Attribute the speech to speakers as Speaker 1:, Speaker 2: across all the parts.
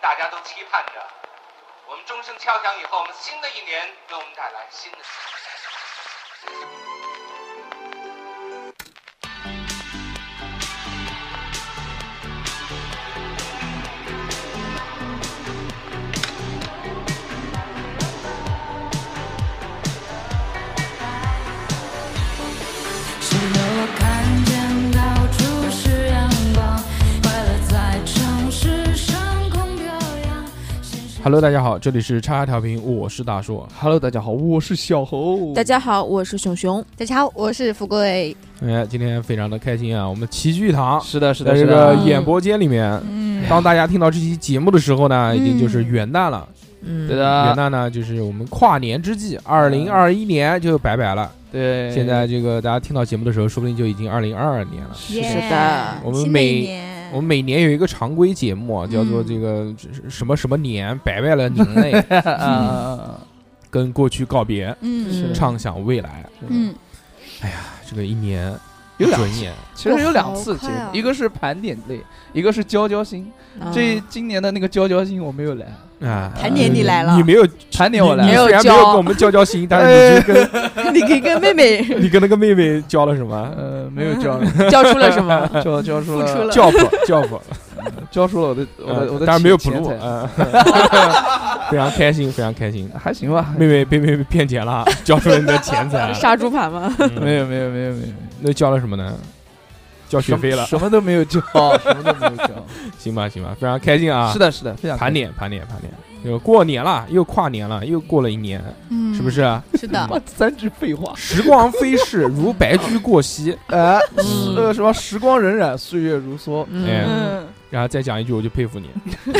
Speaker 1: 大家都期盼着。我们钟声敲响以后，我们新的一年给我们带来新的。
Speaker 2: 是的，我看见到处是阳光，快乐在城市上空飘扬。
Speaker 3: Hello，大家好，这里是叉叉调频，我是大硕。
Speaker 4: Hello，大家好，我是小猴。
Speaker 5: 大家好，我是熊熊。
Speaker 6: 大家好，我是富贵。
Speaker 3: 哎，今天非常的开心啊，我们齐聚一堂，
Speaker 4: 是的，是
Speaker 3: 在
Speaker 4: 的，
Speaker 3: 这
Speaker 4: 是
Speaker 3: 个
Speaker 4: 的，
Speaker 5: 嗯
Speaker 3: 演播间里面。
Speaker 6: 嗯，
Speaker 3: 当大家听到这期节目的时候呢，已经就是元旦了。
Speaker 5: 嗯，
Speaker 4: 对
Speaker 3: 元
Speaker 4: 的，
Speaker 3: 旦呢，就是我们跨年之际，二零二一年就拜拜了。
Speaker 4: 对。
Speaker 3: 现在这个大家听到节目的时候，说不定就已经二零二二年了。
Speaker 4: 是
Speaker 5: 是的
Speaker 3: 我们
Speaker 6: 新的
Speaker 3: 每
Speaker 6: 一年
Speaker 3: 我们每年有一个常规节目啊，叫做这个什么什么年，拜拜了您嘞，
Speaker 4: 啊啊啊
Speaker 3: 跟过去告别，
Speaker 6: 嗯
Speaker 5: 是
Speaker 3: 畅想未来。
Speaker 6: 嗯
Speaker 3: 这个一年
Speaker 4: 有两
Speaker 3: 准眼，
Speaker 4: 其实有两次节
Speaker 6: 哇好快啊，
Speaker 4: 目一个是盘点类，一个是交交心。
Speaker 5: 嗯
Speaker 4: 这今年的那个交交心我没有来，
Speaker 3: 啊，
Speaker 6: 盘点你来了
Speaker 3: 你没有
Speaker 4: 盘点我来
Speaker 3: 你
Speaker 5: 没
Speaker 3: 你
Speaker 4: 了。
Speaker 5: 有
Speaker 3: 虽然没有
Speaker 5: 交
Speaker 3: 跟我们交交心，但是
Speaker 4: 哎
Speaker 3: 你就
Speaker 5: 你可以跟妹妹
Speaker 3: 跟你跟那个妹妹交了什 么？
Speaker 4: 呃，没有交，
Speaker 5: 教出了什么？
Speaker 4: 交交出
Speaker 6: 付出
Speaker 4: 了，
Speaker 6: 了
Speaker 3: 教父，教父，
Speaker 4: 交出了我的我的我的
Speaker 3: 但呃是没有补
Speaker 4: 钱
Speaker 3: 录，
Speaker 4: 钱财
Speaker 3: 嗯非常开心，非常开心。
Speaker 4: 还行吧。
Speaker 3: 妹妹被妹妹骗钱了，交出了你的钱 财。
Speaker 5: 杀猪盘吗？
Speaker 3: 嗯
Speaker 4: 没有没有没有没有，
Speaker 3: 那交了什么呢？交学费了。
Speaker 4: 什么都没有交，什么都没有交。
Speaker 3: 行吧，行吧，非常开心啊。
Speaker 4: 是的，是的，嗯非常
Speaker 3: 盘点，盘点，盘点。又过年了，又跨年了，又过了一年，
Speaker 6: 嗯，
Speaker 3: 是不？是？啊
Speaker 6: 是
Speaker 4: 开
Speaker 6: 的
Speaker 4: 心。， 妈三句废话。
Speaker 3: 时光飞逝，如白驹过隙。
Speaker 4: 哎，
Speaker 5: 嗯
Speaker 4: 呃，什么时光荏苒，岁月如梭。
Speaker 3: 哎
Speaker 5: 嗯，
Speaker 6: 嗯，
Speaker 3: 然后再讲一句，我就佩服你。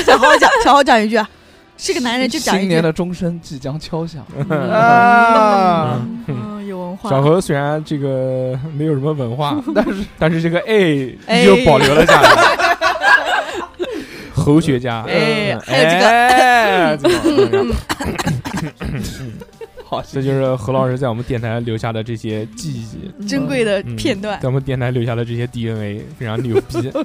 Speaker 6: 小豪讲，小豪讲一句啊，是个男人就讲一
Speaker 4: 新
Speaker 6: 句
Speaker 4: 年的钟声即将敲响。
Speaker 6: 啊
Speaker 4: 啊，
Speaker 6: 嗯，有文化。
Speaker 3: 小何虽然这个没有什么 文化，
Speaker 4: 但是
Speaker 3: 但是这个爱
Speaker 6: 哎
Speaker 3: 依旧保留了下来。 侯学家，
Speaker 6: 哎
Speaker 3: 嗯
Speaker 6: 还有这 个嗯
Speaker 3: 哎这种
Speaker 4: 好，
Speaker 3: 这就是何老师在我们电台留下的这些记忆，
Speaker 6: 珍贵的
Speaker 3: 嗯
Speaker 6: 片段
Speaker 3: 在，我们电台留下的这些 DNA 非常牛逼。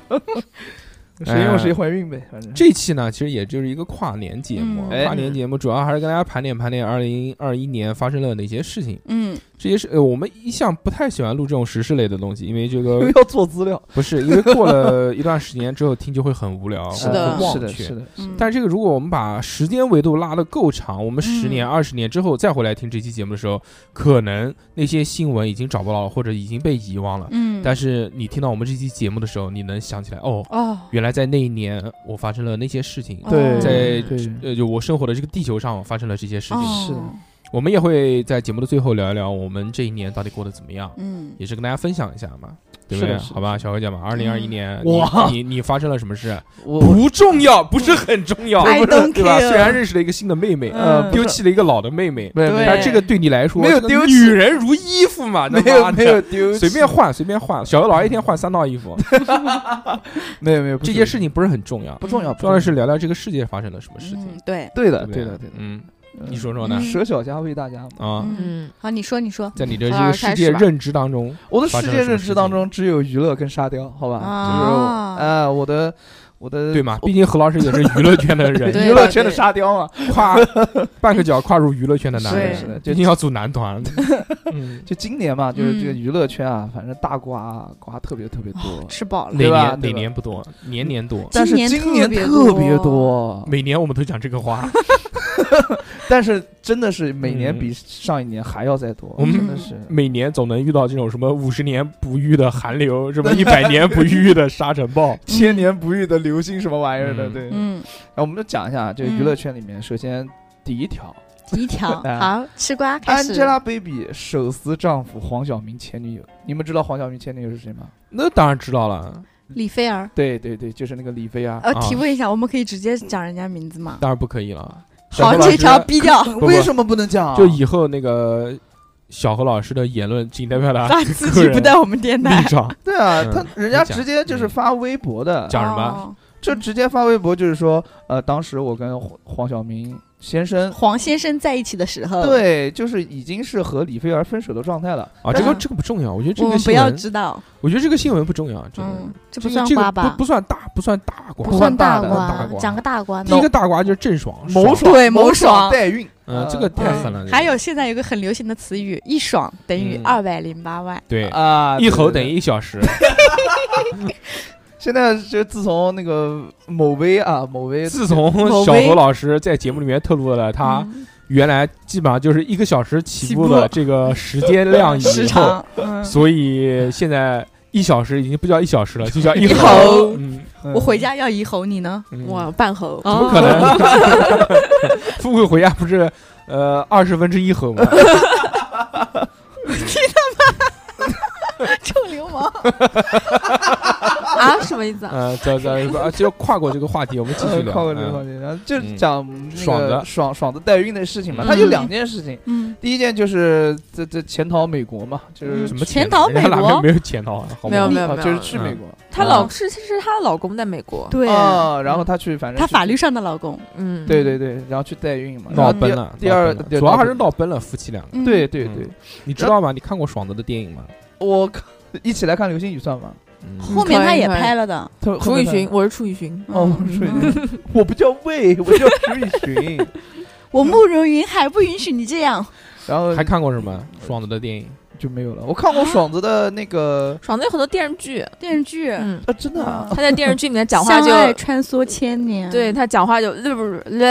Speaker 4: 谁用谁怀孕呗，反正
Speaker 3: 这期呢，其实也就是一个跨年节目
Speaker 6: 嗯，哎
Speaker 3: 跨年节目主要还是跟大家盘点盘点二零二一年发生了哪些事情。
Speaker 6: 嗯，
Speaker 3: 这些事，呃，我们一向不太喜欢录这种时事类的东西，因为这个
Speaker 4: 因为要做资料。
Speaker 3: 不是因为过了一段时间之后听就会很无聊，
Speaker 5: 是的
Speaker 3: 会
Speaker 4: 是
Speaker 3: 忘
Speaker 4: 的，
Speaker 3: 却。
Speaker 4: 是的。
Speaker 6: 嗯
Speaker 3: 但是这个，如果我们把时间维度拉得够长，我们十年、
Speaker 6: 嗯
Speaker 3: 二十年之后再回来听这期节目的时候，可能那些新闻已经找不到了，或者已经被遗忘了。
Speaker 6: 嗯，
Speaker 3: 但
Speaker 6: 是
Speaker 3: 是你听到我们这期节目的时候，你能想起来，哦，
Speaker 6: 哦，
Speaker 3: 原来在那一年我发生了那些事情，
Speaker 6: 哦
Speaker 4: 对，
Speaker 3: 在
Speaker 4: 对，
Speaker 3: 呃，就我生活的这个地球上发生了这些事情。
Speaker 6: 哦
Speaker 4: 是的，
Speaker 3: 我们也会在节目的最后聊一聊我们这一年到底过得怎么样，
Speaker 6: 嗯，
Speaker 3: 也是跟大家分享一下嘛，对不
Speaker 4: 是
Speaker 3: 对？
Speaker 4: 的是的
Speaker 3: 好吧，小何姐嘛，二零二一
Speaker 6: 嗯
Speaker 3: 年，
Speaker 4: 哇
Speaker 3: 你你你发生了什么事？
Speaker 4: 我
Speaker 3: 不重要，不是很重要，
Speaker 6: I don't
Speaker 3: 对吧？
Speaker 6: care 嗯
Speaker 3: 虽然认识了一个新的妹妹，
Speaker 4: 呃
Speaker 3: 丢弃了一个老的妹妹，
Speaker 4: 没有
Speaker 6: 对
Speaker 4: 没
Speaker 3: 但这个对你来说，
Speaker 4: 没有
Speaker 3: 这个
Speaker 4: 丢弃
Speaker 3: 女人如衣服嘛，他
Speaker 4: 有没
Speaker 3: 妈
Speaker 4: 有
Speaker 3: 的
Speaker 4: 没有丢弃，
Speaker 3: 随便换随便换。小何老一天换三套衣服，
Speaker 4: 没有没有
Speaker 3: 这件事情不是很重要，
Speaker 4: 不重要，不
Speaker 3: 重要的是聊聊这个世界发生了什么事情
Speaker 6: 嗯，。对，
Speaker 4: 对
Speaker 3: 对
Speaker 4: 的
Speaker 3: 不
Speaker 4: 对的对的。
Speaker 3: 嗯，
Speaker 4: 嗯
Speaker 3: 你说说呢
Speaker 6: 嗯？
Speaker 4: 舍小家为大家嘛。
Speaker 3: 啊，
Speaker 6: 嗯，
Speaker 5: 嗯，
Speaker 6: 好，你说，你说，
Speaker 3: 在你的这
Speaker 5: 何老
Speaker 3: 个
Speaker 5: 师
Speaker 3: 世
Speaker 5: 开
Speaker 3: 界
Speaker 5: 始吧
Speaker 3: 认知当中，
Speaker 4: 我的
Speaker 3: 发生了
Speaker 4: 世
Speaker 3: 什
Speaker 4: 界
Speaker 3: 么
Speaker 4: 认
Speaker 3: 事
Speaker 4: 知当
Speaker 3: 情
Speaker 4: 中只有娱乐跟沙雕，好吧？就是我
Speaker 6: 啊
Speaker 4: 啊，我的我的
Speaker 3: 对嘛？毕竟何老师也是娱乐圈的 人，
Speaker 5: 对
Speaker 4: 娱乐圈的沙雕嘛，
Speaker 3: 跨半个脚跨入娱乐圈的男
Speaker 5: 对
Speaker 3: 人
Speaker 4: 是，的，
Speaker 3: 一
Speaker 4: 就
Speaker 3: 定要组男团。 嗯
Speaker 4: 就今年嘛，就是这个
Speaker 6: 嗯
Speaker 4: 娱乐圈啊，反正大瓜瓜特别特别多，
Speaker 6: 哦吃饱了，
Speaker 3: 哪
Speaker 4: 对吧
Speaker 3: 年
Speaker 4: 对
Speaker 3: 哪
Speaker 4: 吧
Speaker 3: 年不多，年年多，
Speaker 4: 但是今
Speaker 6: 今
Speaker 4: 年
Speaker 6: 年
Speaker 4: 特
Speaker 6: 特
Speaker 4: 别
Speaker 6: 别
Speaker 4: 多
Speaker 6: 多，嗯
Speaker 3: 每年我们都讲这个话。
Speaker 4: 但是真的是每年
Speaker 3: 嗯
Speaker 4: 比上一年还要再多，
Speaker 3: 我们
Speaker 4: 真的是。
Speaker 3: 每年总能遇到这种什么五十年不遇的寒流，什么一百年不遇的沙尘暴
Speaker 4: 千年不遇的流星什么玩意儿的，
Speaker 3: 嗯
Speaker 4: 对。
Speaker 6: 嗯，
Speaker 4: 然后我们就讲一下这个娱乐圈里面，首先第一条
Speaker 6: 第一 条，
Speaker 4: 啊
Speaker 6: 好，吃瓜开始，
Speaker 4: ，Angelababy 手撕丈夫黄晓明前女友，你们知道黄晓明前女友是谁吗？
Speaker 3: 那当然知道了，
Speaker 6: 李菲儿。
Speaker 4: 对对对，就是那个李菲啊。
Speaker 6: 呃
Speaker 3: 啊，
Speaker 6: 提问一下，我们可以直接讲人家名字吗？
Speaker 3: 当然不可以了。
Speaker 6: 好，
Speaker 3: 小何老
Speaker 6: 这
Speaker 3: 师
Speaker 6: 条逼掉，
Speaker 3: 不
Speaker 4: 为什么不能讲啊？
Speaker 3: 就以后那个小何老师的言论仅代表他
Speaker 6: 他自己不在我们电
Speaker 3: 立
Speaker 6: 台。
Speaker 3: 场。
Speaker 4: 对啊，
Speaker 3: 嗯
Speaker 4: 他人家
Speaker 3: 讲
Speaker 4: 直接就是
Speaker 3: 嗯
Speaker 4: 发微博的，
Speaker 3: 讲什么
Speaker 6: 哦？
Speaker 4: 就直接发微博，就是说，呃，当时我跟黄黄晓明先生，
Speaker 6: 黄先生在一起的时候，，
Speaker 4: 对，就是已经是和李菲儿分手的状态了。
Speaker 3: 啊，这个这个不重要，我觉得
Speaker 6: 嗯
Speaker 3: 这
Speaker 6: 我
Speaker 3: 个
Speaker 6: 们不
Speaker 3: 新
Speaker 6: 要
Speaker 3: 闻，
Speaker 6: 知道，
Speaker 3: 我觉得这个新闻不重要，这个
Speaker 6: 嗯，这不
Speaker 3: 这
Speaker 6: 算
Speaker 3: 个这
Speaker 6: 瓜
Speaker 3: 个
Speaker 6: 吧
Speaker 3: 不不？算大不算大瓜，
Speaker 4: 不
Speaker 6: 算
Speaker 4: 大
Speaker 3: 不算大瓜
Speaker 7: 讲个大瓜
Speaker 3: 第
Speaker 7: 呢
Speaker 3: 一。个大瓜就是郑爽，
Speaker 4: 某
Speaker 3: 爽，
Speaker 6: 对
Speaker 4: 某
Speaker 6: 某爽
Speaker 4: 代孕，
Speaker 3: 嗯，
Speaker 4: 呃
Speaker 3: 这个太狠了，这个
Speaker 7: 还有现在有个很流行的词语，一爽等于
Speaker 3: 嗯
Speaker 7: 二百零八万。
Speaker 3: 对。
Speaker 4: 啊，
Speaker 3: 一吼
Speaker 4: 对
Speaker 3: 等
Speaker 4: 对
Speaker 3: 于一小时，
Speaker 4: 现在就自从那个某威啊，某嗯威
Speaker 3: 自从
Speaker 5: 某
Speaker 3: 小
Speaker 5: 微
Speaker 3: 何老师在节目里面透露了他原来基本上就是一个小时起
Speaker 5: 起
Speaker 3: 步
Speaker 5: 步
Speaker 3: 的这个时 间量以
Speaker 6: 时
Speaker 3: 后，
Speaker 6: 长，嗯，
Speaker 3: 所以现在一小时已经不叫一小时了，就叫一
Speaker 5: 一
Speaker 3: 吼
Speaker 5: 吼。
Speaker 3: 嗯，
Speaker 6: 我回家要以吼你呢，哦
Speaker 3: 嗯
Speaker 5: 哇，半猴，
Speaker 3: 怎么可能？
Speaker 4: 哦
Speaker 3: 富贵回家不是呃二十分之一吼吗？
Speaker 6: 臭流氓，
Speaker 5: 啊？什么意思啊？
Speaker 3: 呃，走走，啊就跨过这个话题，我们继续
Speaker 4: 呃
Speaker 3: 聊。
Speaker 4: 跨过这个
Speaker 3: 嗯
Speaker 4: 话题，然后就
Speaker 3: 嗯
Speaker 4: 讲那
Speaker 3: 爽
Speaker 4: 个
Speaker 3: 的
Speaker 4: 爽爽的代孕的事情嘛，
Speaker 5: 嗯
Speaker 4: 它有两件事情，
Speaker 6: 嗯，
Speaker 4: 第一件就是这这潜逃美国嘛，就是
Speaker 3: 什
Speaker 4: 啊
Speaker 3: 么
Speaker 7: 潜逃
Speaker 3: 人家
Speaker 7: 美
Speaker 3: 哪个
Speaker 7: 国
Speaker 3: 没有潜逃啊？好吗
Speaker 5: 没有没有没有，
Speaker 4: 就是去美国
Speaker 5: 她
Speaker 3: 嗯
Speaker 5: 老是是她老公在美国，
Speaker 6: 对，
Speaker 4: 啊，然后她去反正
Speaker 6: 她
Speaker 4: 去
Speaker 6: 法律上的老公，
Speaker 5: 嗯，
Speaker 4: 对对对，然后去代孕嘛，然
Speaker 3: 闹
Speaker 4: 后
Speaker 3: 崩了。
Speaker 4: 第
Speaker 3: 闹
Speaker 4: 二
Speaker 3: 崩了
Speaker 4: 对
Speaker 3: 主要还是
Speaker 4: 闹
Speaker 3: 闹崩了夫妻两个。
Speaker 4: 崩
Speaker 6: 嗯
Speaker 4: 对对对
Speaker 3: 嗯，你知道吗？你看过爽子的电影吗？
Speaker 4: 我看一起来看流星雨算吗？
Speaker 3: 嗯
Speaker 6: 后面她
Speaker 5: 可以
Speaker 6: 也
Speaker 5: 可以
Speaker 6: 拍了的，嗯
Speaker 4: 他
Speaker 5: 楚雨荨，，我是楚雨荨，
Speaker 4: 后面看 哦，楚雨荨， 我不叫魏，我叫楚雨 荨，
Speaker 6: 我慕容云海不允许你这样，
Speaker 4: 然后
Speaker 3: 嗯还看过什么爽子的电影？
Speaker 4: 就没有了。我看过爽子的那个，
Speaker 5: 爽子有很多电视剧，
Speaker 6: 电视剧
Speaker 5: 嗯，
Speaker 4: 啊，真的啊，
Speaker 5: 她在电视剧里面讲话就
Speaker 6: 相爱穿梭千年，
Speaker 5: 对她讲话就不不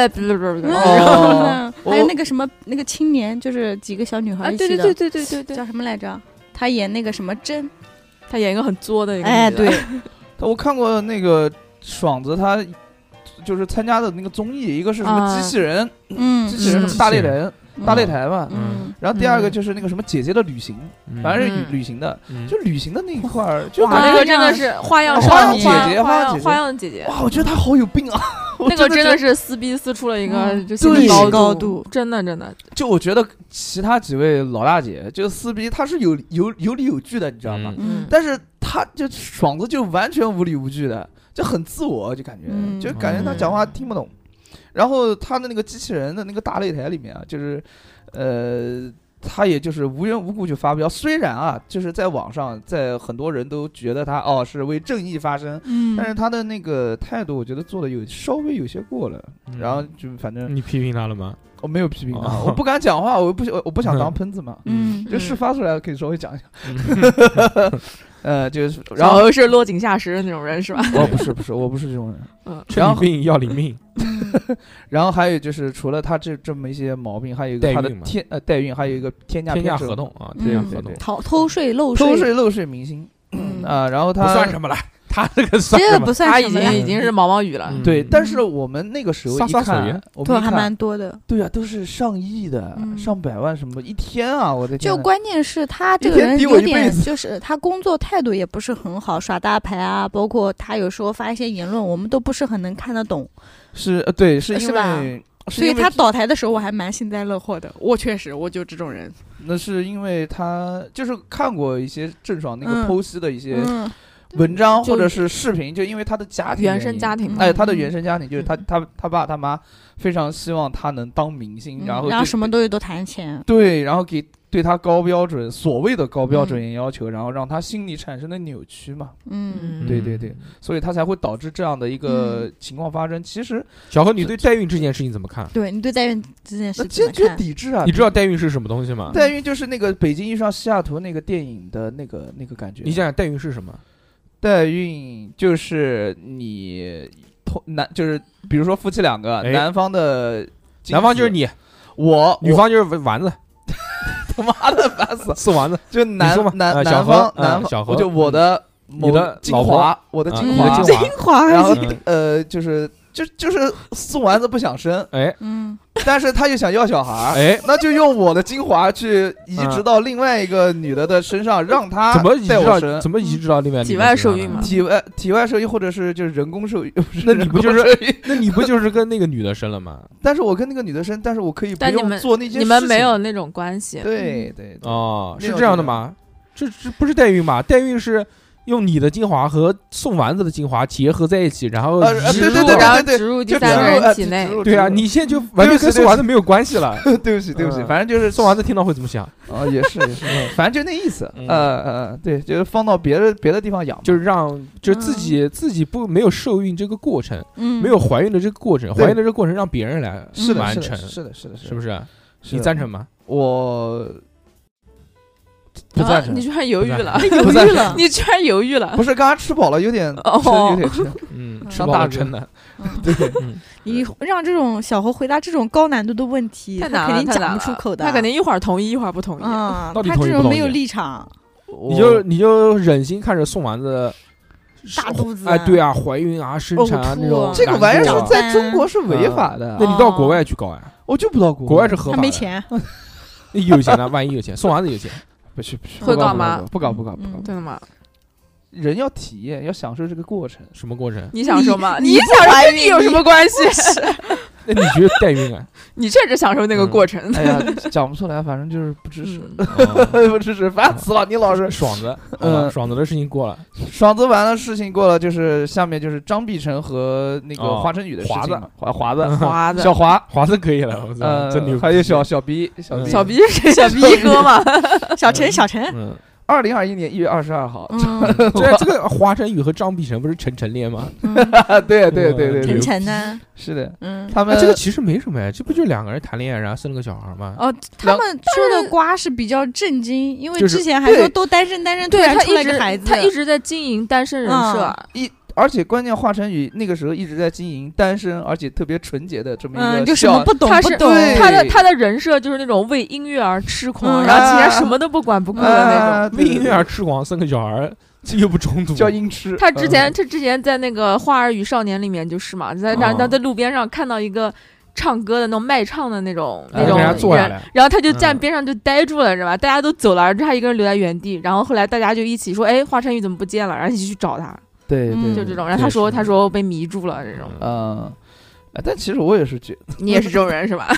Speaker 5: 不不
Speaker 6: 嗯。
Speaker 4: 哦
Speaker 6: 然后呢，
Speaker 4: 我
Speaker 6: 还有那
Speaker 3: 哦
Speaker 6: 个什么，那个青年，就是几个小女孩
Speaker 5: 啊，
Speaker 6: 一起
Speaker 5: 对对
Speaker 6: 的
Speaker 5: 对对对对对
Speaker 6: 叫，什么来着？她演那个什么真，
Speaker 5: 她演一个很作的一个，
Speaker 6: 哎，对，，
Speaker 4: 我看过那个爽子他。就是参加的那个综艺，一个是什么
Speaker 5: 啊
Speaker 4: 机器人，
Speaker 6: 嗯
Speaker 4: 机器人
Speaker 5: 嗯
Speaker 4: 什么大擂台，大擂，台嘛。
Speaker 6: 嗯
Speaker 4: 然后第二个
Speaker 5: 嗯
Speaker 4: 就是那个什么姐姐的旅行，反正是旅
Speaker 5: 嗯
Speaker 4: 旅行的，
Speaker 3: 嗯
Speaker 4: 就旅行的那一块儿，就
Speaker 5: 哇，
Speaker 4: 感
Speaker 5: 那
Speaker 4: 觉
Speaker 5: 个真的是花样
Speaker 4: 哎花
Speaker 5: 少
Speaker 4: 样
Speaker 5: 女
Speaker 4: 姐姐花样
Speaker 5: 花
Speaker 4: 姐姐哦
Speaker 5: 花样姐姐，
Speaker 4: 哇，我觉得他好有病 啊！我
Speaker 5: 那个真
Speaker 4: 觉
Speaker 5: 的
Speaker 4: 得
Speaker 5: 是撕逼撕出了一个
Speaker 6: 嗯
Speaker 5: 就新的
Speaker 4: 对
Speaker 5: 高
Speaker 6: 高
Speaker 5: 度
Speaker 6: 度，
Speaker 5: 真的真的，
Speaker 4: 就我觉得其他几位老大姐就撕逼，她是有有有理有据的，你知道吗？
Speaker 3: 嗯
Speaker 5: 嗯
Speaker 6: 嗯，
Speaker 4: 但是她就爽子就完全无理无据的，就很自我，就感觉、
Speaker 6: 嗯
Speaker 4: 就感觉她讲话听不懂。然后她的那个机器人的那个大擂台里面啊，就是呃。她也就是无缘无故就发飙，虽然啊，就是在网上，在很多人都觉得她哦是为正义发声，
Speaker 6: 嗯
Speaker 4: 但是她的那个态度，我觉得做的有稍微有些过了。
Speaker 3: 嗯
Speaker 4: 然后就反正
Speaker 3: 你批评他了吗？
Speaker 4: 我没有批评他，
Speaker 3: 哦
Speaker 4: 我不敢讲话，我不我不想当喷子嘛。
Speaker 6: 嗯
Speaker 4: 就事发出来可以稍微讲一下， 呃，就是然
Speaker 5: 然
Speaker 4: 后
Speaker 5: 后是落井下石的那种人 是吧？
Speaker 4: 我不是不是我不是这种人，
Speaker 5: 嗯，
Speaker 3: 趁你病要你命，
Speaker 4: 然后还有就是除了他这这么一些毛病，还有一个
Speaker 3: 代
Speaker 4: 他的
Speaker 3: 孕嘛
Speaker 4: 天呃代孕，还有一个天价
Speaker 3: 天价
Speaker 4: 偏折
Speaker 3: 合同啊，
Speaker 6: 嗯
Speaker 3: 天价
Speaker 4: 对
Speaker 3: 合同
Speaker 4: 对
Speaker 6: 逃偷税漏
Speaker 4: 偷税漏税明星
Speaker 6: 嗯
Speaker 4: 啊、然后
Speaker 3: 不
Speaker 4: 他
Speaker 3: 算什么了，他这个算
Speaker 6: 这
Speaker 3: 什
Speaker 6: 个不
Speaker 3: 么？
Speaker 6: 算
Speaker 5: 他
Speaker 6: 什
Speaker 5: 已
Speaker 6: 么
Speaker 5: 经
Speaker 6: 呀，
Speaker 5: 已经是毛毛雨了，
Speaker 3: 嗯
Speaker 4: 对，但是我们那个时候
Speaker 3: 撒
Speaker 4: 一
Speaker 3: 撒手
Speaker 4: 看
Speaker 3: 耶，
Speaker 4: 我
Speaker 6: 对，
Speaker 4: 们一
Speaker 6: 还
Speaker 4: 看
Speaker 6: 蛮多的。
Speaker 4: 对啊，都是上亿的、
Speaker 6: 嗯
Speaker 4: 上百万什么一天啊，我的天
Speaker 6: 就
Speaker 4: 呐
Speaker 6: 关键是他这
Speaker 4: 一
Speaker 6: 个
Speaker 4: 天
Speaker 6: 人
Speaker 4: 抵我
Speaker 6: 有
Speaker 4: 一辈
Speaker 6: 点
Speaker 4: 子，
Speaker 6: 就是他工作态度也不是很好，耍大牌啊，包括他有时候发一些言论，我们都不是很能看得懂，
Speaker 4: 是呃对，是因为
Speaker 6: 是吧
Speaker 4: 是
Speaker 6: 所以
Speaker 4: 因为
Speaker 6: 他倒台的时候我还蛮幸灾乐祸的。
Speaker 7: 我确实，我就这种人，
Speaker 4: 那是因为他就是看过一些郑爽那个
Speaker 6: 嗯
Speaker 4: 剖析的一些
Speaker 6: 嗯，
Speaker 4: 文章
Speaker 5: 就
Speaker 4: 或者是视频，就因为他的家庭
Speaker 5: 原生家
Speaker 4: 庭，
Speaker 5: 庭嘛，
Speaker 4: 哎，他的原生家庭就是他他他爸他妈非常希望他能当明星，嗯然后
Speaker 6: 嗯然后
Speaker 4: 就
Speaker 6: 什么东西都谈钱，
Speaker 4: 对，然后给对他高标准，所谓的高标准严要求，然后让他心理产生的扭曲嘛，
Speaker 6: 嗯，
Speaker 4: 对对对，所以他才会导致这样的一个情况发生。其实
Speaker 3: 小何，你对代孕这件事情怎么看？
Speaker 6: 对你对代孕这件
Speaker 4: 那
Speaker 6: 事怎
Speaker 4: 坚
Speaker 6: 么
Speaker 4: 决
Speaker 6: 看？
Speaker 4: 抵制啊
Speaker 3: 你！知道代孕是什么东西吗？
Speaker 4: 代孕就是那个北京遇上西雅图那个电影的那个那个感觉，
Speaker 3: 你想想代孕是什么？
Speaker 4: 代孕就是你同男就是比如说夫妻两个，
Speaker 3: 哎
Speaker 4: 男方的精
Speaker 3: 男方
Speaker 4: 子
Speaker 3: 就是，你，
Speaker 4: 我
Speaker 3: 女方就是丸子，
Speaker 4: 他妈的烦死了，
Speaker 3: 刺丸子，
Speaker 4: 就
Speaker 3: 你
Speaker 4: 男
Speaker 3: 说嘛
Speaker 4: 男
Speaker 3: 呃小
Speaker 4: 男
Speaker 3: 何
Speaker 4: 方
Speaker 3: 嗯
Speaker 4: 男
Speaker 3: 小
Speaker 4: 方，
Speaker 3: 何
Speaker 4: 我就我的某
Speaker 3: 你的
Speaker 4: 精
Speaker 3: 老婆
Speaker 4: 华，我的
Speaker 3: 啊
Speaker 4: 精
Speaker 3: 你的
Speaker 4: 华，
Speaker 3: 精华，
Speaker 5: 华
Speaker 4: 然后
Speaker 3: 嗯
Speaker 4: 呃就是就就是送丸子不想生，
Speaker 3: 哎
Speaker 6: 嗯，
Speaker 4: 但是他又想要小孩。
Speaker 3: 哎，啊
Speaker 4: 那就用我的精华去移植到另外一个女的的身上，让她
Speaker 3: 怎么移植
Speaker 4: 带我
Speaker 3: 到
Speaker 4: 生
Speaker 3: 怎么移植到另外
Speaker 5: 体外受孕嘛
Speaker 3: 嘛？
Speaker 4: 体外体外受孕，或者是就是人工受孕？
Speaker 3: 那你不就是
Speaker 4: 人工受孕
Speaker 3: 那你不就是跟那个女的生了吗？
Speaker 4: 但是我跟那个女的生，但是我可以不
Speaker 5: 但你
Speaker 4: 用
Speaker 5: 们
Speaker 4: 做那件事情。
Speaker 5: 你们没有那种关系，
Speaker 4: 对对对
Speaker 3: 哦，
Speaker 4: 那
Speaker 3: 是
Speaker 4: 种
Speaker 3: 这样
Speaker 4: 就
Speaker 3: 的
Speaker 4: 是
Speaker 3: 吗？这这不是代孕吧？代孕是用你的精华和宋丸子的精华结合在一起，然后
Speaker 4: 呃呃
Speaker 3: 植
Speaker 4: 对
Speaker 3: 入
Speaker 4: 对对
Speaker 5: 然后
Speaker 4: 对对
Speaker 5: 植入第
Speaker 4: 就
Speaker 5: 三
Speaker 4: 植
Speaker 5: 个
Speaker 4: 入
Speaker 5: 人
Speaker 4: 呃
Speaker 5: 体
Speaker 4: 植
Speaker 5: 内，
Speaker 4: 入
Speaker 3: 对啊，
Speaker 4: 植入
Speaker 3: 你现在就完全跟宋丸子没有关系了。
Speaker 4: 对不起对不起，
Speaker 3: 嗯
Speaker 4: 反正就是
Speaker 3: 宋丸子听到会怎么 想？
Speaker 4: 啊也是也是，反正就那意思，
Speaker 3: 嗯
Speaker 4: 呃呃对，就是放到别的别的地方养嘛，
Speaker 3: 就是让就是自
Speaker 4: 嗯
Speaker 3: 己自己不没有受孕这个过程，
Speaker 6: 嗯，
Speaker 3: 没有怀孕的这个过程，
Speaker 4: 对
Speaker 3: 怀孕的这个过程让别人来
Speaker 4: 嗯是的
Speaker 3: 完
Speaker 4: 是
Speaker 3: 成
Speaker 4: 的，是的是的
Speaker 3: 是不
Speaker 4: 是？
Speaker 3: 是？
Speaker 4: 是
Speaker 3: 你
Speaker 4: 的
Speaker 3: 赞成吗？
Speaker 4: 我不
Speaker 5: 啊
Speaker 4: 赞成
Speaker 5: 你，居然犹豫了，
Speaker 4: 不
Speaker 6: 犹
Speaker 4: 赞
Speaker 6: 豫
Speaker 4: 成
Speaker 6: 了，
Speaker 5: 你居然犹豫了
Speaker 4: 不，是刚刚吃饱了，有点
Speaker 5: 哦
Speaker 4: 撑有点撑，
Speaker 3: 嗯，吃
Speaker 4: 上
Speaker 3: 饱
Speaker 4: 大
Speaker 3: 了
Speaker 4: 学
Speaker 3: 撑 的，
Speaker 6: 嗯
Speaker 4: 对，
Speaker 3: 嗯，
Speaker 6: 你让这种小猴回答这种高难度的问题，
Speaker 5: 太
Speaker 6: 他
Speaker 5: 难了，
Speaker 6: 肯定
Speaker 5: 太难
Speaker 6: 讲
Speaker 5: 了
Speaker 6: 不出口的，
Speaker 5: 他肯定一嗯会儿同意，一会儿不同意。
Speaker 6: 啊，
Speaker 3: 到底
Speaker 6: 他
Speaker 3: 同意
Speaker 6: 这种
Speaker 3: 不同
Speaker 6: 没有
Speaker 3: 意
Speaker 6: 立场，
Speaker 3: 你就你就忍心看着宋丸子
Speaker 6: 大肚子
Speaker 3: 哎，对啊，怀孕啊，生产啊
Speaker 6: 呕吐
Speaker 3: 那种，
Speaker 6: 啊
Speaker 4: 这个玩意儿
Speaker 6: 难
Speaker 4: 是
Speaker 6: 过
Speaker 4: 在中国是违法的，
Speaker 3: 嗯那你到国外去搞呀？
Speaker 4: 我就不到国
Speaker 3: 国外是合
Speaker 6: 他
Speaker 3: 法
Speaker 6: 没
Speaker 3: 的，
Speaker 6: 钱，
Speaker 3: 有钱的，万一有钱，宋丸子有钱，
Speaker 4: 不去不去，
Speaker 5: 会
Speaker 4: 不搞
Speaker 5: 搞吗
Speaker 4: 不搞不搞不搞，不
Speaker 6: 嗯
Speaker 4: 搞
Speaker 5: 真的吗？
Speaker 4: 人要体验，要享受这个过程。
Speaker 3: 什么过程？
Speaker 5: 你享受吗？
Speaker 6: 你
Speaker 5: 你
Speaker 6: 不
Speaker 5: 享
Speaker 6: 怀
Speaker 5: 受
Speaker 6: 孕
Speaker 5: 你有什么关系？
Speaker 3: 那你觉得代孕 啊？
Speaker 5: 你确实享受那个过程。
Speaker 4: 哎呀，讲不出来，反正就是不支 持， 哎
Speaker 5: 嗯
Speaker 3: 哦
Speaker 4: 不支持，烦死了，你老是。
Speaker 3: 爽子，好吧
Speaker 4: 嗯
Speaker 3: 爽子的事情过了，
Speaker 4: 爽子完了，事情过了，就是下面就是张碧晨和那个
Speaker 3: 哦
Speaker 4: 华晨宇的事
Speaker 3: 华
Speaker 4: 情
Speaker 3: 子嗯
Speaker 4: 嘛，华 华子，
Speaker 5: 花的
Speaker 4: 小华，
Speaker 3: 华子可以了，我操，
Speaker 4: 呃
Speaker 3: 真牛，，
Speaker 4: 还有小小 B，小
Speaker 3: 嗯
Speaker 4: B，
Speaker 5: 小逼谁？小逼哥嘛，
Speaker 6: 小陈小陈，
Speaker 3: 嗯，啊
Speaker 4: 二零二一年一月二十二号，
Speaker 6: 嗯，
Speaker 3: 这这个华晨宇和张碧晨不是晨晨 恋吗？
Speaker 4: 对对对对
Speaker 6: 陈
Speaker 4: 对，
Speaker 6: 晨呢，
Speaker 4: 是的，
Speaker 6: 嗯，
Speaker 4: 他
Speaker 3: 嗯哎
Speaker 4: 们
Speaker 3: 这个其实没什么呀，这不就两个人谈恋爱，然后生了个小孩吗？
Speaker 6: 哦，他们说的瓜是比较震惊，因为
Speaker 3: 就是
Speaker 6: 之前还说
Speaker 4: 对
Speaker 6: 都单身单身，突
Speaker 5: 对
Speaker 6: 然
Speaker 5: 他
Speaker 6: 出来
Speaker 5: 一
Speaker 6: 个
Speaker 5: 直
Speaker 6: 孩子，
Speaker 5: 他一直在经营单身人设，
Speaker 4: 一，而且关键华晨宇那个时候一直在经营单身，而且特别纯洁的这么一
Speaker 6: 嗯，
Speaker 4: 个
Speaker 6: 就什么
Speaker 4: 笑
Speaker 6: 不懂
Speaker 5: 他
Speaker 6: 不
Speaker 5: 是
Speaker 6: 懂，
Speaker 4: 对
Speaker 5: 他的他的人设就是那种为音乐而痴狂，
Speaker 6: 嗯
Speaker 5: 然后其他什么都不管不顾的那种。
Speaker 4: 啊，
Speaker 3: 为因为而
Speaker 4: 儿
Speaker 3: 痴狂生个小孩，这又不冲突。
Speaker 4: 叫音痴，
Speaker 5: 他之前他之前在那个《花儿与少年》里面就是嘛，在那
Speaker 3: 哦
Speaker 5: 那在路边上看到一个。唱歌的那种卖唱的那种
Speaker 3: 哎
Speaker 5: 那种
Speaker 3: 给人家坐下
Speaker 5: 人
Speaker 3: 来，
Speaker 5: 然后他就站
Speaker 3: 嗯
Speaker 5: 边上就呆住了，知道吧？大家都走了，他一个人留在原地。然后后来大家就一起说：“哎，华晨宇怎么不见了？”然后一起去找他，
Speaker 4: 对
Speaker 6: 嗯
Speaker 4: 对，
Speaker 5: 就
Speaker 4: 对
Speaker 5: 这种。然后他
Speaker 3: 对
Speaker 5: 说：“
Speaker 3: 是
Speaker 5: 他说被迷住了。”这种，
Speaker 3: 嗯
Speaker 4: 嗯，哎但其实我也是觉得，
Speaker 5: 你也是这种人是吧？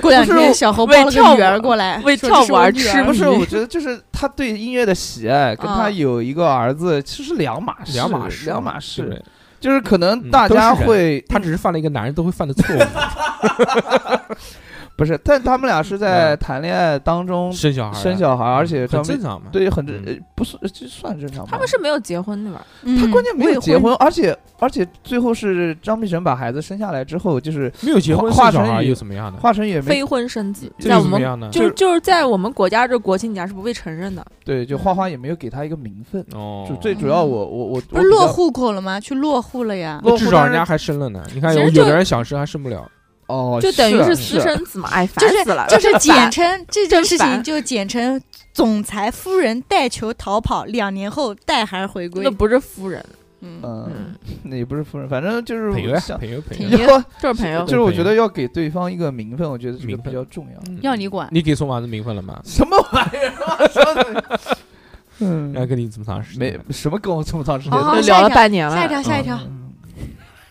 Speaker 6: 过两
Speaker 4: 不是
Speaker 6: 天小猴
Speaker 5: 为
Speaker 6: 抱了
Speaker 5: 跳
Speaker 6: 个女
Speaker 5: 舞
Speaker 6: 儿过来，
Speaker 5: 为
Speaker 6: 说
Speaker 5: 跳
Speaker 6: 这是
Speaker 5: 舞
Speaker 6: 我
Speaker 5: 而
Speaker 6: 女
Speaker 5: 痴
Speaker 6: 儿
Speaker 5: 迷
Speaker 4: 不是，我觉得就是他对音乐的喜爱，跟他
Speaker 5: 啊
Speaker 4: 有一个儿子其实两码事，
Speaker 3: 两
Speaker 4: 两
Speaker 3: 码事，
Speaker 4: 码
Speaker 3: 对不
Speaker 4: 事，
Speaker 3: 对
Speaker 4: 就是可能
Speaker 3: 嗯
Speaker 4: 大
Speaker 3: 都是
Speaker 4: 家
Speaker 3: 人
Speaker 4: 会
Speaker 3: 他只是犯了一个男人都会犯的错误，
Speaker 4: 不是，但他们俩是在谈恋爱当中
Speaker 3: 生嗯小孩，啊嗯
Speaker 4: 生小孩，而且
Speaker 3: 很
Speaker 4: 张
Speaker 3: 正
Speaker 4: 碧
Speaker 3: 常嘛。
Speaker 4: 对很正
Speaker 3: 嗯
Speaker 4: 呃不是呃这算正常吧，
Speaker 5: 他们是没有结婚的吧？
Speaker 4: 他
Speaker 6: 嗯
Speaker 4: 关键没
Speaker 6: 未
Speaker 4: 有结婚，而且而且最后是张碧晨把孩子生下来之后，就是
Speaker 3: 没有结婚
Speaker 4: 华
Speaker 3: 生小
Speaker 4: 华
Speaker 3: 孩
Speaker 4: 晨宇
Speaker 3: 又怎么样呢？
Speaker 4: 华晨宇也没
Speaker 5: 非婚生子，
Speaker 3: 这
Speaker 5: 在
Speaker 3: 又
Speaker 5: 我
Speaker 3: 怎么
Speaker 5: 们
Speaker 3: 样呢？
Speaker 5: 就是就是在我们国家这国情底下是不被承认的。
Speaker 4: 对，就花花也没有给他一个名分，
Speaker 3: 哦
Speaker 4: 就，最主要我我我
Speaker 6: 不是落，户口了吗？去落户了呀。
Speaker 3: 那
Speaker 4: 落
Speaker 3: 至
Speaker 4: 户
Speaker 3: 少
Speaker 4: 当
Speaker 3: 人家
Speaker 4: 然
Speaker 3: 还生了呢。你看，
Speaker 5: 其
Speaker 3: 有
Speaker 5: 实
Speaker 3: 有
Speaker 5: 就
Speaker 3: 的人想生还生不了，
Speaker 4: 我觉得
Speaker 5: 就等于
Speaker 4: 哦
Speaker 5: 是
Speaker 4: 是
Speaker 5: 私生子嘛，哎，烦
Speaker 6: 就是
Speaker 5: 死了，
Speaker 6: 就是简
Speaker 5: 简
Speaker 6: 称这件事情
Speaker 5: 真烦
Speaker 6: 就简称总裁夫人带球逃跑，两年后带孩回归
Speaker 5: 那。不是夫人，
Speaker 6: 嗯，
Speaker 4: 嗯，
Speaker 5: 嗯，
Speaker 4: 那也不是夫人，反正就是
Speaker 3: 朋友
Speaker 4: 想
Speaker 3: 朋友朋
Speaker 5: 朋
Speaker 3: 友
Speaker 5: 友。
Speaker 4: 要
Speaker 5: 就是朋友
Speaker 4: 就是我觉得要给对方一个名分，我觉得这
Speaker 3: 名
Speaker 4: 个
Speaker 3: 分
Speaker 4: 比较重要。
Speaker 3: 嗯
Speaker 6: 要你管
Speaker 3: 你给宋丸子名分了吗？
Speaker 4: 什么玩意儿？什么东西
Speaker 3: 然后
Speaker 4: 嗯，
Speaker 3: 跟你这么长时间
Speaker 4: 没
Speaker 3: 了，
Speaker 4: 什么跟我这么长时间
Speaker 6: 好
Speaker 4: 的
Speaker 6: 好
Speaker 5: 就
Speaker 6: 下
Speaker 5: 聊
Speaker 6: 一
Speaker 5: 了
Speaker 6: 条
Speaker 5: 半年
Speaker 6: 下一
Speaker 5: 了，
Speaker 6: 条，下一条，
Speaker 4: 嗯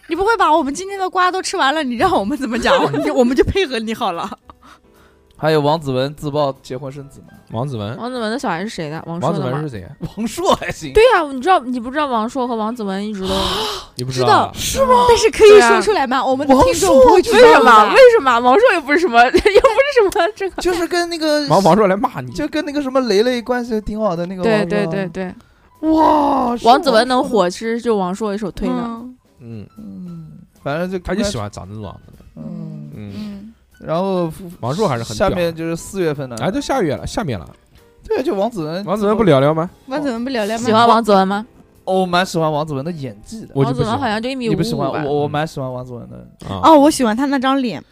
Speaker 6: 你不会把我们今天的瓜都吃完了，你让我们怎么讲？你我们就配合你好了。
Speaker 4: 还有王子文自曝结婚生子嘛？
Speaker 3: 王子文，
Speaker 5: 王子文的小孩是谁的？王
Speaker 3: 嗯王
Speaker 5: 朔
Speaker 3: 子
Speaker 5: 的
Speaker 3: 文
Speaker 5: 吗
Speaker 3: 是？谁？啊
Speaker 4: 王朔还行，
Speaker 5: 对呀，你知道你不知道王朔和王子文一直都
Speaker 3: 你不
Speaker 6: 知道
Speaker 3: 啊？
Speaker 6: 是吗？ 但是可以
Speaker 5: 对啊
Speaker 6: 说出来吗？我们的
Speaker 4: 王
Speaker 6: 听众
Speaker 4: 朔
Speaker 6: 不会知道
Speaker 5: 为什么？
Speaker 6: 的
Speaker 5: 为什么？王朔又不是什么，又不是什么这个。
Speaker 4: 就是跟那个
Speaker 3: 王王朔来骂你，
Speaker 4: 就跟那个什么雷雷关系挺好的那个
Speaker 5: 对
Speaker 4: 王
Speaker 5: 对
Speaker 4: 朔
Speaker 5: 对对，
Speaker 4: 哇，是
Speaker 5: 王子文能火，其实就王朔一手推的。
Speaker 6: 嗯
Speaker 3: 嗯，
Speaker 4: 嗯，反正就
Speaker 3: 他就喜
Speaker 4: 欢，
Speaker 3: 欢长这种样子的。
Speaker 4: 嗯，
Speaker 3: 嗯，
Speaker 6: 嗯，
Speaker 4: 然后
Speaker 3: 王朔还是很
Speaker 4: 下
Speaker 3: 屌
Speaker 4: 面就是四月份了，
Speaker 3: 哎，都下月了，下面了，
Speaker 4: 对，就王子文，
Speaker 3: 王子文不，聊聊吗？
Speaker 6: 王怎么不聊聊吗？
Speaker 5: 喜欢王子文吗？
Speaker 4: 哦我蛮喜欢王子文的演技的，
Speaker 3: 我就
Speaker 5: 王
Speaker 3: 不
Speaker 5: 子
Speaker 3: 喜欢
Speaker 5: 文好像就一米
Speaker 4: 你
Speaker 5: 五
Speaker 4: 不喜
Speaker 5: 五
Speaker 4: 欢
Speaker 6: 嗯
Speaker 5: 吧。
Speaker 4: 我，我蛮喜欢王子文的，
Speaker 3: 啊，
Speaker 6: 哦，我喜欢他那张脸，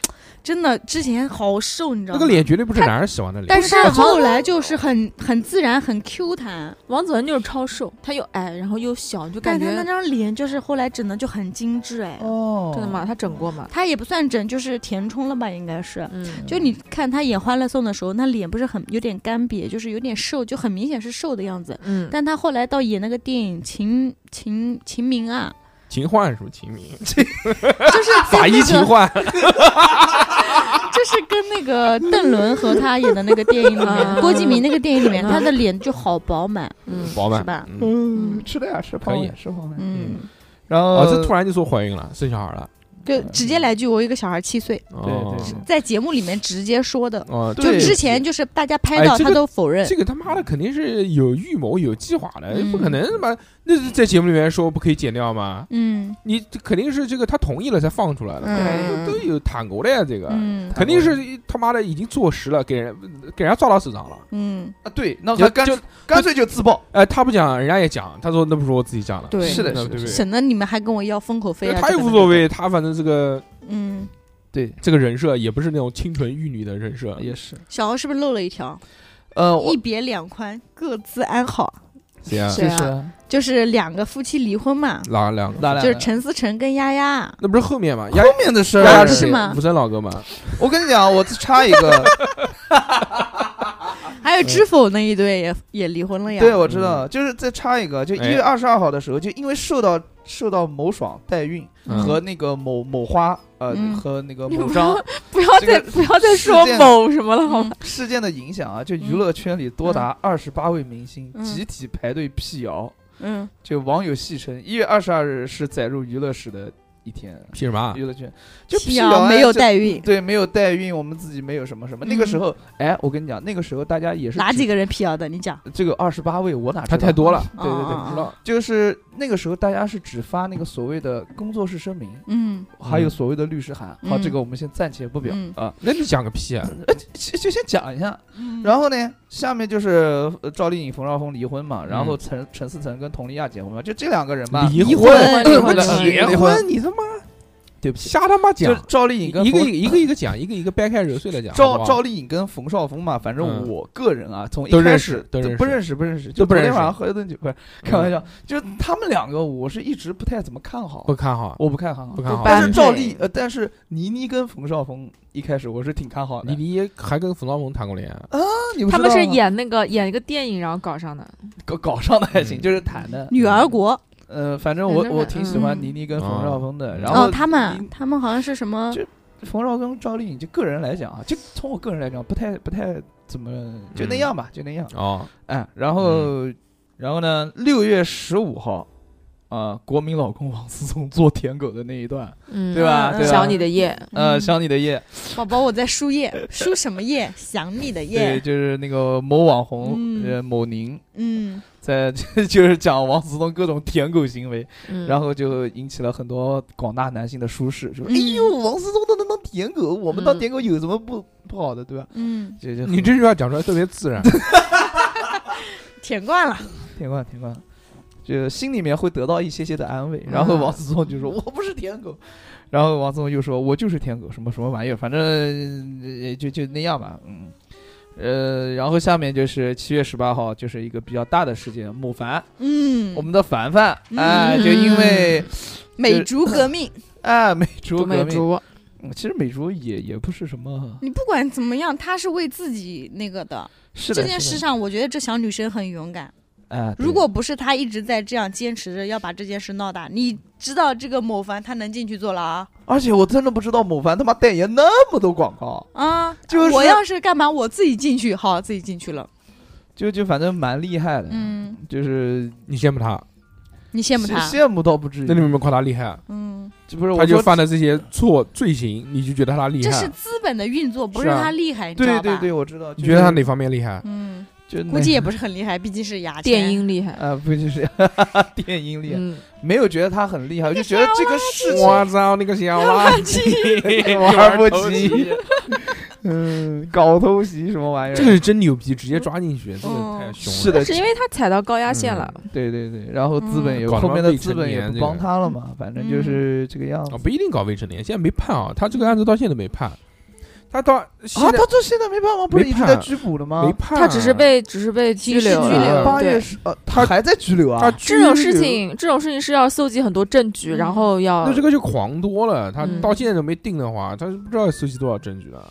Speaker 6: 真的之前好瘦，你知道吗？
Speaker 3: 那个脸绝对不是男人喜欢的脸。
Speaker 6: 但是
Speaker 5: 但是
Speaker 6: 后来就是很很自然，很 Q 弹，
Speaker 5: 王子文就是超瘦，他又矮，然后又小，就
Speaker 6: 但
Speaker 5: 感
Speaker 6: 是他那
Speaker 5: 觉
Speaker 6: 张脸就是后来整的就很精致哎，
Speaker 4: 哦，
Speaker 5: 真的？吗？他整过吗？
Speaker 6: 他也不算整，就是填充了吧，应该是。
Speaker 5: 嗯，
Speaker 6: 就你看他演《欢乐颂》的时候，那脸不是很有点干瘪，就是有点瘦，就很明显是瘦的样子。
Speaker 5: 嗯，
Speaker 6: 但他后来到演那个电影《秦秦秦明》啊，
Speaker 3: 秦桧是不是秦明？
Speaker 6: 就是在
Speaker 3: 法医
Speaker 6: 那
Speaker 3: 秦
Speaker 6: 个
Speaker 3: 桧，
Speaker 6: 这是跟那个邓伦和他演的那个电影里面，
Speaker 5: 嗯
Speaker 6: 郭敬明那个电影里面，
Speaker 5: 嗯
Speaker 6: 他的脸就好饱满，
Speaker 5: 嗯，
Speaker 3: 饱满
Speaker 6: 是吧？
Speaker 3: 嗯
Speaker 4: 嗯
Speaker 5: 嗯，
Speaker 4: 吃的呀，吃泡
Speaker 3: 可以
Speaker 4: 面，吃泡面。
Speaker 6: 嗯，
Speaker 4: 然后
Speaker 3: 哦，这突然就说怀孕了，生小孩了。
Speaker 6: 就直接来句我一个小孩七岁，
Speaker 3: 哦
Speaker 4: 对对
Speaker 6: 在节目里面直接说的，
Speaker 3: 哦，
Speaker 6: 就
Speaker 4: 对
Speaker 6: 之前就是大家
Speaker 3: 哎
Speaker 6: 拍到
Speaker 3: 这
Speaker 6: 他
Speaker 3: 个
Speaker 6: 都否认，
Speaker 3: 这个他妈的肯定是有预谋、有计划的，
Speaker 6: 嗯
Speaker 3: 不可能他妈那是在节目里面说不可以剪掉吗？
Speaker 6: 嗯
Speaker 3: 你这肯定是这个他同意了才放出来的，
Speaker 6: 嗯
Speaker 3: 都有谈过的呀，这个
Speaker 6: 嗯
Speaker 3: 肯定是他妈的已经坐实了，给人给人家抓到手上了。
Speaker 6: 嗯，
Speaker 4: 啊，对，那
Speaker 3: 就
Speaker 4: 还干
Speaker 3: 就
Speaker 4: 干脆就自爆。
Speaker 3: 哎，他不讲，人家也讲，他说那不是我自己讲的，
Speaker 7: 对
Speaker 4: 是的，
Speaker 3: 那
Speaker 4: 是
Speaker 3: 对
Speaker 4: 的，
Speaker 3: 不对？
Speaker 6: 省得你们还跟我要封口费啊，
Speaker 3: 他也
Speaker 6: 这个
Speaker 3: 无所，谓，他反正这个
Speaker 6: 那个嗯，
Speaker 4: 对，
Speaker 3: 这个人设也不是那种清纯玉女的人设，
Speaker 4: 也是。
Speaker 6: 小豪是不是漏了一条？
Speaker 4: 呃，我
Speaker 6: 一别两宽，各自安好，
Speaker 3: 谁啊？
Speaker 7: 是
Speaker 4: 就
Speaker 7: 对
Speaker 4: 是
Speaker 7: 啊
Speaker 6: 就是两个夫妻离婚嘛，
Speaker 3: 哪两个？
Speaker 4: 哪两
Speaker 6: 就是
Speaker 4: 个
Speaker 6: 陈思诚跟丫丫，
Speaker 3: 那不是后面吗？丫
Speaker 4: 后面的事
Speaker 3: 丫
Speaker 4: 儿
Speaker 3: 丫
Speaker 6: 是
Speaker 3: 谁
Speaker 6: 吗
Speaker 3: 吴声老哥吗？
Speaker 4: 我跟你讲，我插一个，
Speaker 6: 还有知否那一 对啊也也离婚了呀，
Speaker 4: 对，我知道，就是再插一个，就一
Speaker 3: 嗯哎
Speaker 4: 月二十二号的时候，就因为受到受到某爽代孕
Speaker 3: 嗯
Speaker 4: 和那个某某花呃
Speaker 6: 嗯
Speaker 4: 和那个
Speaker 5: 你
Speaker 4: 某
Speaker 5: 不
Speaker 4: 张
Speaker 5: 要不要
Speaker 4: 这
Speaker 5: 再
Speaker 4: 个
Speaker 5: 不要再
Speaker 4: 事
Speaker 5: 说
Speaker 4: 件
Speaker 5: 某什么了，好吗？
Speaker 6: 嗯
Speaker 4: 事件的影响啊，就娱乐圈里多达二十八位明星
Speaker 6: 嗯
Speaker 4: 集体排队辟谣，
Speaker 6: 嗯
Speaker 4: 就网友戏称一月二十二日是载入娱乐史的一天，
Speaker 3: 屁什么啊？
Speaker 4: 娱乐圈就辟啊
Speaker 6: 辟谣没有
Speaker 4: 就
Speaker 6: 代孕，
Speaker 4: 对，没有代孕，我们自己没有什么什么。那个
Speaker 6: 嗯
Speaker 4: 时候，哎，我跟你讲，那个时候大家也是
Speaker 6: 哪
Speaker 4: 只
Speaker 6: 几个人辟谣的？你讲，
Speaker 4: 这个二十八位，我哪知
Speaker 3: 他
Speaker 4: 道？
Speaker 3: 太多了，
Speaker 4: 对对对，
Speaker 6: 哦
Speaker 3: 不知道。
Speaker 4: 就是那个时候大家是只发那个所谓的工作室声明，
Speaker 6: 嗯
Speaker 4: 还有所谓的律师函。好，
Speaker 6: 嗯
Speaker 4: 这个我们先暂且不表
Speaker 6: 嗯
Speaker 4: 啊，
Speaker 3: 那你讲个屁啊！
Speaker 4: 就就先讲一下。
Speaker 6: 嗯
Speaker 4: 然后呢，下面就是呃赵丽颖、冯绍峰离婚嘛，然后陈陈思诚跟佟丽娅结婚嘛，就这两个人嘛。
Speaker 3: 嗯离
Speaker 6: 婚离
Speaker 3: 婚
Speaker 6: 婚
Speaker 3: 结
Speaker 4: 离婚
Speaker 3: 婚，你他妈
Speaker 4: 对不起，
Speaker 3: 瞎他妈
Speaker 4: 就
Speaker 3: 讲
Speaker 4: 是，赵丽颖
Speaker 3: 一
Speaker 4: 跟
Speaker 3: 个一个
Speaker 4: 冯
Speaker 3: 一个一个讲，一个一个掰开揉碎了讲，好不
Speaker 4: 赵
Speaker 3: 好
Speaker 4: 赵丽颖跟冯绍峰嘛，反正
Speaker 3: 嗯
Speaker 4: 我个人啊，从一
Speaker 3: 都
Speaker 4: 开
Speaker 3: 认
Speaker 4: 始
Speaker 3: 识都认
Speaker 4: 不
Speaker 3: 识
Speaker 4: 认识不认识，
Speaker 3: 都
Speaker 4: 就
Speaker 3: 不
Speaker 4: 昨
Speaker 3: 认
Speaker 4: 天
Speaker 3: 识嗯
Speaker 4: 晚上喝了顿酒，不是开玩笑， 就是他们两个，我是一直不太怎么看好
Speaker 3: 不，看好，
Speaker 4: 我不看好
Speaker 3: 不。看好。
Speaker 4: 但是
Speaker 5: 般
Speaker 4: 赵
Speaker 5: 配
Speaker 4: 丽呃，但是倪妮跟冯绍峰一开始我是挺看好的啊
Speaker 3: 你，你也还跟冯绍峰谈过恋爱，啊
Speaker 4: 你不
Speaker 5: 他
Speaker 4: 知
Speaker 5: 们
Speaker 4: 道
Speaker 5: 是
Speaker 4: 吗
Speaker 5: 演那个演一个电影，然后搞上的。
Speaker 4: 搞搞上的还行，
Speaker 3: 嗯
Speaker 4: 就是谈的。
Speaker 6: 女儿国
Speaker 4: 呃，反正我
Speaker 5: 反正
Speaker 4: 我
Speaker 5: 呢
Speaker 4: 挺喜欢
Speaker 6: 嗯
Speaker 4: 倪妮跟冯绍峰的，
Speaker 3: 嗯
Speaker 4: 然后
Speaker 6: 哦，他们
Speaker 4: 倪
Speaker 6: 他们好像是什么
Speaker 4: 就？冯绍峰、赵丽颖，就个人来讲啊，就从我个人来讲，不太不太怎么就那
Speaker 3: 嗯
Speaker 4: 样吧，就那样。
Speaker 3: 哦，
Speaker 4: 哎，然后，然后呢？六月十五号，啊、国民老公王思聪做舔狗的那一段，
Speaker 5: 嗯
Speaker 4: 对吧？对吧？
Speaker 5: 想你的夜，
Speaker 4: 呃，
Speaker 6: 嗯
Speaker 4: 想你的夜，
Speaker 6: 宝宝，我在输液，输什么液？想你的
Speaker 4: 对，
Speaker 6: 液。
Speaker 4: 就是那个某网红，
Speaker 6: 嗯
Speaker 4: 呃，某宁，
Speaker 6: 嗯，
Speaker 4: 在 就是讲王思聪各种舔狗行为，
Speaker 5: 嗯
Speaker 4: 然后就引起了很多广大男性的舒适，说：“
Speaker 6: 嗯
Speaker 4: 哎呦，王思聪都能当舔狗，我们当
Speaker 5: 嗯
Speaker 4: 舔狗有什么不不好的，对吧
Speaker 6: 嗯？”，
Speaker 4: 就就
Speaker 3: 你这句话讲出来特别自 然，
Speaker 6: 舔惯了。
Speaker 4: 舔惯舔惯，就心里面会得到一些些的安慰。然后
Speaker 5: 嗯
Speaker 4: 王思聪就说：“我不是舔狗。”然后王思聪又说：“我就是舔狗，什么什么玩意儿，反正呃就就那样吧。”嗯，呃，然后下面就是七月十八号，就是一个比较大的事件，某凡，
Speaker 6: 嗯，
Speaker 4: 我们的凡凡，
Speaker 6: 嗯
Speaker 4: 哎，就因为
Speaker 6: 美竹革命，
Speaker 4: 哎美竹
Speaker 5: 嗯竹
Speaker 4: 革
Speaker 5: 美
Speaker 4: 命，
Speaker 5: 竹，
Speaker 4: 嗯其实美竹也也不是什么，
Speaker 6: 你不管怎么样，她是为自己那个的。
Speaker 4: 是的，
Speaker 6: 这件事
Speaker 4: 是的，
Speaker 6: 上，我觉得这小女生很勇敢。
Speaker 4: 哎，对
Speaker 6: 如果不是她一直在这样坚持着要把这件事闹大，你知道这个某凡他能进去坐牢啊？
Speaker 4: 而且我真的不知道某凡他妈代言那么多广告，
Speaker 6: 啊，
Speaker 4: 就是
Speaker 6: 我要是干嘛，我自己进去，好，自己进去了。
Speaker 4: 就就反正蛮厉害的，
Speaker 6: 嗯，
Speaker 4: 就是
Speaker 3: 你羡慕他，
Speaker 6: 你羡慕
Speaker 4: 羡
Speaker 6: 他？
Speaker 4: 羡慕倒不至于
Speaker 3: 那。你们有没有夸他厉害？啊
Speaker 6: 嗯，
Speaker 4: 这不是
Speaker 3: 他
Speaker 4: 我
Speaker 3: 就
Speaker 4: 说，
Speaker 3: 犯了这些错罪行，你就觉得他厉
Speaker 6: 这是
Speaker 3: 害？啊
Speaker 6: 资本的运作，不是
Speaker 3: 是啊
Speaker 6: 他厉害，你知道
Speaker 4: 对
Speaker 6: 吧？
Speaker 4: 对对，我知道。
Speaker 3: 你
Speaker 4: 就是
Speaker 3: 觉得他哪方面厉害？啊
Speaker 6: 嗯，
Speaker 4: 就那
Speaker 6: 估计也不是很厉害，毕竟是牙签
Speaker 5: 电。音厉害。
Speaker 4: 啊，不就是 电音厉害，
Speaker 5: 嗯，
Speaker 4: 没有觉得他很厉害，我就觉得这个事
Speaker 3: 我操，那个小 垃
Speaker 4: 情
Speaker 3: 圾，
Speaker 4: 玩不起。 嗯，搞偷袭什么玩意 儿？
Speaker 3: 这个是真牛逼，直接抓进去，这个
Speaker 6: 哦
Speaker 3: 太凶了。
Speaker 4: 是的
Speaker 5: 是，因为嗯他踩到高压线了。
Speaker 4: 对对对。然后资本也
Speaker 3: 嗯搞
Speaker 4: 后面的
Speaker 3: 什么未
Speaker 4: 资本也
Speaker 3: 成年
Speaker 4: 不
Speaker 3: 这
Speaker 4: 帮
Speaker 3: 个
Speaker 4: 他了嘛，反正就
Speaker 6: 嗯
Speaker 4: 是这个样子
Speaker 3: 啊，。不一定搞未成年，现在没判啊，他这个案子到现在没判，他到现
Speaker 4: 啊，
Speaker 3: 在
Speaker 4: 他这现在没办法，不是一直
Speaker 3: 没
Speaker 4: 在
Speaker 3: 判
Speaker 4: 拘捕了吗
Speaker 3: 没？判，啊
Speaker 5: 他只是被只是被拘留
Speaker 6: 只是拘
Speaker 5: 了
Speaker 6: 留。
Speaker 4: 八月
Speaker 5: 对，
Speaker 4: 十，呃，他还在拘留
Speaker 3: 他
Speaker 4: 啊？
Speaker 5: 这种事
Speaker 3: 拘留，
Speaker 5: 情，这种事情是要搜集很多证据，
Speaker 6: 嗯
Speaker 5: 然后要
Speaker 3: 那这个就狂多了。他
Speaker 5: 嗯
Speaker 3: 到现在都没定的话，他是不知道收集多少证据了。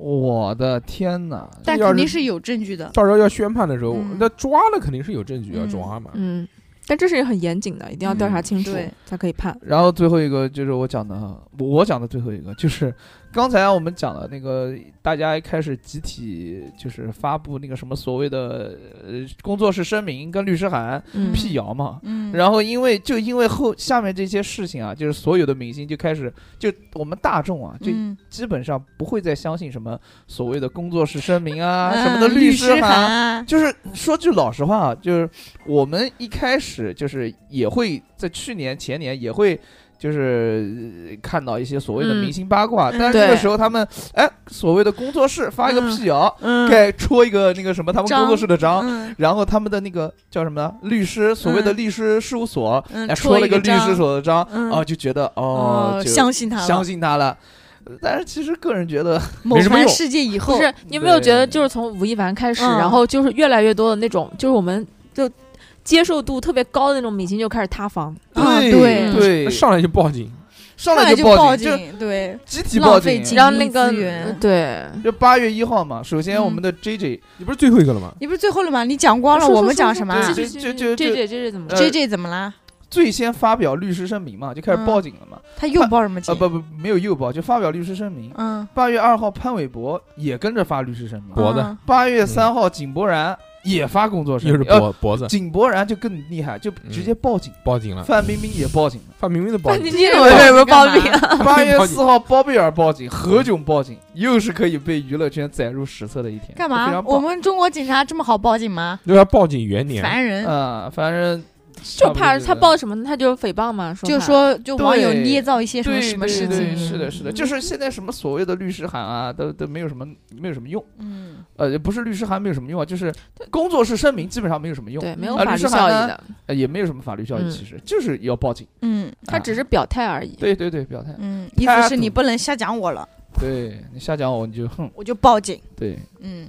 Speaker 4: 我的天哪！
Speaker 6: 但
Speaker 3: 要
Speaker 6: 肯定
Speaker 3: 是
Speaker 6: 是有证据的。
Speaker 3: 到时候要宣判的时候
Speaker 6: 嗯，
Speaker 3: 那抓了肯定是有证据要抓嘛。
Speaker 5: 嗯，但这是很严谨的，一定要调查清楚
Speaker 6: 嗯对
Speaker 5: 才可以判。
Speaker 4: 啊然后最后一个就是我讲的，我我讲的最后一个就是刚才啊我们讲的那个，大家一开始集体就是发布那个什么所谓的呃工作室声明跟律师函
Speaker 5: 嗯
Speaker 4: 辟谣嘛。
Speaker 6: 嗯，
Speaker 4: 然后因为就因为后下面这些事情啊，就是所有的明星就开始就我们大众啊，就
Speaker 6: 嗯
Speaker 4: 基本上不会再相信什么所谓的工作室声明啊什
Speaker 6: 嗯
Speaker 4: 么的
Speaker 6: 律
Speaker 4: 师
Speaker 6: 函
Speaker 4: 函。
Speaker 6: 啊，
Speaker 4: 就是说句老实话啊，就是我们一开始就是也会在去年前年也会就是呃看到一些所谓的
Speaker 5: 嗯
Speaker 4: 明星八卦，
Speaker 6: 嗯
Speaker 4: 但是那个
Speaker 5: 对
Speaker 4: 时候他们哎所谓的工作室发一个
Speaker 6: 嗯
Speaker 4: 辟谣，
Speaker 6: 嗯，
Speaker 4: 盖戳一个那个什么他们
Speaker 6: 章
Speaker 4: 工作室的章。
Speaker 6: 嗯
Speaker 4: 然后他们的那个叫什么呢？律师，所谓的
Speaker 6: 嗯
Speaker 4: 律师事务所，
Speaker 6: 嗯
Speaker 4: 哎，
Speaker 6: 戳
Speaker 4: 戳了
Speaker 6: 一个
Speaker 4: 律师
Speaker 6: 章
Speaker 4: 所的章，
Speaker 6: 嗯
Speaker 4: 哦，就觉得哦，就
Speaker 6: 相信他了，
Speaker 4: 相信他了。呃但是其实个人觉得，
Speaker 6: 某
Speaker 3: 没什么
Speaker 6: 盘
Speaker 3: 用
Speaker 6: 世界以
Speaker 5: 不
Speaker 6: 后，
Speaker 5: 是，你有没有觉得
Speaker 4: 对
Speaker 5: 就是从吴亦凡开始，
Speaker 6: 嗯
Speaker 5: 然后就是越来越多的那种，就是我们就接受度特别高的那种明星就开始塌房，
Speaker 6: 啊
Speaker 4: 对
Speaker 6: 对
Speaker 4: 对，
Speaker 3: 上来就报警，
Speaker 4: 上
Speaker 6: 来
Speaker 4: 来
Speaker 6: 就
Speaker 4: 报
Speaker 6: 警，
Speaker 4: 就
Speaker 6: 对，
Speaker 4: 集体
Speaker 6: 浪
Speaker 4: 报
Speaker 6: 费
Speaker 4: 警，
Speaker 6: 精
Speaker 5: 然后那
Speaker 6: 密
Speaker 5: 个呃
Speaker 6: 资源
Speaker 5: 对，
Speaker 4: 就八月一号嘛，首先
Speaker 6: 嗯
Speaker 4: 我们的 J J，
Speaker 3: 你不是最后一个了吗？
Speaker 6: 你不是最后了吗？你讲光了，
Speaker 5: 说
Speaker 6: 我们讲什么啊
Speaker 4: 说
Speaker 5: 这这
Speaker 4: 就就
Speaker 5: 这这
Speaker 4: 就
Speaker 5: 这这这怎么了？
Speaker 4: 呃
Speaker 6: ？J J 怎么啦？
Speaker 4: 最先发表律师声明嘛，就开始
Speaker 6: 嗯
Speaker 4: 报警了嘛。
Speaker 6: 他又报什么
Speaker 4: 啊
Speaker 6: 警？
Speaker 4: 不不，没有诱报，就发表律师声明。
Speaker 6: 嗯，
Speaker 4: 八月二号，潘玮柏也跟着发律师声明。
Speaker 3: 脖子
Speaker 6: 嗯，
Speaker 4: 八月三号，井柏然也发工作声
Speaker 3: 又是嗯
Speaker 4: 明。呃，
Speaker 3: 脖脖子
Speaker 4: 井柏然就更厉害，就直接报警。
Speaker 3: 报警了，
Speaker 4: 范冰冰也 报警了。
Speaker 3: 范冰冰的报
Speaker 5: 你
Speaker 3: 警，
Speaker 6: 报
Speaker 5: 这种为什么
Speaker 6: 警干
Speaker 5: 报
Speaker 6: 嘛
Speaker 5: 警啊？
Speaker 4: 八月
Speaker 3: 报警
Speaker 4: 四号，包贝尔报警，何炅报警，又是可以被娱乐圈载入史册的一天。
Speaker 6: 干
Speaker 4: 非
Speaker 6: 嘛？
Speaker 4: 常
Speaker 6: 我
Speaker 4: 棒
Speaker 6: 们中国警察这么好报警吗？
Speaker 3: 对吧？报警元年，
Speaker 6: 烦人！
Speaker 4: 啊，反正
Speaker 5: 就怕他
Speaker 4: 报。
Speaker 5: 报什么呢？他就是诽谤嘛，
Speaker 6: 就
Speaker 5: 怕
Speaker 6: 说就网友
Speaker 4: 对
Speaker 6: 捏造一些什么
Speaker 4: 对
Speaker 6: 什么
Speaker 4: 对
Speaker 6: 事
Speaker 4: 对
Speaker 6: 情，嗯
Speaker 4: 是的，是的，就是现在什么所谓的律师函啊，都都没有什么没有什么用，
Speaker 6: 嗯，
Speaker 4: 呃，也不是律师函没有什么用啊，就是工作室声明基本上没有什么用，
Speaker 5: 对没有
Speaker 4: 啊
Speaker 5: 法
Speaker 4: 律
Speaker 5: 律
Speaker 4: 师
Speaker 5: 效
Speaker 4: 函
Speaker 5: 益
Speaker 4: 呢
Speaker 5: 的，
Speaker 4: 呃也没有什么法律效益，
Speaker 5: 嗯
Speaker 4: 其实就是要报警，
Speaker 6: 嗯
Speaker 5: 他
Speaker 4: 啊
Speaker 5: 只是表态而已。
Speaker 4: 对对对表态，
Speaker 6: 嗯，意
Speaker 4: 态
Speaker 6: 思是
Speaker 4: 度
Speaker 6: 你不能瞎讲我了，
Speaker 4: 对你瞎讲我你就哼，
Speaker 6: 我就报警。
Speaker 4: 对，
Speaker 6: 嗯，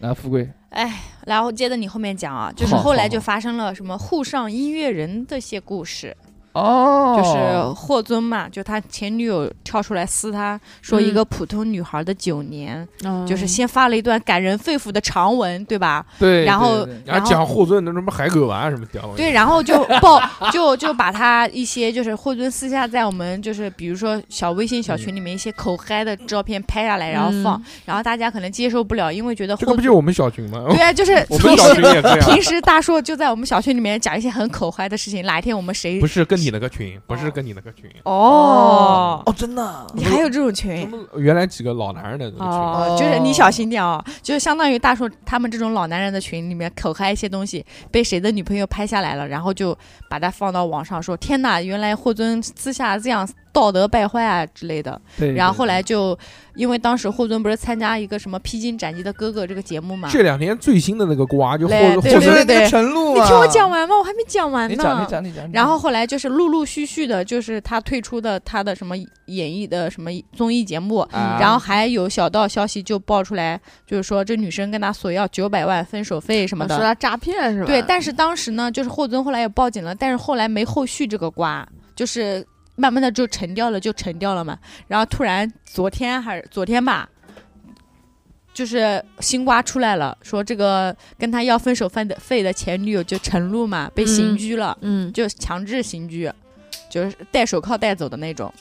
Speaker 4: 来富贵，
Speaker 6: 哎，然后接着你后面讲啊，就是
Speaker 4: 好
Speaker 6: 后来
Speaker 4: 好
Speaker 6: 就
Speaker 4: 好
Speaker 6: 发生了什么沪上音乐人这些故事，
Speaker 4: 哦，
Speaker 6: 就是霍尊嘛，就他前女友跳出来撕他，说一
Speaker 5: 嗯
Speaker 6: 个普通女孩的九年，
Speaker 5: 嗯
Speaker 6: 就是先发了一段感人肺腑的长文，对吧？
Speaker 4: 对，
Speaker 6: 然后
Speaker 4: 对对
Speaker 3: 然
Speaker 6: 然
Speaker 3: 后
Speaker 6: 后
Speaker 3: 讲霍尊的什么海狗啊什么屌玩意儿，
Speaker 6: 对，然后就报 就就把他一些就是霍尊私下在我们就是比如说小微信小群里面一些口嗨的照片拍下来，然后放，
Speaker 5: 嗯
Speaker 6: 然后大家可能接受不了，因为觉得
Speaker 3: 这个
Speaker 6: 霍
Speaker 3: 不就是我们小群吗？哦
Speaker 6: 对啊，就是
Speaker 3: 我
Speaker 6: 平
Speaker 3: 们小群
Speaker 6: 时
Speaker 3: 也这 样，
Speaker 6: 平时大硕就在我们小群里面讲一些很口嗨的事情，哪一天我们谁
Speaker 3: 不是跟你那个群，不是跟你那个群，
Speaker 6: 哦。
Speaker 4: 哦真的啊，
Speaker 6: 你还有这种群
Speaker 3: 他们原来几个老男人的那个群，
Speaker 6: 哦
Speaker 4: 哦，
Speaker 6: 就是你小心点哦，就是相当于大叔他们这种老男人的群里面口嗨一些东西，被谁的女朋友拍下来了，然后就把它放到网上说，天呐，原来霍尊私下这样道德败坏啊之类的。
Speaker 4: 对，
Speaker 6: 然后后
Speaker 4: 对
Speaker 6: 来就，因为当时霍尊不是参加一个什么《披荆斩棘的哥哥》这个节目嘛，
Speaker 4: 啊
Speaker 3: 这两天最新的那个瓜就
Speaker 6: 来
Speaker 3: 霍
Speaker 6: 对
Speaker 3: 霍
Speaker 4: 就是
Speaker 3: 尊
Speaker 4: 那
Speaker 6: 对
Speaker 4: 个
Speaker 6: 对
Speaker 4: 陈露
Speaker 6: 你
Speaker 4: 嘛，
Speaker 6: 听我讲，完嘛，我还没讲完
Speaker 4: 你
Speaker 6: 呢。
Speaker 4: 讲你讲你
Speaker 5: 嗯
Speaker 4: 讲，你
Speaker 6: 然后
Speaker 4: 讲
Speaker 6: 后来就是陆陆续续的，就是他退出的他的什么演艺的什么综艺节目，
Speaker 4: 啊
Speaker 6: 然后还有小道消息就爆出来，就是说这女生跟他索要九百万分手费什么
Speaker 5: 哦说
Speaker 6: 的。
Speaker 5: 他诈骗是吧？
Speaker 6: 对，但是当时呢，就是霍尊后来也报警了，但是后来没后续这个瓜，就是慢慢的就沉掉了，就沉掉了嘛。然后突然昨天还是昨天吧，就是新瓜出来了，说这个跟他要分手费的费的前女友就陈露嘛，被刑
Speaker 5: 嗯
Speaker 6: 拘了。
Speaker 5: 嗯，
Speaker 6: 就是强制刑拘，就是戴手铐带走的那种。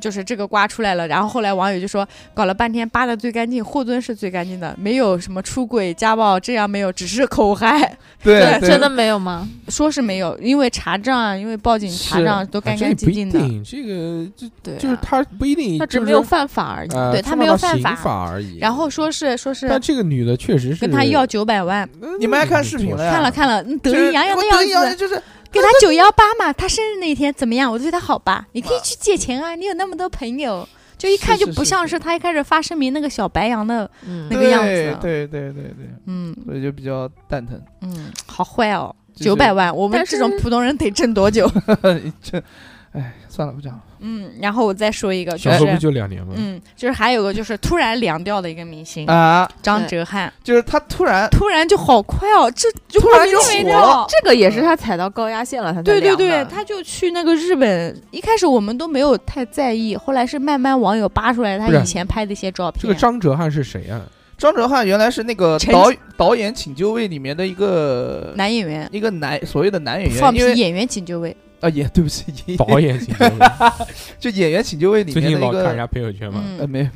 Speaker 6: 就是这个瓜出来了，然后后来网友就说，搞了半天扒的最干净，霍尊是最干净的，没有什么出轨、家暴这样没有，只是口嗨，
Speaker 4: 对
Speaker 5: 真的没有吗？
Speaker 6: 说是没有，因为查账啊，因为报警查
Speaker 4: 是
Speaker 6: 账都
Speaker 3: 反
Speaker 6: 干
Speaker 3: 哎正也
Speaker 6: 干
Speaker 3: 不
Speaker 6: 净净
Speaker 3: 一
Speaker 6: 的，
Speaker 3: 定，这个就
Speaker 5: 对啊，
Speaker 3: 就是他不一定，
Speaker 5: 他只
Speaker 3: 就是
Speaker 5: 没有犯法而已。
Speaker 3: 呃
Speaker 6: 对
Speaker 3: 触
Speaker 6: 他
Speaker 3: 犯
Speaker 6: 没有
Speaker 3: 到
Speaker 6: 犯
Speaker 3: 刑
Speaker 6: 法
Speaker 3: 法而已。
Speaker 6: 然后说是说是
Speaker 3: 但这个女的确实是
Speaker 6: 跟他要，九百万，
Speaker 3: 嗯
Speaker 4: 你们还看视频了呀？
Speaker 6: 看了看了，嗯得
Speaker 4: 哎就是
Speaker 6: 意洋洋的
Speaker 4: 我
Speaker 6: 样
Speaker 4: 得意洋洋
Speaker 6: 子，
Speaker 4: 就是
Speaker 6: 给他九幺八嘛，他生日那天怎么样？我对他好吧？你可以去借钱啊，你有那么多朋友，就一看
Speaker 4: 是
Speaker 6: 就是不
Speaker 4: 是
Speaker 6: 像
Speaker 4: 是
Speaker 6: 是他一开始发声明那个小白羊的
Speaker 5: 嗯
Speaker 6: 那，个样子
Speaker 4: 对对对对对，
Speaker 6: 嗯
Speaker 4: 所以就比较蛋疼。
Speaker 6: 嗯，好坏哦，
Speaker 4: 就是
Speaker 6: 九百万，我们
Speaker 5: 但
Speaker 6: 这种
Speaker 5: 是
Speaker 6: 普通人得挣多久？
Speaker 4: 这，哎，算了，不讲了。
Speaker 6: 嗯，然后我再说一个，就
Speaker 3: 小时候不
Speaker 6: 是
Speaker 3: 就两年吗？
Speaker 6: 嗯，就是还有个就是突然凉掉的一个明星
Speaker 4: 啊，
Speaker 6: 张
Speaker 5: 对
Speaker 6: 哲瀚，
Speaker 4: 就是他突然，
Speaker 6: 突然就好快哦，这就
Speaker 4: 突然
Speaker 6: 莫名
Speaker 4: 就
Speaker 6: 其
Speaker 4: 火
Speaker 6: 妙
Speaker 4: 了
Speaker 5: 这个也是他踩到高压线了，他才
Speaker 6: 对对
Speaker 5: 凉的
Speaker 6: 对，他就去那个日本，一开始我们都没有太在意，后来是慢慢网友扒出来他
Speaker 3: 不是
Speaker 6: 以前拍的一些照
Speaker 3: 这个
Speaker 6: 片。
Speaker 3: 张哲瀚是谁 啊？
Speaker 4: 张哲瀚原来是那个
Speaker 6: 陈
Speaker 4: 导导演请就位里面的一个
Speaker 6: 男演员
Speaker 4: 一个男所谓的男演员，
Speaker 6: 放
Speaker 4: 因
Speaker 6: 屁，
Speaker 4: 为
Speaker 6: 演员请就位。
Speaker 4: 啊，演对不起，演
Speaker 3: 导演请就位。
Speaker 4: 就演员请就位里
Speaker 3: 最
Speaker 4: 面
Speaker 3: 近
Speaker 4: 的一
Speaker 3: 老看人
Speaker 4: 个
Speaker 3: 家朋友圈嘛，
Speaker 6: 嗯，
Speaker 4: 呃
Speaker 6: 嗯
Speaker 4: 没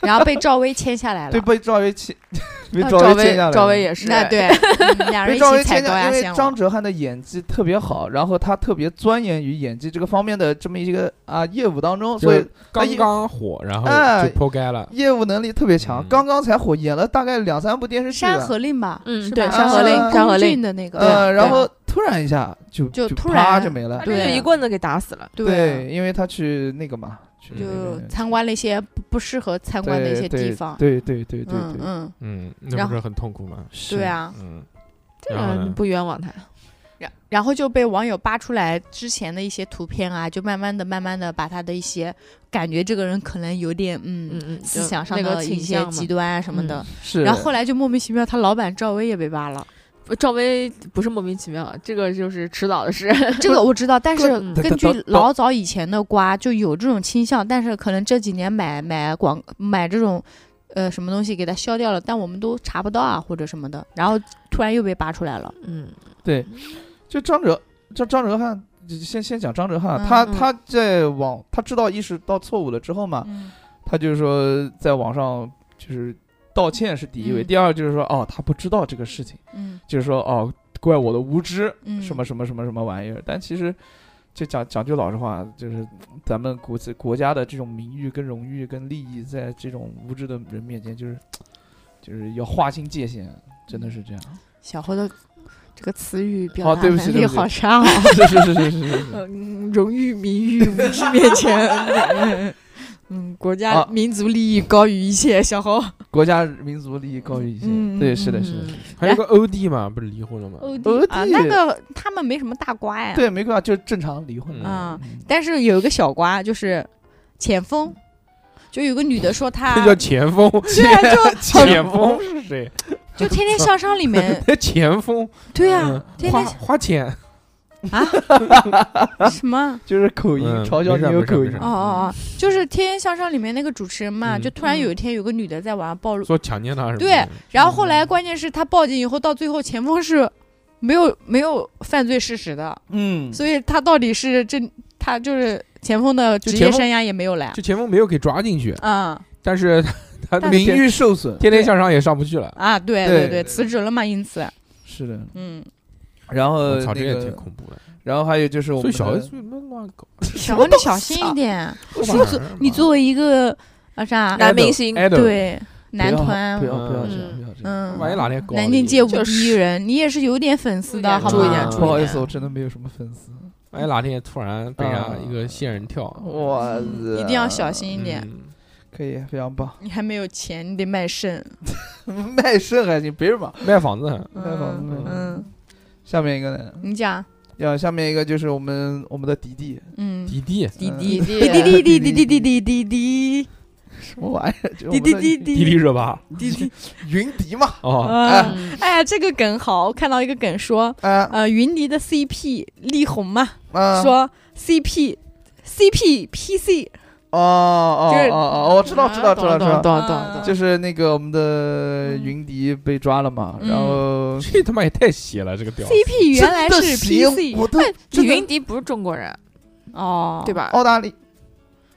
Speaker 6: 然后被赵薇签下来了
Speaker 4: 对。被赵薇签， 被
Speaker 5: 啊
Speaker 4: 赵
Speaker 5: 赵
Speaker 4: 签下来了，
Speaker 5: 薇，赵薇也是，
Speaker 6: 那对，嗯两人
Speaker 4: 被
Speaker 6: 一
Speaker 4: 赵
Speaker 6: 起
Speaker 4: 薇
Speaker 6: 踩
Speaker 4: 签
Speaker 6: 高
Speaker 4: 下，
Speaker 6: 压
Speaker 4: 因为
Speaker 6: 线了。
Speaker 4: 张哲瀚的演技特别好，然后他特别钻研于演技这个方面的这么一个啊业务当中，
Speaker 3: 就
Speaker 4: 所以
Speaker 3: 是刚刚火，然后
Speaker 4: 哎
Speaker 3: 就破盖了。
Speaker 4: 业务能力特别强
Speaker 3: 嗯，
Speaker 4: 刚刚才火，演了大概两三部电视剧
Speaker 7: 山
Speaker 4: 吧
Speaker 7: 河令》吧，
Speaker 5: 嗯
Speaker 7: 是吧
Speaker 5: 对
Speaker 4: 山河令
Speaker 7: 是
Speaker 5: 山河
Speaker 7: 宫
Speaker 5: 令
Speaker 7: 俊的那个，
Speaker 4: 呃，
Speaker 7: 对
Speaker 4: 然后突然一下就
Speaker 6: 就突
Speaker 4: 啪
Speaker 6: 然啊
Speaker 4: 就没了
Speaker 5: 他，
Speaker 6: 对啊
Speaker 5: 就一棍子给打死了。
Speaker 4: 对，因为他去那个嘛，去那
Speaker 6: 就
Speaker 4: 个
Speaker 6: 参观了一些不不适合参观的一些地方。
Speaker 4: 对对对对对
Speaker 6: 嗯
Speaker 4: 对，
Speaker 6: 嗯，
Speaker 3: 嗯，那
Speaker 6: 然
Speaker 3: 不
Speaker 6: 后
Speaker 3: 是很痛苦吗？
Speaker 4: 是
Speaker 6: 对，啊。
Speaker 3: 嗯，
Speaker 5: 这
Speaker 3: 然后
Speaker 5: 个
Speaker 3: 呢
Speaker 5: 不冤枉他，
Speaker 6: 然然后就被网友扒出来之前的一些图片啊，就慢慢的、慢慢的把他的一些感觉，这个人可能有点
Speaker 5: 嗯
Speaker 6: 嗯
Speaker 5: 嗯，就
Speaker 6: 思想上
Speaker 5: 那个
Speaker 6: 的一
Speaker 5: 倾
Speaker 6: 些
Speaker 5: 向
Speaker 6: 极
Speaker 5: 嘛。
Speaker 6: 端啊什么
Speaker 7: 嗯
Speaker 6: 的。
Speaker 4: 是。
Speaker 6: 然后后来就莫名其妙，他老板赵薇也被扒了。
Speaker 5: 赵薇不是莫名其妙，这个 就是迟早的事。
Speaker 6: 这个我知道，但是
Speaker 5: 嗯
Speaker 6: 根据
Speaker 4: 等等
Speaker 6: 老早以前的瓜就有这种倾向，但是可能这几年买买广买这种。呃，什么东西给它消掉了，但我们都查不到啊，或者什么的，然后突然又被扒出来了。
Speaker 5: 嗯，
Speaker 4: 就张哲，就张哲瀚，就先先讲张哲瀚，啊他
Speaker 6: 嗯
Speaker 5: 嗯
Speaker 4: 他在网，他知道意识到错误了之后嘛，
Speaker 6: 嗯，
Speaker 4: 他就是说在网上就是道歉是第一位，
Speaker 6: 嗯
Speaker 4: 第二就是说哦，他不知道这个事情，
Speaker 6: 嗯
Speaker 4: 就是说哦，怪我的无知，
Speaker 6: 嗯
Speaker 4: 什么什么什么什么玩意儿，但其实。就讲讲句老实话，就是咱们国际国家的这种名誉跟荣誉跟利益，在这种无知的人面前，就是就是要划清界限，真的 是这样。
Speaker 7: 小侯的这个词语
Speaker 4: 哦
Speaker 7: 表达
Speaker 4: 对不
Speaker 7: 能
Speaker 4: 起对
Speaker 7: 力
Speaker 4: 不起
Speaker 7: 好差啊。
Speaker 4: 是是是是是是是。
Speaker 7: 嗯，荣誉、名誉、无知面前，嗯， 国家、
Speaker 4: 啊
Speaker 7: 民族利益高于一切。小侯，
Speaker 4: 国家民族利益高于一切。
Speaker 7: 嗯
Speaker 4: 对，
Speaker 7: 嗯
Speaker 4: 是的，是的。
Speaker 5: 嗯
Speaker 3: 还有个欧弟嘛，不是离婚了吗？
Speaker 6: 欧弟
Speaker 4: 欧
Speaker 6: 啊，
Speaker 4: 弟
Speaker 6: 那个他们没什么大瓜呀。
Speaker 4: 对，没办法，就是正常离婚嘛。
Speaker 6: 啊，
Speaker 4: 嗯
Speaker 6: 但是有一个小瓜，就是前锋，就有个女的说她
Speaker 3: 这叫前 锋，
Speaker 6: 对啊，就
Speaker 3: 前锋是谁？
Speaker 6: 就《天天向上》里 面，
Speaker 3: 那 前锋，
Speaker 6: 对
Speaker 3: 嗯
Speaker 6: 啊，天
Speaker 3: 花
Speaker 6: 天
Speaker 3: 花钱，
Speaker 4: 啊
Speaker 6: 什么？
Speaker 4: 就是口音，
Speaker 3: 嗯
Speaker 4: 嘲笑
Speaker 3: 没事
Speaker 4: 你有
Speaker 3: 没事
Speaker 4: 口
Speaker 3: 没
Speaker 4: 音
Speaker 3: 事
Speaker 6: 哦。哦哦，
Speaker 4: 嗯
Speaker 6: 就是《天天向上》里面那个主持人嘛，
Speaker 3: 嗯
Speaker 6: 就突然有一天有个女的在网上暴露，
Speaker 3: 说强奸他什么的？
Speaker 6: 对然后后来关键是她报警以后，到最后前锋是没有没有犯罪事实的，
Speaker 4: 嗯，
Speaker 6: 所以她到底是真，她就是前锋的
Speaker 3: 就
Speaker 6: 职
Speaker 3: 前
Speaker 6: 业
Speaker 3: 锋
Speaker 6: 生涯也没有来
Speaker 3: 就，前锋没有给抓进去，
Speaker 6: 嗯
Speaker 3: 但是 他他的
Speaker 4: 名
Speaker 3: 名誉
Speaker 4: 誉受损。
Speaker 3: 天天向上也上不去了。
Speaker 6: 啊，对
Speaker 4: 对
Speaker 6: 对
Speaker 4: 对
Speaker 6: 对，辞职了嘛，因此，
Speaker 4: 是的。
Speaker 6: 嗯，
Speaker 4: 然后
Speaker 3: 我操，
Speaker 4: 呃那
Speaker 3: 这也挺
Speaker 4: 个，
Speaker 3: 恐怖的。
Speaker 4: 然后还有就是我
Speaker 3: 所以
Speaker 4: 们
Speaker 3: 小 S
Speaker 4: 的
Speaker 3: 最他妈乱搞，
Speaker 6: 小王你小心一点，
Speaker 3: 我
Speaker 6: 你作你作为一个啊啥，
Speaker 5: 男明星，
Speaker 3: idol，
Speaker 6: 对男
Speaker 4: 不
Speaker 6: 团，
Speaker 4: 要不要这样，
Speaker 5: 嗯
Speaker 4: 不要这样。
Speaker 3: 万一
Speaker 6: 嗯，
Speaker 3: 哪天搞
Speaker 6: 南京街舞
Speaker 5: 就
Speaker 6: 第一
Speaker 5: 是
Speaker 6: 人，你也是有点粉丝的，好
Speaker 5: 注意点
Speaker 6: 吗？
Speaker 5: 注意
Speaker 4: 不好意思，我真的没有什么粉丝。
Speaker 3: 万一哪天突然被人
Speaker 4: 啊
Speaker 3: 家一个仙人跳，
Speaker 4: 哇塞，
Speaker 5: 嗯
Speaker 6: 一定要小心一点。
Speaker 3: 嗯
Speaker 4: 可以，非常棒。
Speaker 6: 你还没有钱，你得卖肾。
Speaker 4: 卖肾还行，别人嘛。
Speaker 3: 卖房子，
Speaker 4: 卖房子卖房子
Speaker 6: 嗯，
Speaker 4: 下面一个呢？
Speaker 6: 你讲，
Speaker 4: 要下面一个就是我们我们的迪迪，
Speaker 6: 嗯，
Speaker 3: 迪迪
Speaker 6: 滴
Speaker 4: 嗯
Speaker 6: 滴
Speaker 5: 滴
Speaker 6: 滴滴滴滴滴滴
Speaker 4: 滴
Speaker 6: 滴滴滴
Speaker 4: 什么玩意儿？就我
Speaker 6: 滴
Speaker 4: 们
Speaker 6: 滴
Speaker 4: 的
Speaker 6: 滴
Speaker 3: 迪
Speaker 6: 滴
Speaker 3: 丽热巴
Speaker 6: 滴滴。
Speaker 4: 云迪嘛，
Speaker 3: 哦，
Speaker 6: 啊，
Speaker 5: 嗯
Speaker 6: 哎呀，这个梗好，我看到一个梗说，
Speaker 4: 啊
Speaker 6: 呃，云迪的 CP 力宏嘛，
Speaker 4: 啊，
Speaker 5: 嗯
Speaker 6: 说 CP。C P P C
Speaker 4: 哦哦
Speaker 6: 就是
Speaker 4: 哦哦，我知道知道知道知
Speaker 5: 懂
Speaker 4: 道，
Speaker 5: 懂懂懂懂，
Speaker 4: 就是那个我们的云迪被抓了嘛，
Speaker 6: 嗯
Speaker 4: 然后
Speaker 3: 这他妈也太邪了，这个屌丝
Speaker 6: C P 原来
Speaker 4: 真的
Speaker 6: 是
Speaker 4: 邪
Speaker 6: P C
Speaker 4: 我都
Speaker 5: 李
Speaker 4: 真
Speaker 5: 云
Speaker 4: 的
Speaker 5: 迪不是中国人，
Speaker 6: 哦，
Speaker 5: 对？吧？
Speaker 4: 澳大利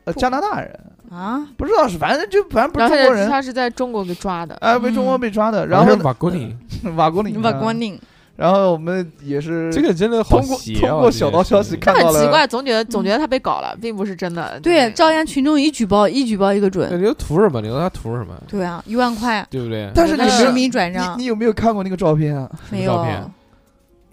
Speaker 4: 呃加拿大人，
Speaker 6: 啊，
Speaker 4: 不知道是反正就反正不
Speaker 5: 然
Speaker 4: 是
Speaker 5: 后
Speaker 4: 中
Speaker 5: 他
Speaker 4: 国
Speaker 5: 是
Speaker 4: 人，
Speaker 5: 他是在中国给抓的，
Speaker 4: 哎，被中国
Speaker 6: 嗯
Speaker 4: 被抓的，
Speaker 3: 然
Speaker 4: 然
Speaker 3: 后
Speaker 4: 后
Speaker 3: 是瓦格宁，
Speaker 5: 嗯
Speaker 4: 瓦国领，啊
Speaker 6: 瓦国，宁，
Speaker 4: 然后我们也是
Speaker 3: 这个真的好
Speaker 4: 通过
Speaker 3: 邪啊！
Speaker 4: 通过
Speaker 3: 这件
Speaker 4: 小道消息
Speaker 3: 事情
Speaker 4: 看
Speaker 5: 很
Speaker 4: 到
Speaker 5: 奇
Speaker 4: 了，
Speaker 5: 怪，总觉得总觉得他被搞了，并不是真的。
Speaker 6: 对，
Speaker 5: 照
Speaker 6: 朝阳群众一举报一举报一个
Speaker 3: 对
Speaker 6: 准，
Speaker 3: 你说图什么？你说他图什么？
Speaker 6: 对啊，一万块，
Speaker 3: 对不对？
Speaker 4: 但是
Speaker 5: 那
Speaker 4: 你
Speaker 5: 个
Speaker 4: 没有
Speaker 6: 实名转
Speaker 4: 你
Speaker 6: 账
Speaker 4: 你有没有看过那个照片啊？
Speaker 6: 没
Speaker 3: 照
Speaker 6: 有？
Speaker 3: 片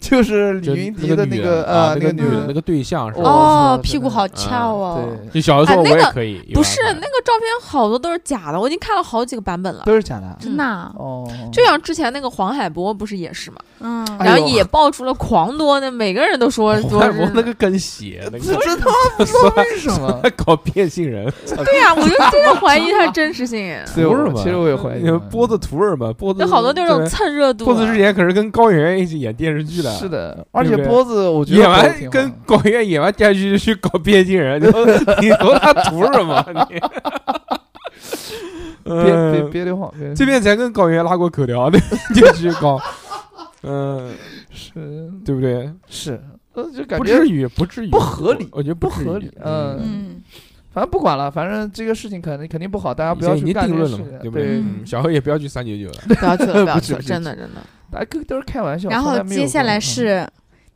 Speaker 4: 就是李
Speaker 3: 就
Speaker 4: 云迪
Speaker 3: 那
Speaker 4: 的
Speaker 3: 女
Speaker 4: 那
Speaker 3: 的
Speaker 4: 个
Speaker 3: 啊，
Speaker 4: 呃
Speaker 3: 那
Speaker 4: 个
Speaker 3: 女啊
Speaker 4: 女
Speaker 3: 的那
Speaker 4: 人，
Speaker 3: 个对象是
Speaker 4: 哦
Speaker 3: 吧？
Speaker 6: 哦
Speaker 4: 我操，
Speaker 6: 屁股好翘哦，
Speaker 3: 就
Speaker 4: 对，
Speaker 3: 小的时
Speaker 5: 哎
Speaker 3: 候我
Speaker 5: 那
Speaker 3: 也
Speaker 5: 个
Speaker 3: 可以，一
Speaker 5: 不
Speaker 3: 万
Speaker 5: 是
Speaker 3: 块
Speaker 5: 那个照片，好多都是假的，我已经看了好几个版本了。
Speaker 4: 都是假的啊，
Speaker 6: 真的啊，
Speaker 4: 哦，
Speaker 5: 就像之前那个黄海波不是也是嘛，
Speaker 6: 嗯，
Speaker 4: 哎呦
Speaker 5: 然后也爆出了狂多，那每个人都说说
Speaker 3: 我我
Speaker 5: 是
Speaker 3: 那个更邪，那
Speaker 4: 这
Speaker 3: 个
Speaker 4: 这他妈不知道为什么。
Speaker 3: 搞变性人，
Speaker 5: 对呀、我就真的怀疑 他真实性，
Speaker 4: 对，
Speaker 3: 图
Speaker 4: 我
Speaker 3: 什么？
Speaker 4: 其实我也怀疑
Speaker 3: 你说波子图什么？波子
Speaker 5: 有好多那种
Speaker 3: 对
Speaker 5: 蹭热度
Speaker 3: 波子之
Speaker 5: 啊。
Speaker 3: 前可是跟高圆圆一起演电视剧的，啊
Speaker 4: 是的，
Speaker 3: 对
Speaker 4: 而
Speaker 3: 不
Speaker 4: 且
Speaker 3: 对
Speaker 4: 波子我觉得
Speaker 3: 演
Speaker 4: 活得
Speaker 3: 完
Speaker 4: 挺
Speaker 3: 跟
Speaker 4: 好
Speaker 3: 高圆圆演完电视剧就去搞变性人，你 说你说他图什么？你，
Speaker 4: 的别别
Speaker 3: 嗯，
Speaker 4: 别流谎，别
Speaker 3: 这边才跟高圆圆拉过 口条，那就去搞，嗯，
Speaker 4: 是
Speaker 3: 对不对？
Speaker 4: 是，呃，就感
Speaker 3: 不
Speaker 4: 觉
Speaker 3: 至于，不至于，
Speaker 4: 不合理
Speaker 3: 我觉得
Speaker 4: 不
Speaker 3: 至于
Speaker 4: 合理嗯
Speaker 6: 嗯，
Speaker 4: 反正不管了，反正这个事情肯定肯定不好，大家不要
Speaker 3: 已经
Speaker 4: 去干
Speaker 3: 定
Speaker 4: 这个
Speaker 3: 论
Speaker 4: 事
Speaker 3: 了嘛
Speaker 4: 情，，
Speaker 3: 对不
Speaker 4: 对？
Speaker 3: 嗯小何也不要去三九九了，
Speaker 5: 不要去了，不要
Speaker 4: 不
Speaker 5: 去
Speaker 4: 是
Speaker 5: 了，
Speaker 4: 不是
Speaker 5: 真的真的。
Speaker 4: 大家都是开玩笑。
Speaker 6: 然
Speaker 4: 从
Speaker 6: 后
Speaker 4: 没有
Speaker 6: 接下
Speaker 4: 过
Speaker 6: 来
Speaker 4: 嗯
Speaker 6: 是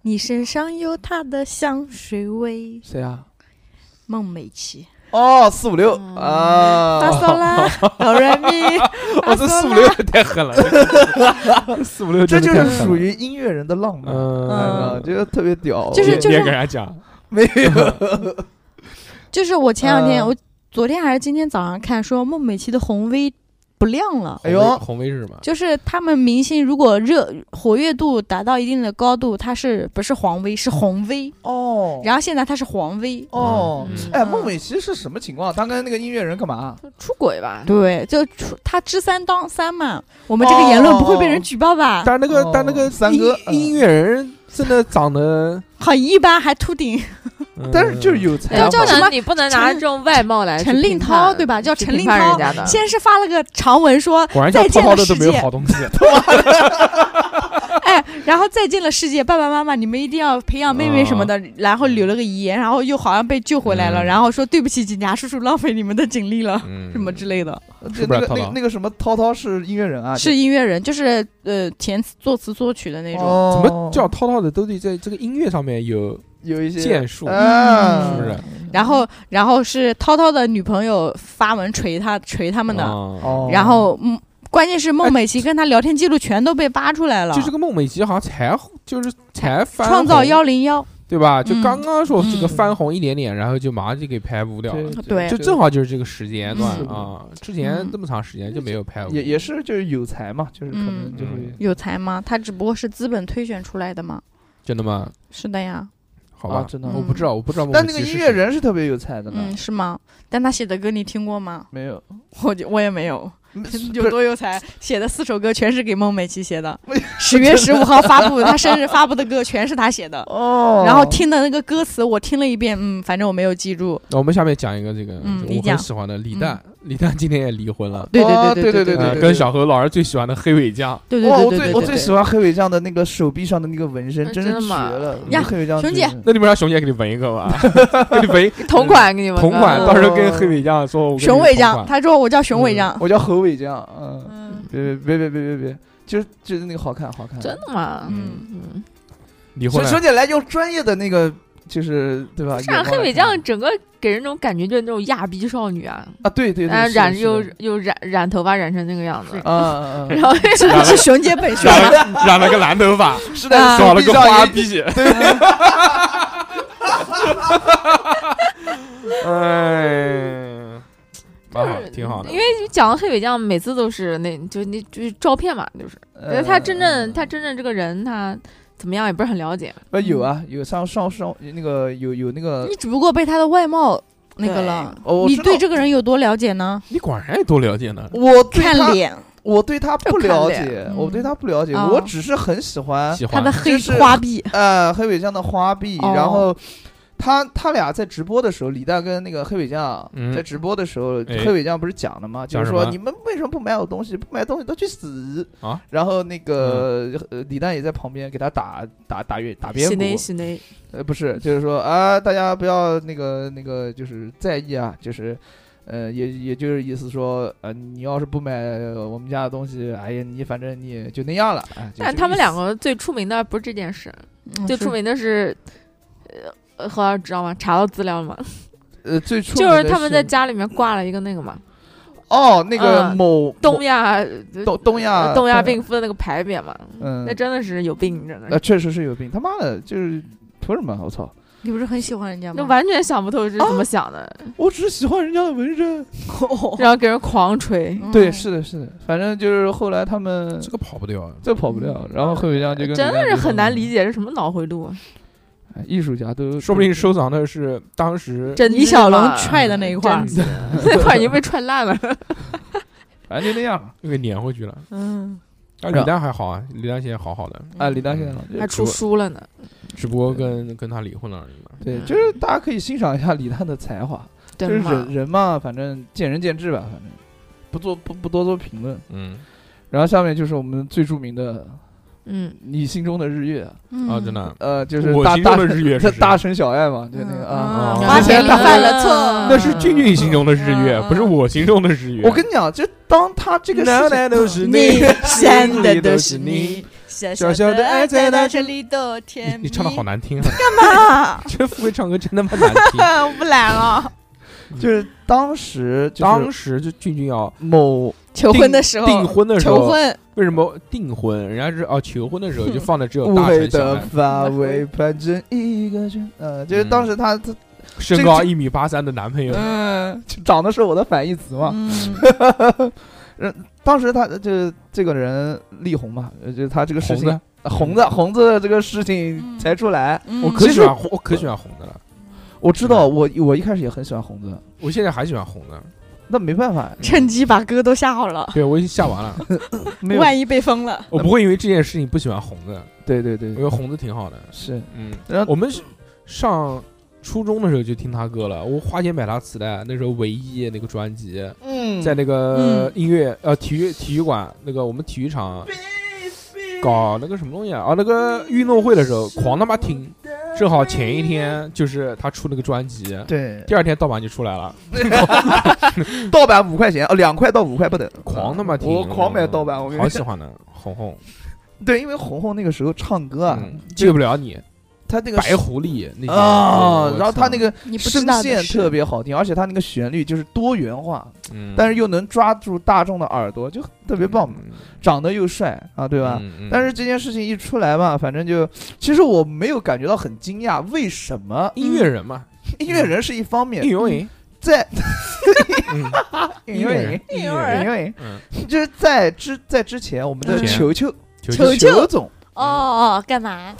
Speaker 6: 你身上有他的香水味，
Speaker 4: 谁啊？
Speaker 6: 孟美岐。
Speaker 4: 哦，四五六
Speaker 5: 嗯
Speaker 4: 啊，
Speaker 6: 巴索拉， 哆来咪，
Speaker 3: 我
Speaker 6: 巴
Speaker 3: 这
Speaker 6: 索
Speaker 3: 四五
Speaker 6: 拉
Speaker 3: 六，也太狠了，四五六
Speaker 4: 这就
Speaker 3: 真的太狠
Speaker 4: 是
Speaker 3: 了
Speaker 4: 属于音乐人的浪漫，
Speaker 3: 嗯
Speaker 4: 嗯，，这个特别屌，
Speaker 6: 就是
Speaker 4: 我
Speaker 3: 你也给人家讲，
Speaker 4: 没 有，
Speaker 6: 就是我前两天，
Speaker 4: 嗯
Speaker 6: 我昨天还是今天早上看说孟美岐的红 V 不亮了。
Speaker 4: 哎呦
Speaker 3: 红威红威是吗？
Speaker 6: 就是他们明星如果热活跃度达到一定的高度，他是不是黄 V 是红 V？
Speaker 4: 哦，
Speaker 6: 然后现在他是黄 V，
Speaker 4: 哦
Speaker 3: 嗯，
Speaker 4: 哎，
Speaker 6: 嗯
Speaker 4: 孟美岐是什么情况？她跟那个音乐人干嘛？
Speaker 5: 出轨吧，
Speaker 3: 嗯
Speaker 6: 对，就出他知三当三嘛，我们这个言论不会被人举报吧？
Speaker 3: 但是那个
Speaker 4: 哦
Speaker 3: 但那个
Speaker 4: 三
Speaker 3: 音
Speaker 4: 哥嗯
Speaker 3: 音乐人真的长得，
Speaker 6: 很一般，还秃顶，
Speaker 3: 嗯
Speaker 4: 但是就是有才
Speaker 5: 对
Speaker 4: 华，
Speaker 6: 就叫什么
Speaker 5: 你不能拿这种外貌来去
Speaker 6: 陈令
Speaker 5: 评判
Speaker 6: 涛对吧？叫
Speaker 5: 去
Speaker 6: 陈令
Speaker 5: 评判人
Speaker 6: 涛，
Speaker 5: 家
Speaker 3: 嗯
Speaker 5: 的，
Speaker 6: 先是发了个长文说
Speaker 3: 果然叫
Speaker 6: 再
Speaker 3: 泡
Speaker 6: 见
Speaker 3: 泡
Speaker 6: 了
Speaker 3: 的都
Speaker 6: 世
Speaker 3: 没有
Speaker 6: 界
Speaker 3: 好东西，
Speaker 6: 哎，然后再见了世界，爸爸妈妈，你们一定要培养妹妹什么的。然后留了个遗言，然后又好像被救回来了，
Speaker 3: 哦嗯
Speaker 6: 然后说对不起，警察叔叔，浪费你们的警力了，
Speaker 3: 嗯
Speaker 6: 什么之类的。
Speaker 4: 就是
Speaker 3: 不
Speaker 4: 那
Speaker 3: 是啊
Speaker 4: 个
Speaker 3: 涛
Speaker 4: 那
Speaker 3: 涛
Speaker 4: 个那个什么涛涛是音乐人
Speaker 3: 嗯
Speaker 4: 啊，
Speaker 6: 是音乐人，就是呃填词、作词、作曲的那
Speaker 4: 那
Speaker 6: 种。
Speaker 3: 怎
Speaker 4: 种
Speaker 3: 么叫涛涛的都得在这个音乐上面有
Speaker 4: 哦有一些
Speaker 3: 建树，
Speaker 6: 嗯
Speaker 4: 啊，
Speaker 3: 是不是？
Speaker 6: 然后，然后是涛涛的女朋友发文锤他，锤他们的。
Speaker 3: 哦，
Speaker 4: 哦，
Speaker 6: 然后，嗯，关键是孟美岐跟他聊天记录全都被扒出来了，
Speaker 3: 就这个孟美岐好像才就是才翻
Speaker 6: 创造
Speaker 3: 红
Speaker 6: 幺零幺。
Speaker 3: 对吧？就
Speaker 6: 嗯
Speaker 3: 刚刚说这个
Speaker 6: 嗯
Speaker 3: 翻红一点点，然后就马上就给排污掉了。
Speaker 6: 对
Speaker 3: 啊就正好就是这个时间段
Speaker 6: 嗯
Speaker 3: 啊，之前这么长时间就没有排污，
Speaker 4: 也也是就是有才嘛，就是可能就
Speaker 3: 嗯
Speaker 4: 是啊
Speaker 6: 有才吗？他只不过是资本推选出来的嘛。
Speaker 3: 真的吗？
Speaker 6: 是的呀，
Speaker 3: 好
Speaker 4: 啊嗯
Speaker 3: 吧，
Speaker 4: 真的
Speaker 3: 我不知道，我不知道孟
Speaker 4: 但
Speaker 3: 美
Speaker 4: 那个
Speaker 3: 岐是谁。
Speaker 4: 音乐人是特别有才的呢
Speaker 6: 嗯，，是吗？但他写的歌你听过吗？
Speaker 4: 没有，。
Speaker 6: 我就我也没有，有多有才，写的四首歌全是给孟美岐写的十月十五号发布，他生日发布的歌全是他写的。
Speaker 4: 哦，
Speaker 6: 然后听的那个歌词，我听了一遍，嗯，反正我没有记住。
Speaker 3: 那我们下面讲一个这个
Speaker 6: 嗯
Speaker 3: 我
Speaker 6: 你
Speaker 3: 很
Speaker 6: 讲
Speaker 3: 喜欢的李诞，李诞今天也离婚了，
Speaker 6: 对
Speaker 4: 哦
Speaker 6: 对
Speaker 4: 对
Speaker 6: 对
Speaker 4: 对
Speaker 3: 呃
Speaker 4: 对
Speaker 3: 跟小何老师最喜欢的黑尾酱，
Speaker 6: 对对
Speaker 4: 哇，
Speaker 6: 对
Speaker 4: 我
Speaker 6: 对对
Speaker 4: 最
Speaker 6: 对，
Speaker 4: 我最喜欢黑尾酱的那个手臂上的那个纹身，
Speaker 5: 哎
Speaker 4: 真是
Speaker 5: 真的
Speaker 4: 绝
Speaker 5: 吗
Speaker 4: 了！
Speaker 3: 呀
Speaker 4: 黑尾酱
Speaker 6: 熊
Speaker 4: 真
Speaker 6: 姐
Speaker 5: 啊
Speaker 4: 是
Speaker 3: 那你们让熊姐给你纹一个 吧，给你纹一
Speaker 5: 同款给你们
Speaker 3: 同款，
Speaker 5: 嗯
Speaker 3: 到时候跟黑尾酱说，我跟你
Speaker 6: 熊尾
Speaker 3: 同
Speaker 6: 酱，
Speaker 3: 款嗯
Speaker 6: 他说我叫熊尾酱。
Speaker 4: 我叫侯尾酱，嗯，
Speaker 6: 嗯，
Speaker 4: 别别别别别别别，就是就是那个好看好看。
Speaker 5: 真的吗？嗯，
Speaker 3: 离婚了
Speaker 4: 熊熊，姐来用专业的那个，就是对吧？
Speaker 5: 是啊，
Speaker 4: 眼光
Speaker 5: 黑
Speaker 4: 来
Speaker 5: 尾
Speaker 4: 看
Speaker 5: 酱整个给人那种感觉就是那种亚逼少女啊，
Speaker 4: 啊，对对对，
Speaker 5: 然后
Speaker 4: 是的
Speaker 5: 染
Speaker 4: 是
Speaker 5: 又
Speaker 4: 的
Speaker 5: 又染染头发染成那个样子，
Speaker 4: 啊啊，
Speaker 5: 然后
Speaker 6: 这不是熊姐本熊。
Speaker 3: 染了染了个蓝头发，
Speaker 4: 是
Speaker 6: 啊
Speaker 3: 搞了个花
Speaker 4: 臂，
Speaker 3: 臂。 哎，蛮好，挺好的
Speaker 5: 因。为你讲到黑尾酱，每次都是那就那就是照片嘛，就是。
Speaker 4: 嗯
Speaker 6: 呃
Speaker 5: 觉得他真正他真正这个人他怎么样也不是很了解，
Speaker 4: 呃有啊
Speaker 5: 嗯
Speaker 4: 有上上上那个有有那个
Speaker 6: 你只不过被他的外貌那个了。
Speaker 4: 哦，我
Speaker 6: 你
Speaker 4: 知
Speaker 6: 对
Speaker 4: 道
Speaker 6: 这个人有多了解呢？
Speaker 3: 你果然也多了解呢，
Speaker 4: 我对
Speaker 6: 看
Speaker 4: 他
Speaker 6: 脸，
Speaker 4: 我对他不
Speaker 5: 就
Speaker 4: 了
Speaker 5: 看
Speaker 4: 解，
Speaker 5: 脸哦
Speaker 4: 我对他不了解，
Speaker 6: 嗯
Speaker 4: 我只是很喜欢
Speaker 3: 喜
Speaker 6: 他
Speaker 3: 欢
Speaker 6: 的黑
Speaker 4: 就是
Speaker 6: 花臂。
Speaker 4: 呃黑尾酱的花臂，
Speaker 6: 哦
Speaker 4: 然后。他他俩在直播的时候，李诞跟那个黑尾酱啊
Speaker 3: 嗯
Speaker 4: 在直播的时候，
Speaker 3: 哎
Speaker 4: 黑尾酱不是讲了吗？就
Speaker 3: 讲
Speaker 4: 是
Speaker 3: 什么
Speaker 4: 说你们为什么不买我东西？不买东西都去死
Speaker 3: 啊！嗯
Speaker 4: 然后那个呃李诞也在旁边给他打打打圆打边
Speaker 5: 喜
Speaker 4: 鼓，
Speaker 5: 内喜内，
Speaker 4: 呃，不是，就是说啊，大家不要那个那个，就是在意啊，就是，呃，也也就是意思说，呃，你要是不买呃我们家的东西，哎呀，你反正你也就那样了。哎、就
Speaker 5: 但他们两，个最出名的不是这件事，
Speaker 6: 嗯
Speaker 5: 最
Speaker 6: 是
Speaker 5: 出名的是，呃，何老师知道吗？查到资料了吗？
Speaker 4: 就呃，最初
Speaker 5: 就是他们在家里面挂了一个那个嘛，
Speaker 4: 哦，那个
Speaker 5: 嗯
Speaker 4: 某、
Speaker 5: 东亚呃
Speaker 4: 东东
Speaker 6: 啊
Speaker 4: 亚
Speaker 5: 东亚病，夫的那个牌匾嘛，
Speaker 4: 嗯
Speaker 5: 那，真的是有病，真
Speaker 4: 那
Speaker 5: 的，
Speaker 4: 确实是有病，他妈的，就是图什么？我操！
Speaker 6: 你不是很喜欢人家
Speaker 5: 那
Speaker 6: 吗？
Speaker 5: 完全想不透是怎
Speaker 6: 啊
Speaker 5: 么想的，
Speaker 4: 我只是喜欢人家的纹身。哦
Speaker 6: 哦
Speaker 5: 然后给人狂吹，
Speaker 6: 嗯
Speaker 4: 对，是的，是的，反正就是后来他们
Speaker 3: 这个跑不掉啊。
Speaker 4: 这跑不掉，然后黑尾酱就跟
Speaker 5: 嗯真的是很难理
Speaker 4: 解，
Speaker 5: 解是什么脑回路 啊，
Speaker 4: 哎艺术家都
Speaker 3: 说不定收藏的是当时
Speaker 5: 真
Speaker 6: 李小龙 踹的那一块儿
Speaker 5: 真，的那块儿已经被踹 烂了，
Speaker 4: 反哎正就那样了。
Speaker 3: 又给撵回去了。
Speaker 6: 嗯，
Speaker 3: 啊，李诞还好啊，李诞现在好好的，
Speaker 4: 啊，李诞现在好
Speaker 5: 嗯还出书了 呢，
Speaker 3: 只不过跟跟他离婚了而已嘛。
Speaker 4: 对，
Speaker 5: 嗯
Speaker 4: 就是大家可以欣赏一下李诞的才华，就
Speaker 5: 对
Speaker 4: 是
Speaker 5: 吗
Speaker 4: 人？人嘛，反正见仁见智吧，反正不做不不多做评论。
Speaker 3: 嗯，
Speaker 4: 然后下面就是我们最著名的
Speaker 5: 嗯，
Speaker 4: 你心中的日月，
Speaker 6: 嗯
Speaker 7: 嗯
Speaker 3: 啊，真的，
Speaker 4: 呃，就是
Speaker 3: 我
Speaker 4: 大
Speaker 3: 心
Speaker 4: 大
Speaker 3: 中的日月
Speaker 4: 他
Speaker 3: 是
Speaker 4: 大
Speaker 3: 谁？
Speaker 4: 城小爱嘛，就那
Speaker 6: 嗯
Speaker 4: 个啊。
Speaker 3: 啊
Speaker 4: 花田里
Speaker 5: 犯了错
Speaker 3: 那是俊俊心中的日月，
Speaker 7: 嗯
Speaker 3: 不是我心中的日月。
Speaker 4: 我跟你讲，就当他这个事情，
Speaker 8: 都 是
Speaker 7: 你想的都是
Speaker 8: 是
Speaker 7: 你
Speaker 8: 你，
Speaker 7: 小
Speaker 8: 小
Speaker 7: 小
Speaker 8: 小
Speaker 7: 的
Speaker 8: 的
Speaker 7: 爱
Speaker 8: 爱
Speaker 7: 在
Speaker 8: 在
Speaker 7: 那
Speaker 8: 那
Speaker 7: 这里多甜蜜。
Speaker 3: 你唱的好难听啊！
Speaker 7: 啊！
Speaker 3: 这富贵唱歌真他妈难 听。
Speaker 6: 啊
Speaker 7: 我不来了。
Speaker 4: 就是当时就是
Speaker 3: 当时就俊俊要
Speaker 4: 某
Speaker 7: 求
Speaker 3: 订
Speaker 7: 婚的时候，
Speaker 3: 订婚的时
Speaker 7: 求
Speaker 3: 候，
Speaker 7: 婚，嗯
Speaker 3: 为什么订婚？人家是哦，求婚的时候就放的嗯只有
Speaker 4: 误
Speaker 3: 大
Speaker 4: 会
Speaker 3: 城小
Speaker 4: 的
Speaker 3: 爱，
Speaker 4: 发尾盘成一个圈，呃，就是
Speaker 3: 嗯
Speaker 4: 当时他他
Speaker 3: 身高一米八三的男朋友，
Speaker 4: 嗯，就长得是我的反义词嘛。
Speaker 7: 嗯，
Speaker 4: 嗯，当时他就这个人力宏嘛，呃就他这个事
Speaker 3: 红
Speaker 4: 情
Speaker 3: 的，
Speaker 4: 呃红的红的这个事情才出来。
Speaker 3: 我可
Speaker 4: 其
Speaker 3: 喜
Speaker 4: 实
Speaker 3: 欢红，我可喜欢红的了。
Speaker 4: 我知
Speaker 3: 嗯
Speaker 4: 道，我我一开始也很喜欢红的，
Speaker 3: 我现在还喜欢红 的，
Speaker 4: 那没办法，
Speaker 6: 趁机把歌都下好了，
Speaker 3: 对我已经下完了，
Speaker 4: 没有
Speaker 6: 万一被封了，
Speaker 3: 我不会因为这件事情不喜欢红的，
Speaker 4: 对对对
Speaker 3: 我觉，得红的挺好的。
Speaker 4: 是
Speaker 3: 嗯，
Speaker 4: 然后
Speaker 3: 我们是上初中的时候就听他歌了，我花钱买他磁带，那时候唯一那个专辑，
Speaker 4: 嗯
Speaker 3: 在那个音乐、呃体育体育馆那个我们体育场搞那个什么东西啊，啊那个运动会的时候狂他妈听，正好前一天就是他出那个专辑，
Speaker 4: 对
Speaker 3: 第二天盗版就出来了，
Speaker 4: 盗版五块钱，哦，两块到五块不等，
Speaker 3: 狂他妈听，
Speaker 4: 我狂买盗版，我跟
Speaker 3: 好
Speaker 4: 你
Speaker 3: 喜
Speaker 4: 讲，
Speaker 3: 欢的红红，
Speaker 4: 对，因为红红那个时候唱歌啊，
Speaker 3: 嗯，戒不了你，
Speaker 4: 他那个
Speaker 3: 白狐狸那些
Speaker 4: 啊
Speaker 3: 我，
Speaker 4: 然后他
Speaker 3: 操
Speaker 4: 那个
Speaker 6: 你不知
Speaker 4: 声
Speaker 6: 道
Speaker 4: 线
Speaker 6: 的
Speaker 4: 特
Speaker 6: 是，
Speaker 4: 别好听，而且他那个旋律就是多元化，
Speaker 3: 嗯
Speaker 4: 但是又能抓住大众的耳朵，就特别棒，
Speaker 3: 嗯
Speaker 4: 长得又帅啊，对吧？
Speaker 3: 嗯嗯
Speaker 4: 但是这件事情一出来嘛，反正就，其实我没有感觉到很惊讶，为什么
Speaker 3: 音乐人嘛，
Speaker 4: 音乐人是一方面
Speaker 3: 应，援营，
Speaker 4: 在
Speaker 3: 嗯
Speaker 4: 音乐人，
Speaker 3: 音乐人，
Speaker 4: 因为
Speaker 3: 嗯，
Speaker 4: 就是在之在之前，我们的
Speaker 3: 之前
Speaker 4: 球球
Speaker 3: 球
Speaker 6: 球
Speaker 4: 球总
Speaker 6: 哦哦，干嘛？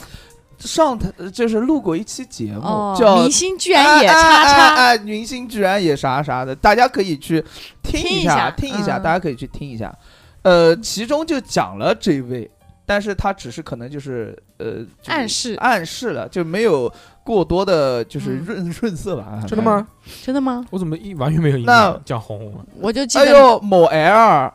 Speaker 4: 上台就是录过一期节目，
Speaker 6: 哦，
Speaker 4: 叫
Speaker 6: 明星居然也
Speaker 4: 哎
Speaker 6: 叉
Speaker 4: 哎
Speaker 6: 叉，
Speaker 4: 哎哎明星居然也啥啥的，大家可以去听
Speaker 6: 听一
Speaker 4: 下，
Speaker 6: 下
Speaker 4: 听一下，
Speaker 6: 嗯
Speaker 4: 大家可以去听一下。呃，其中就讲了这位，但是他只是可能就是呃就是
Speaker 6: 暗示
Speaker 4: 暗示了，就没有过多的就是
Speaker 6: 嗯
Speaker 4: 润润色吧。
Speaker 3: 真的吗？
Speaker 6: 真的吗？
Speaker 3: 我怎么一完全没有印
Speaker 4: 那
Speaker 3: 象？讲红红了，
Speaker 6: 我就记
Speaker 4: 哎
Speaker 6: 得，
Speaker 4: 呦，某 L，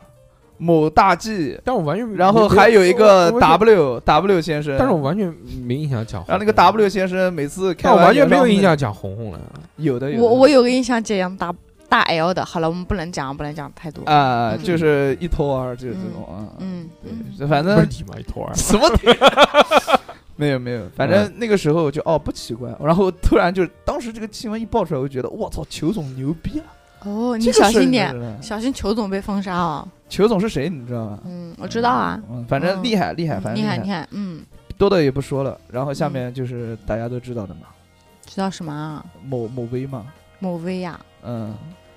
Speaker 4: 某大 G，
Speaker 3: 但我完全没
Speaker 4: 然后
Speaker 3: 没
Speaker 4: 还有一个
Speaker 3: 我我
Speaker 4: W W 先生，
Speaker 3: 但是我完全没印象讲红红。嗯
Speaker 4: 然后那个 W 先生每次开
Speaker 3: 但我
Speaker 4: 完
Speaker 3: 完全没有
Speaker 4: 演唱会
Speaker 3: 印，象讲红红了。
Speaker 4: 有的有的
Speaker 6: 我我有个印象，这样大大 L 的，好了，我们不能讲，不能讲太多，
Speaker 4: 啊，
Speaker 6: 嗯
Speaker 4: 就是一头儿就是这种啊，
Speaker 6: 嗯嗯
Speaker 4: 对，反
Speaker 3: 不是
Speaker 4: 正，
Speaker 3: 体嘛一坨儿
Speaker 4: 什么点 没有没有，反正
Speaker 3: 嗯
Speaker 4: 那个时候就哦不奇怪，然后突然就当时这个新闻一爆出来，我就觉得我操，裘总牛逼啊！
Speaker 6: 哦，
Speaker 4: 这
Speaker 6: 你
Speaker 4: 个
Speaker 6: 小
Speaker 4: 事儿
Speaker 6: 心点
Speaker 4: 知，道吧
Speaker 6: 小心裘总被封杀哦。
Speaker 4: 裘总是谁你知道吗？
Speaker 6: 嗯，我知道啊，
Speaker 4: 嗯，反正
Speaker 6: 嗯
Speaker 4: 厉害厉害，反正
Speaker 6: 厉害嗯
Speaker 4: 害
Speaker 6: 厉害，嗯，
Speaker 4: 多的也不说了。然后下面就是大家都知道的嘛，
Speaker 6: 知道什么啊？
Speaker 4: 某某微嘛，
Speaker 6: 某薇呀，
Speaker 4: 嗯，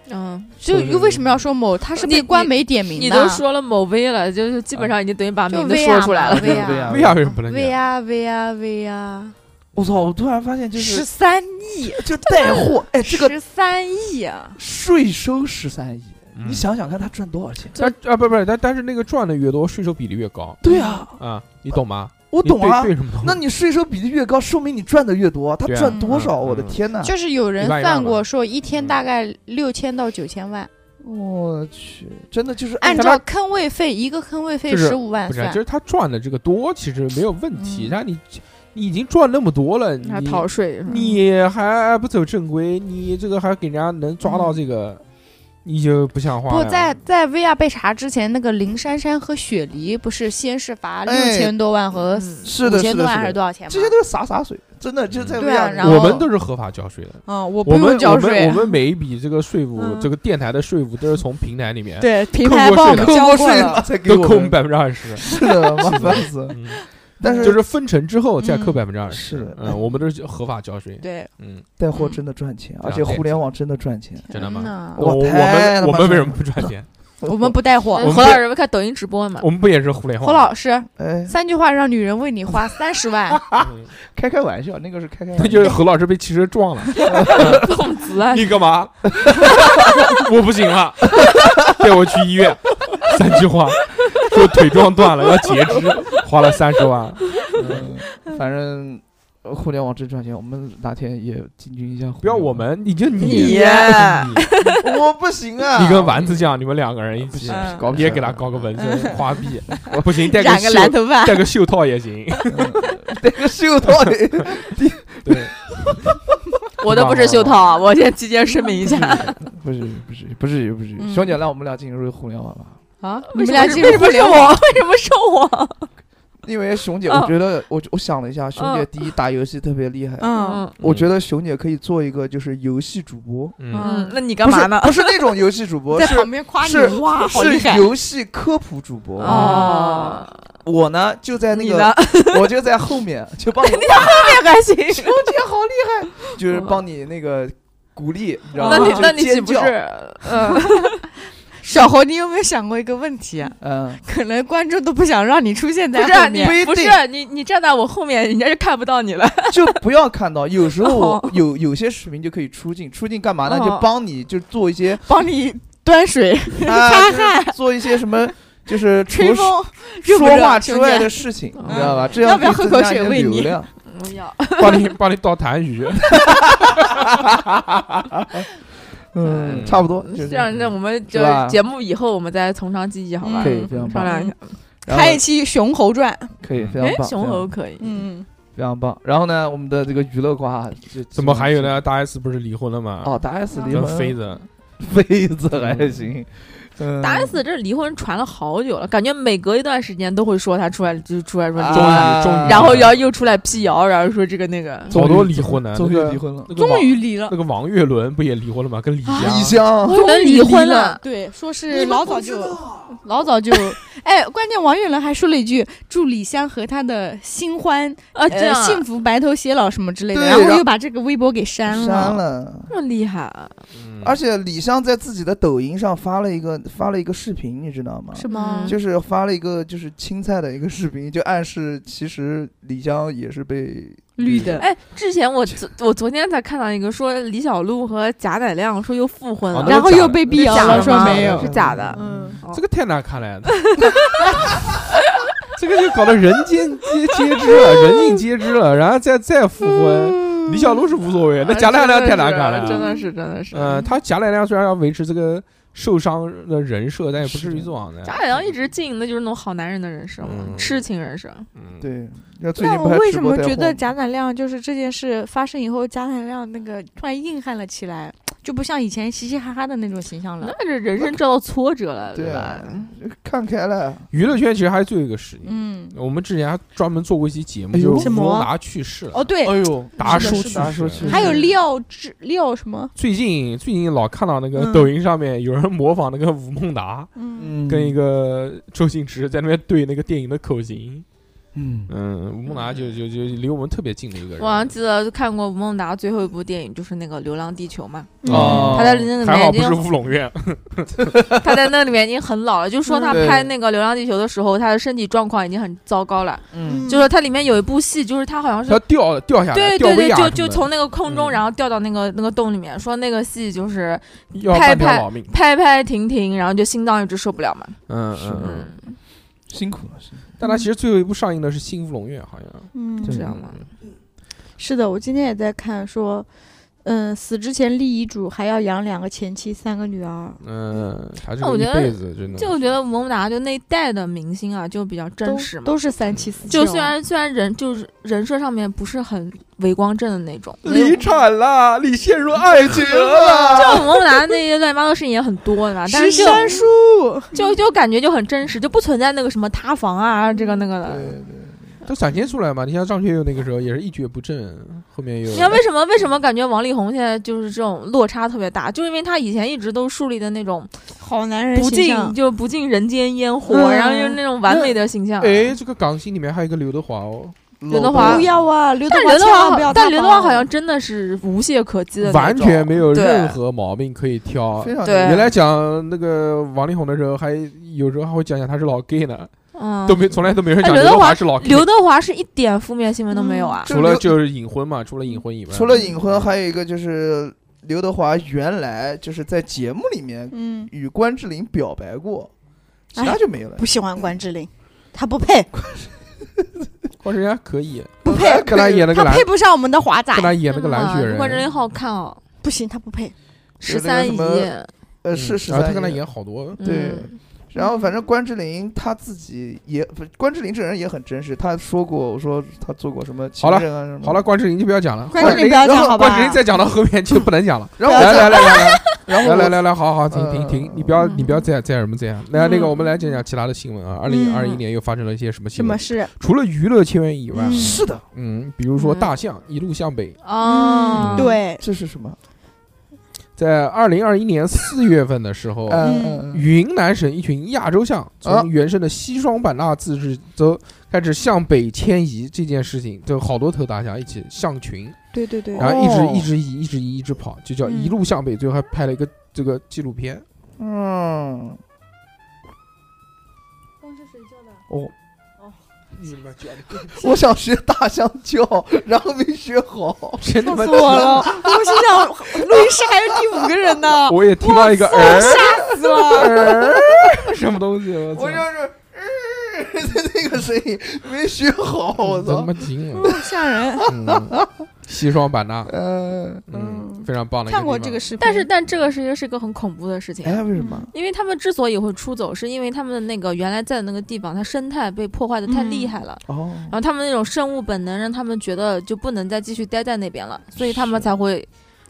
Speaker 5: 嗯，
Speaker 6: 就
Speaker 3: 说是
Speaker 6: 又为什么要说某？他是
Speaker 5: 你
Speaker 6: 被官
Speaker 5: 你
Speaker 6: 媒点名的，
Speaker 5: 你都说了某薇了，就是基本上已经等于把
Speaker 6: 就啊
Speaker 5: 名字
Speaker 6: 薇
Speaker 5: 说
Speaker 6: 娅
Speaker 5: 出来
Speaker 6: 嘛
Speaker 5: 了。
Speaker 6: 薇
Speaker 4: 薇
Speaker 6: 娅
Speaker 4: 娅
Speaker 3: 为啊啥为什么不能
Speaker 6: 薇
Speaker 3: 讲？
Speaker 6: 娅薇娅薇娅，
Speaker 4: 我操！我突然发现就
Speaker 6: 十
Speaker 4: 是
Speaker 6: 三亿，
Speaker 4: 就带货，哎，这个
Speaker 6: 十三亿啊！
Speaker 4: 税收十三亿，
Speaker 3: 嗯
Speaker 4: 你想想看他赚多少钱？
Speaker 3: 但啊不不，但但是那个赚的越多，税收比例越高
Speaker 4: 对啊，
Speaker 3: 啊，你懂吗？
Speaker 4: 我懂啊
Speaker 3: 你对对什么东西？
Speaker 4: 那你税收比例越高，说明你赚的越多。他
Speaker 3: 对啊
Speaker 4: 赚多少？
Speaker 3: 嗯
Speaker 4: 我的天呐！
Speaker 6: 就是有人
Speaker 3: 一半一半
Speaker 6: 算
Speaker 3: 吧
Speaker 6: 过，说一天
Speaker 3: 嗯
Speaker 6: 大概六千到九千万，
Speaker 4: 我去，真的就是
Speaker 6: 按
Speaker 4: 咱
Speaker 6: 照
Speaker 4: 们
Speaker 6: 坑位费一个坑位费
Speaker 3: 哎就是
Speaker 6: 十五万
Speaker 3: 不是，啊
Speaker 6: 算
Speaker 3: 就，是他赚的这个多，其实没有问题。
Speaker 6: 嗯
Speaker 3: 但你你已经赚那么多了，
Speaker 6: 啊
Speaker 3: 你
Speaker 5: 还逃税是吧？
Speaker 3: 你还不走正规，你这个还给人家能抓到这个，你就不像话
Speaker 6: 不
Speaker 3: 了。
Speaker 6: 在在薇娅被查之前，那个林珊珊和雪梨不是先是罚六
Speaker 4: 哎
Speaker 6: 千多万和
Speaker 5: 嗯
Speaker 4: 是
Speaker 6: 五
Speaker 4: 的，是
Speaker 6: 千多
Speaker 4: 的，
Speaker 6: 万还
Speaker 4: 是
Speaker 6: 是
Speaker 4: 的，
Speaker 6: 多少钱吗？
Speaker 4: 这些都是洒洒水，真的就在
Speaker 6: 对啊然后
Speaker 3: 我们都是合法交税的，
Speaker 6: 嗯，我
Speaker 3: 我
Speaker 6: 不
Speaker 3: 们
Speaker 6: 用
Speaker 3: 我
Speaker 6: 交
Speaker 3: 们
Speaker 6: 税
Speaker 3: 我，们每一笔这个税务，
Speaker 6: 嗯
Speaker 3: 这个电台的税务都是从平台里面
Speaker 6: 对平
Speaker 3: 扣
Speaker 6: 台
Speaker 3: 过
Speaker 6: 帮我
Speaker 3: 税
Speaker 6: 们
Speaker 3: 的
Speaker 6: 交过
Speaker 4: 税
Speaker 6: 了，
Speaker 4: 才给
Speaker 3: 都
Speaker 4: 我
Speaker 3: 扣我
Speaker 4: 们
Speaker 3: 们百分之二十，
Speaker 4: 是的，麻 烦死了。
Speaker 3: 嗯
Speaker 4: 但是
Speaker 3: 就是分成之后再扣
Speaker 6: 嗯
Speaker 3: 百分之二
Speaker 4: 是
Speaker 3: 十
Speaker 4: 的。
Speaker 3: 嗯，我们都是合法交税。
Speaker 6: 对，
Speaker 3: 嗯，
Speaker 4: 带货真的赚钱，而且
Speaker 3: 对啊
Speaker 4: 互联网真的赚钱。
Speaker 3: 真的吗
Speaker 6: 吗
Speaker 4: 哇
Speaker 3: 我我们
Speaker 4: 太他
Speaker 3: 我
Speaker 4: 妈
Speaker 3: 们为
Speaker 4: 赚
Speaker 3: 什么不赚钱？
Speaker 6: 我们不带货
Speaker 3: 我，们
Speaker 5: 何老师不看抖音直播 嘛？
Speaker 3: 我们不也是互联网？
Speaker 6: 侯老师
Speaker 4: 哎
Speaker 6: 三句话让女人为你花三十万，
Speaker 3: 嗯
Speaker 6: 啊
Speaker 4: 开开玩笑，那个是开开玩
Speaker 3: 那
Speaker 4: 笑，
Speaker 3: 就是何老师被汽车撞了，
Speaker 5: 粽 子啊，
Speaker 3: 你干嘛？ 我不行了，带我去医院。三句话，说腿撞断了要截肢，花了三十万。
Speaker 4: 嗯反正。呃互联网真赚钱，我们哪天也进军一下互联网。
Speaker 3: 不要我们，你就你，
Speaker 7: 你
Speaker 3: 你
Speaker 4: 我不行啊！
Speaker 3: 你跟丸子酱，你们两个人一
Speaker 4: 不
Speaker 3: 起
Speaker 4: 行，，搞不
Speaker 3: 也
Speaker 4: 成
Speaker 3: 给他搞个纹身花臂，不行，戴
Speaker 6: 染
Speaker 3: 个
Speaker 6: 个
Speaker 3: 袖
Speaker 6: 蓝头 发，
Speaker 3: 戴个袖套也行。
Speaker 4: 戴个袖套的。
Speaker 3: 对，
Speaker 5: 我的不是袖套，我先提前声明一下。
Speaker 4: 不是不是不是不是，
Speaker 6: 嗯
Speaker 4: 小鸟让我们俩进入互联网吧，
Speaker 6: 啊，你们
Speaker 5: 为什
Speaker 6: 俩
Speaker 5: 么是
Speaker 6: 进
Speaker 5: 为
Speaker 6: 入
Speaker 5: 什
Speaker 6: 互
Speaker 5: 么是
Speaker 6: 联网，
Speaker 5: 我？为什么是我？
Speaker 4: 因为熊姐，
Speaker 5: 嗯
Speaker 4: 我觉得我我想了一下，熊姐
Speaker 5: 嗯
Speaker 4: 第一打游戏特别厉害，
Speaker 7: 嗯，
Speaker 4: 我觉得熊姐可以做一个就是游戏主 播，
Speaker 3: 嗯，
Speaker 5: 嗯
Speaker 7: 嗯，
Speaker 5: 那你干
Speaker 4: 不
Speaker 5: 嘛
Speaker 4: 是
Speaker 5: 呢？
Speaker 4: 不是那种游戏主播，
Speaker 6: 在
Speaker 4: 是
Speaker 6: 旁边夸你
Speaker 4: 是，
Speaker 6: 哇，好厉
Speaker 4: 是
Speaker 6: 害！
Speaker 4: 游戏科普主播。
Speaker 5: 哦，
Speaker 4: 我呢就在那
Speaker 5: 你
Speaker 4: 个
Speaker 5: 呢，？
Speaker 4: 我就在后面，就 帮你，
Speaker 5: 那还行。
Speaker 4: 就是帮你那个鼓励，然
Speaker 5: 哦那
Speaker 4: 后
Speaker 5: 你
Speaker 4: 就
Speaker 5: 那你岂
Speaker 4: 尖
Speaker 5: 不
Speaker 4: 叫
Speaker 5: 是，嗯，
Speaker 6: 小侯，你有没有想过一个问题啊？
Speaker 4: 嗯，
Speaker 6: 可能观众都不想让你出现
Speaker 5: 不
Speaker 6: 在
Speaker 5: 是
Speaker 6: 后
Speaker 5: 你
Speaker 6: 面。
Speaker 4: 不一
Speaker 5: 不
Speaker 4: 定
Speaker 5: 是你你站在我后面，人家就看不到你了。
Speaker 4: 就不要看到。有时候我
Speaker 5: 哦
Speaker 4: 有有些视频就可以出镜，出镜干嘛呢？
Speaker 5: 哦
Speaker 4: 就帮你就做一些
Speaker 6: 帮你端水、
Speaker 4: 啊，就是做一些什么，就是除
Speaker 6: 吹风，热不
Speaker 4: 说
Speaker 6: 热
Speaker 4: 话之
Speaker 6: 兄
Speaker 4: 外
Speaker 6: 弟
Speaker 4: 的事情，你
Speaker 5: 嗯
Speaker 4: 知道吧？这
Speaker 6: 要
Speaker 4: 样
Speaker 6: 不要喝
Speaker 4: 可以
Speaker 6: 口
Speaker 4: 增加
Speaker 6: 水
Speaker 4: 你的
Speaker 6: 喂
Speaker 4: 流
Speaker 6: 你
Speaker 4: 量。
Speaker 5: 不要，
Speaker 3: 帮你帮你倒痰盂，
Speaker 4: 嗯，
Speaker 3: 嗯
Speaker 4: 差不多就是
Speaker 5: 这
Speaker 4: 这样。
Speaker 5: 样，那我们就是
Speaker 4: 吧
Speaker 5: 是节目以后我们再从长计议，
Speaker 6: 嗯
Speaker 5: 好吧
Speaker 4: 可？以非常
Speaker 5: 商
Speaker 4: 棒，
Speaker 5: 量一下。
Speaker 4: 然后
Speaker 6: 拍一期《熊猴传》。
Speaker 4: 可以非常
Speaker 5: 哎，
Speaker 4: 棒，
Speaker 5: 熊
Speaker 4: 非
Speaker 5: 猴
Speaker 4: 常
Speaker 5: 可以。
Speaker 6: 嗯，
Speaker 4: 非常棒。然后呢，我们的这个娱乐瓜就
Speaker 3: 怎么还有？呢？嗯大 S 不是离婚了吗？
Speaker 4: 哦，大 S 离
Speaker 3: 跟
Speaker 4: 婚，
Speaker 3: 妃子，
Speaker 4: 妃子还行，嗯
Speaker 5: 达恩斯这离婚传了好久了，感觉每隔一段时间都会说他出来，就出来说离婚了，
Speaker 4: 啊
Speaker 3: 终于终于
Speaker 5: 然后要又出来辟谣，然后说这个那个。
Speaker 4: 终于
Speaker 3: 好多离婚的
Speaker 4: 终于
Speaker 3: 那个
Speaker 4: 离婚了。
Speaker 3: 那个
Speaker 6: 终
Speaker 3: 王
Speaker 6: 于离了
Speaker 3: 那，个王岳伦不也离婚了吗？跟李
Speaker 6: 啊
Speaker 4: 李
Speaker 3: 湘，
Speaker 4: 湘，
Speaker 5: 我以为
Speaker 6: 终于
Speaker 5: 离婚
Speaker 6: 了
Speaker 5: 了
Speaker 6: 对，说是老早就，老早就，哎，关键王岳伦还说了一句祝李湘和她的新欢
Speaker 5: 啊，这
Speaker 6: 呃
Speaker 5: 样啊
Speaker 6: 幸福白头偕老什么之类的，
Speaker 4: 对
Speaker 6: 然后
Speaker 4: 然后
Speaker 6: 又把这个微博给删了。
Speaker 4: 删了。
Speaker 5: 这么厉害啊，
Speaker 3: 嗯
Speaker 4: 而且李湘在自己的抖音上发了一个发了一个视频，你知道吗？
Speaker 6: 是吗？
Speaker 5: 嗯
Speaker 4: 就是发了一个就是青菜的一个视频，就暗示其实李湘也是被
Speaker 6: 绿的，
Speaker 5: 哎，之前我昨我昨天才看到一个说李小璐和贾乃亮说又复婚
Speaker 3: 哦
Speaker 5: 了，
Speaker 3: 那
Speaker 6: 然后又被
Speaker 5: 是
Speaker 6: 辟谣
Speaker 5: 假
Speaker 6: 了，
Speaker 5: 的
Speaker 6: 说
Speaker 5: 吗
Speaker 3: 哎
Speaker 6: 没有
Speaker 5: 是。假的
Speaker 6: 嗯，
Speaker 3: 这个太难看了， 这个就搞得人尽皆皆知了，人尽皆知了，然后再再复婚，李小璐是无所谓，那贾乃亮太难看了，
Speaker 5: 哎真的是真的是。
Speaker 3: 呃，他贾乃亮虽然要维持这个受伤的人设，但也不至于这样的。
Speaker 5: 贾乃亮一直经营的就是那种好男人的人设嘛
Speaker 3: 啊嗯，
Speaker 5: 痴情人设。
Speaker 3: 嗯，
Speaker 4: 对。那最近
Speaker 6: 那
Speaker 4: 不
Speaker 6: 我
Speaker 4: 还
Speaker 6: 为
Speaker 4: 直
Speaker 6: 什
Speaker 4: 播
Speaker 6: 么
Speaker 4: 带
Speaker 6: 觉
Speaker 4: 货
Speaker 6: 得
Speaker 4: 吗
Speaker 6: 贾乃亮就是这件事发生以后，贾乃亮那个突然硬汉了起来，就不像以前嘻嘻哈哈的那种形象了。
Speaker 5: 那是人生遭到挫折了，
Speaker 4: 对
Speaker 5: 吧
Speaker 4: 啊？看开了？
Speaker 3: 娱乐圈其实还有最后一个事情，
Speaker 6: 嗯，
Speaker 3: 我们之前还专门做过一期节目，
Speaker 4: 哎呦
Speaker 3: 就是
Speaker 6: 什
Speaker 3: 芙
Speaker 6: 么
Speaker 3: 蓉达去世了，
Speaker 6: 哦对，
Speaker 4: 呦，
Speaker 3: 达
Speaker 6: 是
Speaker 3: 叔
Speaker 6: 的是
Speaker 3: 去
Speaker 6: 的
Speaker 3: 世
Speaker 4: 达叔去世
Speaker 6: 还有廖志廖什么？
Speaker 3: 最近最近老看到那个
Speaker 6: 嗯
Speaker 3: 抖音上面有人模仿那个吴孟达
Speaker 6: 嗯，
Speaker 4: 嗯
Speaker 3: 跟一个周星驰在那边对那个电影的口型，
Speaker 4: 嗯，
Speaker 3: 嗯，吴孟达就就就离我们特别近的一个人，
Speaker 5: 我好像记得看过吴孟达最后一部电影，就是那个《流浪地球》嘛。
Speaker 6: 嗯
Speaker 3: 哦
Speaker 5: 嗯他在那里
Speaker 3: 还
Speaker 5: 面
Speaker 3: 好
Speaker 5: 已
Speaker 3: 不是
Speaker 5: 经，
Speaker 3: 乌龙院，
Speaker 5: 他在那里面已经很老了。就说他
Speaker 3: 嗯
Speaker 4: 对
Speaker 5: 拍那个《流浪地球》的时候，他的身体状况已经很糟糕了。
Speaker 4: 嗯
Speaker 5: 就说他里面有一部戏，就是他好像是
Speaker 3: 他掉掉下来，
Speaker 5: 对
Speaker 3: 吊
Speaker 5: 对
Speaker 3: 威
Speaker 5: 对，
Speaker 3: 亚
Speaker 5: 就
Speaker 3: 什么
Speaker 5: 就
Speaker 3: 的
Speaker 5: 从那个空中，
Speaker 3: 嗯
Speaker 5: 然后掉到那个那个洞里面。说那个戏就是
Speaker 3: 要
Speaker 5: 拍
Speaker 3: 半条
Speaker 5: 拍
Speaker 3: 老命，
Speaker 5: 拍拍停停，然后就心脏一直受不了嘛。
Speaker 3: 嗯
Speaker 4: 是
Speaker 3: 嗯嗯。
Speaker 5: 嗯，
Speaker 4: 辛苦了，辛苦
Speaker 3: 但他其实最后一部上映的是《新乌龙院》，好像
Speaker 6: 嗯
Speaker 4: 对
Speaker 5: 这样吗？
Speaker 6: 是的，我今天也在看说，嗯，死之前立遗嘱还要养两个前妻，三个女儿，
Speaker 3: 嗯，还是
Speaker 5: 那我
Speaker 3: 一
Speaker 5: 觉得
Speaker 3: 辈子真的。
Speaker 5: 就我觉得吴孟达就那一代的明星啊，就比较真
Speaker 6: 都
Speaker 5: 实嘛。
Speaker 6: 都是三妻四妾哦。
Speaker 5: 就虽然虽然人就是人设上面不是很伪光正的那种，
Speaker 3: 离产了，你陷入爱
Speaker 6: 嗯
Speaker 3: 情了。
Speaker 5: 就吴孟达那些乱七八糟事情也很多，对吧？但是
Speaker 6: 山叔，
Speaker 5: 就就就感觉就很真实，就不存在那个什么塌房啊，这个那个的。
Speaker 4: 对对，
Speaker 3: 都展现出来嘛？你像张学友那个时候也是一蹶不振，后面又
Speaker 5: 你知道为什么？为什么感觉王力宏现在就是这种落差特别大？就是因为他以前一直都树立的那种
Speaker 6: 好男人
Speaker 5: 不
Speaker 6: 形
Speaker 5: 进
Speaker 6: 象。
Speaker 5: 就不进人间烟火，
Speaker 6: 嗯
Speaker 5: 然后就是那种完美的形象。
Speaker 3: 哎，这个港星里面还有一个刘德华哦，
Speaker 5: 刘德华
Speaker 6: 不要啊，刘德
Speaker 5: 但
Speaker 6: 华
Speaker 5: 刘德
Speaker 6: 千万不
Speaker 5: 华
Speaker 6: 要
Speaker 5: 好，
Speaker 6: 塌
Speaker 5: 但刘德华
Speaker 6: 房
Speaker 5: 好像真的是无懈可击的那种，
Speaker 3: 完全没有
Speaker 5: 对
Speaker 3: 任何毛病可以挑。
Speaker 4: 啊非常
Speaker 5: 对
Speaker 3: 原来讲那个王力宏的时候，还有时候还会讲讲他是老 gay 呢，
Speaker 5: 嗯
Speaker 3: 都没从来都没有人讲
Speaker 5: 哎刘
Speaker 3: 德
Speaker 5: 德华
Speaker 3: 是老 gay，
Speaker 5: 刘德华是一点负面新闻都没有啊。
Speaker 3: 除了就是隐婚嘛，除了隐婚以外，
Speaker 4: 除了隐婚，还有一个就是刘德华原来就是在节目里面
Speaker 6: 嗯，
Speaker 4: 与关之琳表白过，其
Speaker 6: 哎
Speaker 4: 他就没有了
Speaker 6: 不。喜欢关之琳，他不配。
Speaker 3: 或者人家可以
Speaker 7: 不
Speaker 4: 哎
Speaker 7: 配，
Speaker 3: 跟他演了个
Speaker 7: 他
Speaker 3: 蓝
Speaker 7: 配，不上我们的华仔
Speaker 3: 跟，他演了个蓝雪
Speaker 5: 不过真
Speaker 3: 人，
Speaker 5: 好看哦，
Speaker 7: 不行，他不配。
Speaker 5: 十三姨
Speaker 4: 那个什呃，
Speaker 3: 嗯
Speaker 4: 是是，
Speaker 3: 啊他跟他演好多，
Speaker 4: 对
Speaker 5: 嗯
Speaker 4: 然后反正关之琳她自己也，不是关之琳这人也很真实，她说过，我说她做过什么
Speaker 3: 好
Speaker 4: 情
Speaker 3: 了
Speaker 4: 人啊什么。
Speaker 3: 好了，，关之琳就不要讲了，
Speaker 7: 关之琳不要讲好吧
Speaker 3: 关之琳再讲到后面就不能讲了。
Speaker 4: 然后
Speaker 3: 来
Speaker 4: 我
Speaker 3: 来来来来
Speaker 4: 然
Speaker 3: 来
Speaker 4: 后我
Speaker 3: 来来来，好好停
Speaker 4: 呃
Speaker 3: 停停，你不要你不要再再什么这样。来那个我们来讲讲其他的新闻啊，二零二一
Speaker 7: 嗯
Speaker 3: 年又发生了一些什么
Speaker 7: 什
Speaker 3: 新
Speaker 7: 么
Speaker 3: 闻？
Speaker 7: 事？
Speaker 3: 除了娱乐圈以外，
Speaker 7: 嗯
Speaker 4: 是的，
Speaker 3: 嗯，比如说
Speaker 5: 嗯
Speaker 3: 大象一路向北，
Speaker 5: 哦，
Speaker 3: 嗯
Speaker 7: 对，
Speaker 4: 这是什么？
Speaker 3: 在二零二一年四月份的时候，
Speaker 4: 嗯
Speaker 7: 嗯
Speaker 4: 嗯嗯
Speaker 3: 云南省一群亚洲象
Speaker 4: 啊
Speaker 3: 从原生的西双版纳自治州开始向北迁移，这件事情就好多头大象一起象群，
Speaker 7: 对对对，
Speaker 3: 然后一
Speaker 4: 哦
Speaker 3: 直一直移，一直移，一直跑，就叫
Speaker 7: 嗯
Speaker 3: 一路向北。最后还拍了一个这个纪录片，
Speaker 4: 嗯， 哦，我想学大象叫，然后没学 好。
Speaker 3: 真他
Speaker 7: 笑
Speaker 3: 妈
Speaker 7: 死我了！我心想，录音室还有第五个人 呢，
Speaker 3: 我也听到一个儿
Speaker 7: 是吧？
Speaker 3: 儿什么东西，我操
Speaker 4: 我就是，嗯，那个声音没学好，我
Speaker 3: 真他
Speaker 4: 操
Speaker 3: 妈。惊了，
Speaker 7: 吓人！
Speaker 3: 啊嗯西双版纳，
Speaker 4: 呃，
Speaker 3: 嗯，非常棒的一地方，
Speaker 6: 看过这个视频，
Speaker 5: 但是但这个事情是一个很恐怖的事情。
Speaker 4: 哎，为什么？
Speaker 5: 因为他们之所以会出走，是因为他们的那个原来在的那个地方，它生态被破坏的太
Speaker 7: 嗯
Speaker 5: 厉害了，
Speaker 4: 哦，
Speaker 5: 然后他们那种生物本能让他们觉得就不能再继续待在那边了，所以他们
Speaker 4: 是
Speaker 5: 才会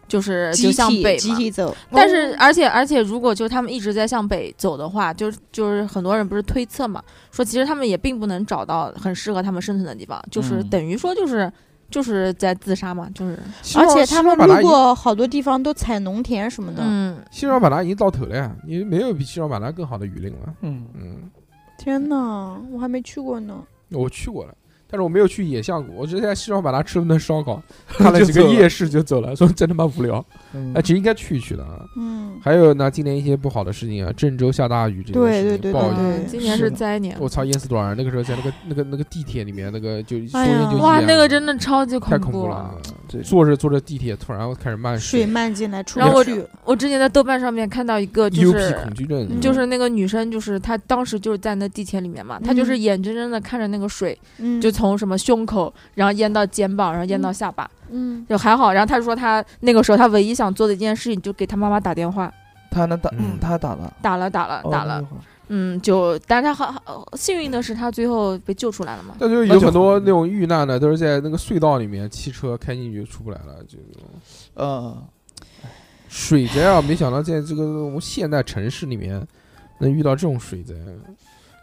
Speaker 5: 就是就
Speaker 7: 集
Speaker 5: 向北
Speaker 7: 体集
Speaker 5: 嘛
Speaker 7: 体哦走，
Speaker 5: 但是，而且而且，如果就是他们一直在向北走的话，就是就是很多人不是推测嘛，说其实他们也并不能找到很适合他们生存的地方，就是
Speaker 3: 嗯
Speaker 5: 等于说就是就是在自杀嘛，就是
Speaker 3: 西
Speaker 7: 而
Speaker 3: 双，
Speaker 7: 且
Speaker 3: 西
Speaker 7: 他
Speaker 3: 双
Speaker 7: 们
Speaker 3: 版纳
Speaker 7: 路
Speaker 3: 已
Speaker 7: 过好多地方都采农田什么的，
Speaker 5: 嗯，
Speaker 3: 西双版纳已经到头了呀，你没有比西双版纳更好的雨林了。
Speaker 4: 嗯，
Speaker 3: 嗯，
Speaker 7: 天哪，我还没去过呢。
Speaker 3: 我去过了，但是我没有去野象谷，我只是在西双版纳吃了顿烧烤，看了几个夜市就走了， 说真他妈无聊。
Speaker 4: 嗯
Speaker 3: 哎，其实应该去一去的啊。
Speaker 7: 嗯，
Speaker 3: 还有呢，今年一些不好的事情啊，郑州下大雨这件
Speaker 7: 对
Speaker 3: 事情，
Speaker 7: 对对
Speaker 3: 暴雨。
Speaker 7: 对
Speaker 5: 嗯今年
Speaker 4: 是
Speaker 5: 是
Speaker 4: 的
Speaker 5: 灾年，
Speaker 3: 我操，淹死多少人？那个时候在那个那个那个地铁里面，那个就说
Speaker 7: 哎呀
Speaker 3: 淹就
Speaker 5: 哇，
Speaker 3: 淹
Speaker 5: 那个真的超级
Speaker 3: 太
Speaker 5: 恐啊
Speaker 3: 恐怖了啊
Speaker 5: 了。。
Speaker 4: 对
Speaker 3: 坐着坐着地铁，突然开始漫
Speaker 7: 水漫进来出
Speaker 5: 然后
Speaker 7: 不
Speaker 5: 我
Speaker 7: 去，
Speaker 5: 我之前在豆瓣上面看到一个，就
Speaker 3: ，U
Speaker 5: 是
Speaker 3: P 恐惧症，嗯
Speaker 5: 就是那个女生，就是她当时就是在那地铁里面嘛，她就是
Speaker 7: 嗯
Speaker 5: 眼睁睁的看着那个水
Speaker 7: 嗯，
Speaker 5: 就从什么胸口，然后淹到肩膀，然后淹到下巴，
Speaker 7: 嗯，
Speaker 5: 就还好。然后他说他那个时候他唯一想做的一件事情，就给他妈妈打电话，
Speaker 4: 他能打，
Speaker 3: 嗯
Speaker 4: 嗯，他打了，
Speaker 5: 打了打了
Speaker 4: 哦
Speaker 5: 打
Speaker 4: 那
Speaker 5: 了
Speaker 4: 就，好
Speaker 5: 嗯，就但是他好好幸运的是他最后被救出来了嘛。
Speaker 3: 但就是
Speaker 4: 那
Speaker 3: 有
Speaker 4: 就
Speaker 3: 很多
Speaker 4: 很
Speaker 3: 那种遇难的，都是在那个隧道里面，汽车开进去出不来了，就
Speaker 4: 嗯，
Speaker 3: 水灾啊！没想到在这个我们现代城市里面能遇到这种水灾。
Speaker 4: 哎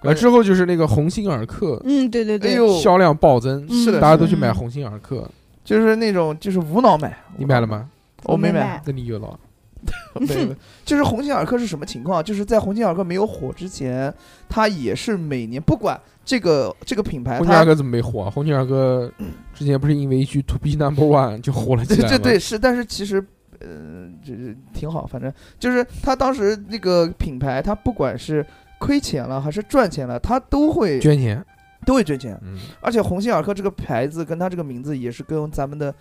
Speaker 3: 完之后就是那个鸿星尔克
Speaker 7: 嗯，对对
Speaker 4: 哎
Speaker 7: 对，
Speaker 4: 呦，
Speaker 3: 销量暴增，
Speaker 4: 是的
Speaker 3: 大家都去买
Speaker 5: 嗯
Speaker 3: 鸿星尔克。
Speaker 4: 就是那种就是无脑买，
Speaker 3: 你买了？吗？
Speaker 4: 我没买
Speaker 7: 买，
Speaker 3: 那你有了。
Speaker 4: 没有。就是鸿星尔克是什么情况？就是在鸿星尔克没有火之前，它也是每年不管这个这个品牌，
Speaker 3: 鸿星尔
Speaker 4: 它
Speaker 3: 克怎么没火啊？鸿星尔克之前不是因为一句 “To be number one” 就火了起
Speaker 4: 对
Speaker 3: 来吗？
Speaker 4: 对对是，但是其实。呃，就是挺好，反正就是他当时那个品牌，他不管是亏钱了还是赚钱了，他都会
Speaker 3: 捐钱。
Speaker 4: 都会捐钱。
Speaker 3: 嗯，
Speaker 4: 而且鸿星尔克这个牌子跟它这个名字也是跟咱们的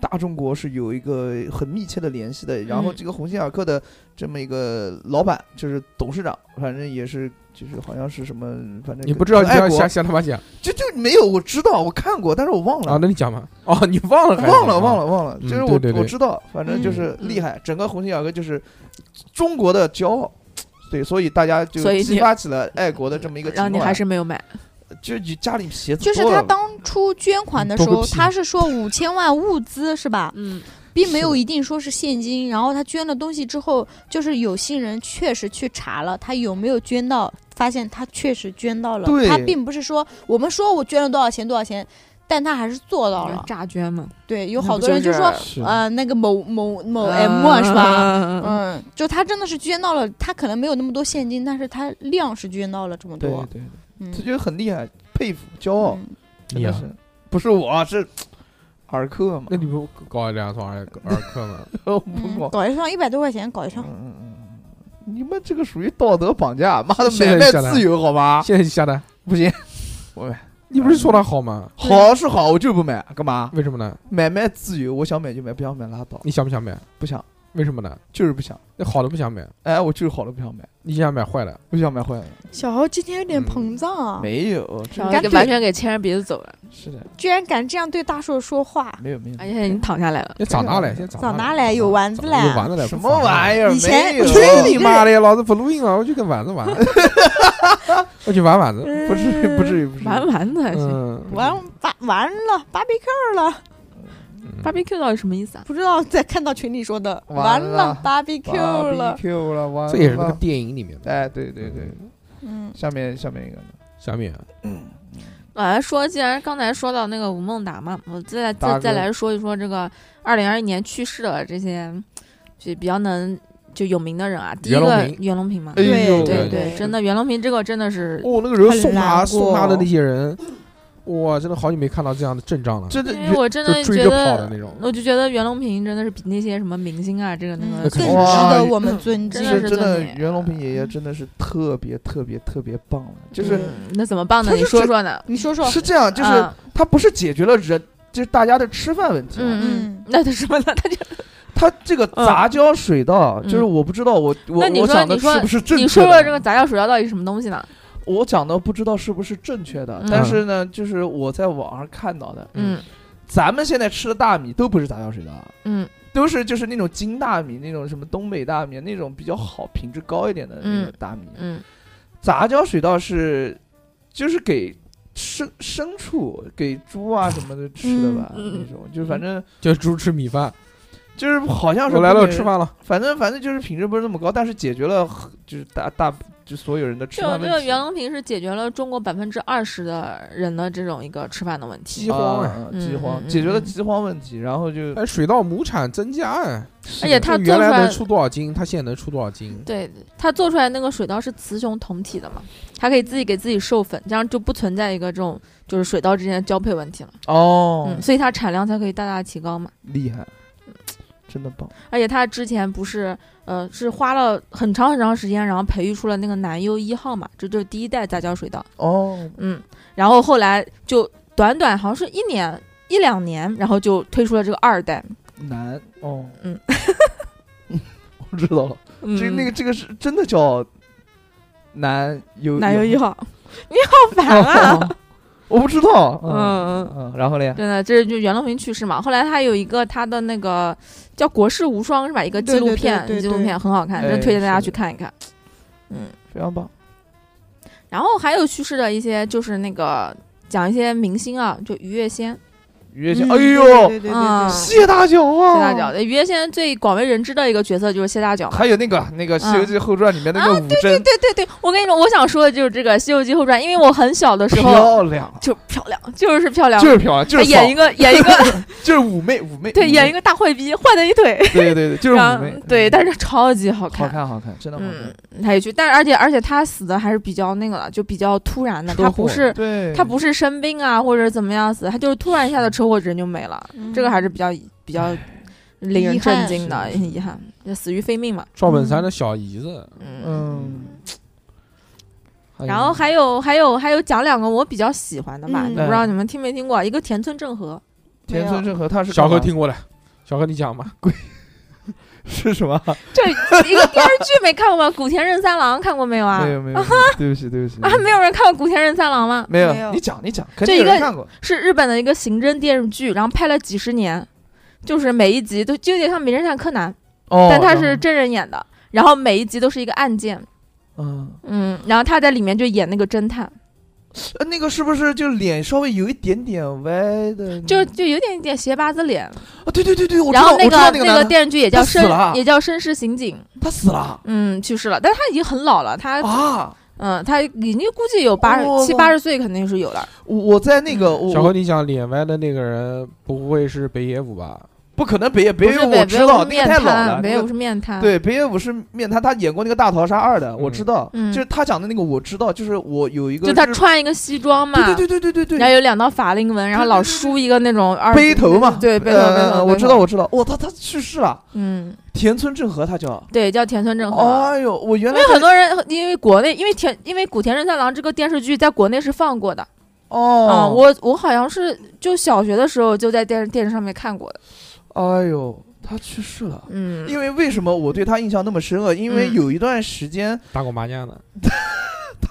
Speaker 4: 大中国是有一个很密切的联系的。然后这个鸿星尔克的这么一个老板就是董事长，反正也是就是好像是什么，反正
Speaker 3: 你不知道你
Speaker 4: 跟
Speaker 3: 不要
Speaker 4: 爱国
Speaker 3: 瞎瞎他妈讲
Speaker 4: 就就没有我知道我看过，但是我忘了。
Speaker 3: 啊！那你讲吧。哦，你忘了还是
Speaker 4: 嗯 忘了，
Speaker 3: 啊
Speaker 4: 忘了，忘了，
Speaker 3: 嗯
Speaker 4: 就是我
Speaker 3: 对对对
Speaker 4: 我知道，反正就是
Speaker 5: 嗯
Speaker 4: 厉害，整个鸿星尔克就是中国的骄傲，对，所以大家就
Speaker 5: 所以你
Speaker 4: 激发起了爱国的这么一个情
Speaker 5: 然后
Speaker 4: 感。
Speaker 5: 你还是没有买，
Speaker 4: 就你家里鞋子
Speaker 6: 就是
Speaker 4: 多
Speaker 6: 他
Speaker 4: 了
Speaker 6: 当初捐款的时
Speaker 3: 多个
Speaker 6: 候，
Speaker 3: 屁
Speaker 6: 他是说五千万物资是吧？
Speaker 5: 嗯，
Speaker 6: 并没有一定说是现金。然后他捐了东西之后，就是有心人确实去查了他有没有捐到，发现他确实捐到了
Speaker 4: 对。
Speaker 6: 他并不是说我们说我捐了多少钱多少钱，但他还是做到
Speaker 3: 嗯
Speaker 6: 了。
Speaker 5: 诈捐嘛，
Speaker 6: 对，有
Speaker 5: 有
Speaker 6: 好多人就说，
Speaker 4: 是
Speaker 6: 呃，那个某某某
Speaker 3: 嗯
Speaker 5: 嗯
Speaker 6: M 啊，是 吧？
Speaker 5: 吧？
Speaker 6: 嗯，就他真的是捐到了，他可能没有那么多现金，但是他量是捐到了这么
Speaker 4: 对
Speaker 6: 多。
Speaker 4: 对，
Speaker 6: 嗯
Speaker 4: 他，就很厉害，佩服，骄傲，
Speaker 6: 嗯
Speaker 4: 真
Speaker 3: 你
Speaker 4: 的
Speaker 3: 啊
Speaker 4: 是，不是我是尔克嘛
Speaker 3: 那，你不搞两双尔克尔克吗？
Speaker 4: 我
Speaker 6: 嗯
Speaker 4: 不搞，
Speaker 6: 搞一双一百多块钱，搞一
Speaker 4: 嗯
Speaker 6: 双。
Speaker 4: 嗯嗯，你们这个属于道德绑 架，妈的
Speaker 3: 现
Speaker 4: 买
Speaker 3: 在
Speaker 4: 卖
Speaker 3: 下来
Speaker 4: 自由好吧？
Speaker 3: 现在就下单，
Speaker 4: 不行，
Speaker 3: 你不是说他好吗？
Speaker 4: 好是
Speaker 3: 嗯
Speaker 4: 好，我就不买，干嘛？
Speaker 3: 为什么呢？
Speaker 4: 买卖自由，我想买就买，不想买拉倒，
Speaker 3: 你想不想买？
Speaker 4: 不想，
Speaker 3: 为什么呢？
Speaker 4: 就是不想。
Speaker 3: 那好的不想买，
Speaker 4: 哎，我就是好了不想买，
Speaker 3: 你想买坏了，
Speaker 4: 不想买坏了。
Speaker 7: 小豪今天有点膨胀啊，
Speaker 4: 嗯没有，这
Speaker 6: 然后
Speaker 5: 你给
Speaker 6: 对
Speaker 5: 完全给牵着鼻子走了，哎
Speaker 4: 是的，
Speaker 7: 居然敢这样对大硕说话，
Speaker 4: 没有没有。
Speaker 5: 而且你躺下来了。
Speaker 3: 你长大了，现在
Speaker 7: 早
Speaker 3: 长
Speaker 7: 拿
Speaker 3: 大了，
Speaker 7: 来有丸子
Speaker 3: 长
Speaker 7: 嘞，
Speaker 3: 有丸子了，
Speaker 4: 什么玩
Speaker 3: 意？
Speaker 4: 意儿？
Speaker 7: 以前
Speaker 4: 没有
Speaker 7: 以前
Speaker 3: 去 你妈的！老子不录音了，我就跟丸子 玩，我去玩丸子，
Speaker 4: 不至于不至于不至于。
Speaker 5: 嗯玩完的
Speaker 3: 嗯，
Speaker 7: 完完完了，barbecue 了，
Speaker 3: 嗯
Speaker 5: ，barbecue 到底什么意思啊？
Speaker 7: 不知道在看到群里说的，
Speaker 4: 完
Speaker 7: 完
Speaker 4: 了
Speaker 7: 了，barbecue 了，
Speaker 4: Q 了，完了
Speaker 3: 这也是那个电影里面的。
Speaker 4: 哎，对对对，
Speaker 7: 嗯，
Speaker 4: 下面下面一个呢，
Speaker 3: 下面
Speaker 5: 啊，说既然刚才说到那个吴孟达嘛，我再
Speaker 3: 达哥
Speaker 5: 再再来说一说这个二零二一年去世的这些，就比较能就有名的人啊。第一
Speaker 3: 袁隆
Speaker 5: 个
Speaker 3: 平
Speaker 5: 袁隆平嘛，
Speaker 4: 哎呦
Speaker 3: 对
Speaker 5: 对对
Speaker 3: 对
Speaker 5: 真的袁隆平这个真的是
Speaker 3: 哦，那个时候送
Speaker 7: 很
Speaker 3: 他
Speaker 7: 难过
Speaker 3: 送他的那些人，哇，真的好久没看到这样的阵仗了，
Speaker 4: 这这
Speaker 5: 因为我真的
Speaker 3: 就追
Speaker 5: 觉
Speaker 3: 着跑的
Speaker 5: 得，
Speaker 3: 那种。
Speaker 5: 我就觉得袁隆平真的是比那些什么明星啊，这个那
Speaker 6: 嗯
Speaker 5: 个
Speaker 3: 肯
Speaker 6: 更
Speaker 3: 定
Speaker 6: 值
Speaker 3: 是
Speaker 4: 哇
Speaker 6: 得我们尊
Speaker 5: 这
Speaker 6: 敬
Speaker 4: 其
Speaker 5: 真。
Speaker 4: 实
Speaker 5: 的是
Speaker 4: 真的
Speaker 5: 最美
Speaker 4: 袁隆平爷爷真的是特别特别特别棒了，就是
Speaker 5: 嗯那怎么办呢？
Speaker 4: 他
Speaker 5: 你
Speaker 4: 是
Speaker 5: 说
Speaker 4: 觉
Speaker 5: 说呢？
Speaker 6: 你说说，
Speaker 4: 是这样，就是
Speaker 5: 啊
Speaker 4: 他不是解决了人。就是大家的吃饭问题啊，
Speaker 5: 嗯嗯，那他什么呢？他就
Speaker 4: 他这个杂交水稻，
Speaker 5: 嗯
Speaker 4: 就是我不知道我我
Speaker 5: 那你
Speaker 4: 我
Speaker 5: 说
Speaker 4: 讲的
Speaker 5: 你说
Speaker 4: 是不是正确的？
Speaker 5: 你说说这个杂交水稻到底是什么东西呢？
Speaker 4: 我讲的不知道是不是正确的
Speaker 5: 嗯，
Speaker 4: 但是呢，就是我在网上看到的，
Speaker 5: 嗯
Speaker 4: 咱们现在吃的大米都不是杂交水稻，
Speaker 5: 嗯
Speaker 4: 都是就是那种金大米，那种什么东北大米，那种比较好、品质高一点的那种大米。
Speaker 5: 嗯
Speaker 4: 杂交水稻是就是给牲牲畜、给猪啊什么的吃的吧，
Speaker 5: 嗯嗯
Speaker 4: 那种就反正
Speaker 3: 就猪吃米饭，
Speaker 4: 就是好像是
Speaker 3: 我来
Speaker 4: 不
Speaker 3: 了，
Speaker 4: 给
Speaker 3: 吃，饭了。
Speaker 4: 反正反正就是品质不是那么高，但是解决了很就是大大就所有人的吃
Speaker 5: 这
Speaker 4: 饭
Speaker 5: 种这个
Speaker 4: 问题
Speaker 5: 袁。隆平是解决了中国百分之二十的人的这种一个吃饭的问题
Speaker 3: 饥，荒啊
Speaker 4: 啊，
Speaker 5: 嗯
Speaker 4: 饥荒
Speaker 5: 嗯
Speaker 4: 解决了
Speaker 5: 嗯
Speaker 4: 饥荒问题，然后就
Speaker 3: 哎，水稻亩产增加哎，
Speaker 5: 而且他
Speaker 3: 就
Speaker 5: 做
Speaker 3: 原
Speaker 5: 出
Speaker 3: 来
Speaker 5: 来
Speaker 3: 能出多少斤，他现在能出多少斤？
Speaker 5: 对它做出来那个水稻是雌雄同体的嘛，它可以自己给自己授粉，这样就不存在一个这种就是水稻之间的交配问题了。
Speaker 4: 哦
Speaker 5: 嗯，所以它产量才可以大大提高嘛。
Speaker 4: 厉害，真的棒。
Speaker 5: 而且它之前不是呃是花了很长很长时间，然后培育出了那个南优一号嘛，这就是第一代杂交水稻。
Speaker 4: 哦，
Speaker 5: 嗯，然后后来就短短好像是一年一两年，然后就推出了这个二代。
Speaker 4: 难哦，
Speaker 5: 嗯，
Speaker 4: 我知道了，
Speaker 5: 嗯，
Speaker 4: 这那个这个是真的叫男优
Speaker 5: 南优一
Speaker 4: 优
Speaker 5: 号，你好 烦啊！
Speaker 4: 哦我不知道，
Speaker 5: 嗯
Speaker 4: 嗯，然后嘞，
Speaker 5: 真的，这就袁隆平去世嘛。后来他有一个他的那个叫《国士无双》是吧？一个纪录片，
Speaker 7: 对对对对
Speaker 5: 纪录片很好看，
Speaker 4: 哎
Speaker 5: 真推荐
Speaker 4: 是
Speaker 5: 大家
Speaker 4: 的
Speaker 5: 去看一看。嗯，
Speaker 4: 非常棒，
Speaker 5: 然后还有去世的一些就是那个讲一些明星啊，就于跃先，
Speaker 4: 愉悦性，
Speaker 7: 嗯
Speaker 4: 哎
Speaker 7: 对
Speaker 4: 呦，
Speaker 7: 对对对
Speaker 5: 啊
Speaker 7: 对
Speaker 4: 谢大脚啊，
Speaker 5: 谢大脚。，于跃先最广为人知的一个角色就是谢大脚嘛。
Speaker 4: 还有那个那个《西游记后传》里面那个
Speaker 5: 啊
Speaker 4: 武贞，
Speaker 5: 对对对，我跟你说，我想说的就是这个《西游记后传》，因为我很小的时候
Speaker 4: 漂亮，
Speaker 5: 就漂亮，就是漂亮，
Speaker 4: 就是漂亮，就是
Speaker 5: 哎演
Speaker 4: 爽
Speaker 5: 一个演一 个
Speaker 4: 就是妩媚妩媚，
Speaker 5: 对演一
Speaker 4: 个，
Speaker 5: 个大坏逼，坏的一腿，
Speaker 4: 对对对，就是
Speaker 5: 然
Speaker 4: 妩
Speaker 5: 后
Speaker 4: 媚，
Speaker 5: 对，
Speaker 4: 嗯
Speaker 5: 但是超级好
Speaker 4: 好
Speaker 5: 看。
Speaker 4: 看好看，真的好
Speaker 5: 嗯
Speaker 4: 看，，
Speaker 5: 他也去，但是而且而且他死的还是比较那个的，就比较突然的，
Speaker 3: 车
Speaker 5: 他不
Speaker 3: 祸
Speaker 5: 是
Speaker 4: 对，
Speaker 5: 他不是生病啊或者怎么样死，他就是突然一下子车祸人就没了，
Speaker 7: 嗯
Speaker 5: 这个还是比较比较令人
Speaker 7: 遗憾
Speaker 5: 震惊的
Speaker 4: 是
Speaker 5: 遗憾，就死于非命嘛。
Speaker 3: 赵本山的小姨子，
Speaker 5: 嗯，
Speaker 4: 嗯，哎
Speaker 5: 然后
Speaker 4: 呀
Speaker 5: 还有还有还有讲两个我比较喜欢的吧，
Speaker 7: 嗯
Speaker 5: 不知道你们听没听过？一个田村正和，
Speaker 4: 田村正和他是
Speaker 3: 小何
Speaker 4: 何
Speaker 3: 听过了，小何你讲吧。
Speaker 4: 是什么？
Speaker 5: 这一个电视剧没看过吗？古田任三郎看过没有啊？
Speaker 4: 没有没有，对不起对不起
Speaker 5: 啊，没有人看过古田任三郎吗？
Speaker 4: 没
Speaker 7: 没
Speaker 4: 有，
Speaker 7: 有
Speaker 4: 你讲你讲，肯
Speaker 5: 这
Speaker 4: 定有
Speaker 5: 一个
Speaker 4: 人看过。
Speaker 5: 是日本的一个刑侦电视剧，然后拍了几十年，就是每一集都就有点像《名侦探柯南》，
Speaker 4: 哦
Speaker 5: 但他是真人演的，然后每一集都是一个案件，
Speaker 4: 嗯，
Speaker 5: 嗯，然后他在里面就演那个侦探，
Speaker 4: 呃那个是不是就脸稍微有一点点歪的？
Speaker 5: 就就有点点斜八字脸。
Speaker 4: 啊，对对对嗯对，我知
Speaker 5: 然
Speaker 4: 道
Speaker 5: 后
Speaker 4: 我知道那
Speaker 5: 个那
Speaker 4: 个男的
Speaker 5: 电视剧也叫
Speaker 4: 他死
Speaker 5: 绅
Speaker 4: 了啊
Speaker 5: 也叫《绅士刑警》，
Speaker 4: 他死了
Speaker 5: 嗯，去世了，但是他已经很老了，他
Speaker 4: 啊！
Speaker 5: 嗯，他已经估计有八
Speaker 4: 哦
Speaker 5: 十七八十岁肯定是有的，
Speaker 4: 我我在那个
Speaker 3: 嗯小
Speaker 4: 我
Speaker 3: 何，你讲脸歪的那个人不会是北野武吧？
Speaker 4: 不可能北野北野
Speaker 5: 不是
Speaker 4: 武
Speaker 5: 北
Speaker 4: 我
Speaker 5: 北
Speaker 4: 知
Speaker 5: 野武
Speaker 4: 道
Speaker 5: 是
Speaker 4: 那个
Speaker 5: 面
Speaker 4: 太老
Speaker 5: 瘫，
Speaker 4: 了，
Speaker 5: 北
Speaker 4: 那
Speaker 5: 野
Speaker 4: 个
Speaker 5: 武是面瘫，
Speaker 4: 对，北野武是面瘫，他演过那个《大逃杀二》的，
Speaker 3: 嗯
Speaker 4: 我知道。
Speaker 5: 嗯
Speaker 4: 就是他讲的那个，我知道。就是我有一个，
Speaker 5: 就是他穿一个西装嘛，
Speaker 4: 对对对对对对
Speaker 5: 然
Speaker 4: 对，
Speaker 5: 后有两道法令纹，然后老梳一个那种二
Speaker 4: 背头嘛，
Speaker 5: 对背头
Speaker 4: 呃
Speaker 5: 背头背头
Speaker 4: 我知道我知道。哇，他他去世了，
Speaker 5: 嗯，
Speaker 4: 田村正和他叫。
Speaker 5: 对，叫田村正和。
Speaker 4: 哎呦，我原
Speaker 5: 因
Speaker 4: 来
Speaker 5: 为
Speaker 4: 在
Speaker 5: 啊很多人，因为国内，因为田，因为古田任三郎这个电视剧在国内是放过的，
Speaker 4: 哦
Speaker 5: 嗯，，我我好像是就小学的时候就在电视电视上面看过的，
Speaker 4: 哎呦，他去世了。
Speaker 5: 嗯，
Speaker 4: 因为为什么我对他印象那么深啊？因为
Speaker 5: 嗯
Speaker 4: 有一段时间
Speaker 3: 打过麻将的，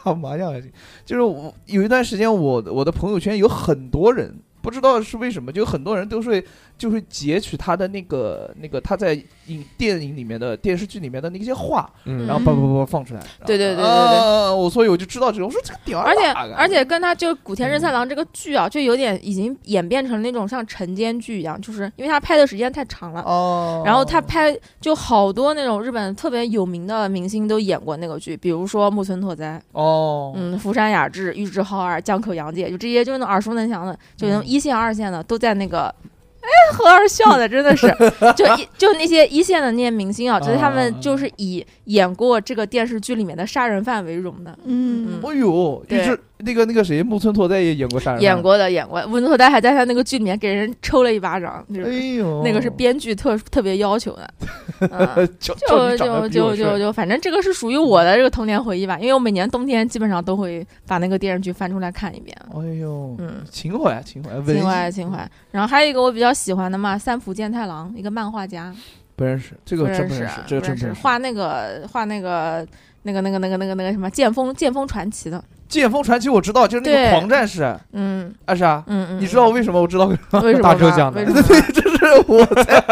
Speaker 4: 打麻将还行，就是我有一段时间我我的朋友圈有很多人，不知道是为什么，就很多人都是会就会截取他的那个那个他在影电影里面的电视剧里面的那些话，
Speaker 3: 嗯
Speaker 4: 然后叭叭叭叭放出来。
Speaker 5: 对对对对对
Speaker 4: 啊我所以我就知道这种，我说这个屌儿
Speaker 5: 而且
Speaker 4: 哪个
Speaker 5: 而且跟他就古田任三郎这个剧啊，就有点已经演变成那种像晨间剧一样，就是因为他拍的时间太长了。
Speaker 4: 哦，
Speaker 5: 然后他拍就好多那种日本特别有名的明星都演过那个剧，比如说木村拓哉，
Speaker 4: 哦，
Speaker 5: 嗯，福山雅治、玉置浩二、江口洋介，就这些就是那种耳熟能详的，就那种
Speaker 4: 嗯
Speaker 5: 一线、二线的都在那个。哎，何二笑的真 的是，就一就那些一线的那些明星啊，就是他
Speaker 4: 哦
Speaker 5: 们就是以演过这个电视剧里面的杀人犯为荣的，
Speaker 7: 嗯
Speaker 4: 哎呦，就
Speaker 5: 对
Speaker 4: 是那个那个谁，木村拓哉也演过杀人，
Speaker 5: 演，过的演过。文拓呆还在他那个剧里面给人抽了一巴掌，就
Speaker 4: 哎
Speaker 5: 是
Speaker 4: 呦，
Speaker 5: 那个 是编剧特特别要求的。嗯
Speaker 4: 就
Speaker 5: 就就就就就，反正这个是属于我的这个童年回忆吧，因为我每年冬天基本上都会把那个电视剧翻出来看一遍。
Speaker 4: 哎呦，
Speaker 5: 嗯，
Speaker 4: 情怀情怀，文艺
Speaker 5: 情怀情怀。然后还有一个我比较喜欢的嘛，三浦健太郎，一个漫画家，
Speaker 4: 不认识，这
Speaker 5: 不
Speaker 4: 个真
Speaker 5: 认
Speaker 4: 不
Speaker 5: 识
Speaker 4: 认
Speaker 5: 啊
Speaker 4: 识，，这个
Speaker 5: 不
Speaker 4: 真
Speaker 5: 认
Speaker 4: 不
Speaker 5: 识，
Speaker 4: 认识。
Speaker 5: 画那个画那个那个那个那个那个那个什么《剑锋剑锋传奇》的，
Speaker 4: 剑锋传奇我知道，就是那
Speaker 5: 对
Speaker 4: 个狂战士，啊
Speaker 5: 嗯
Speaker 4: 是啊，
Speaker 5: 嗯嗯，
Speaker 4: 你知道为什么我知道？
Speaker 5: 为什么
Speaker 3: 大
Speaker 5: 吗
Speaker 3: 周讲的
Speaker 5: 为什么
Speaker 4: 对，这是我在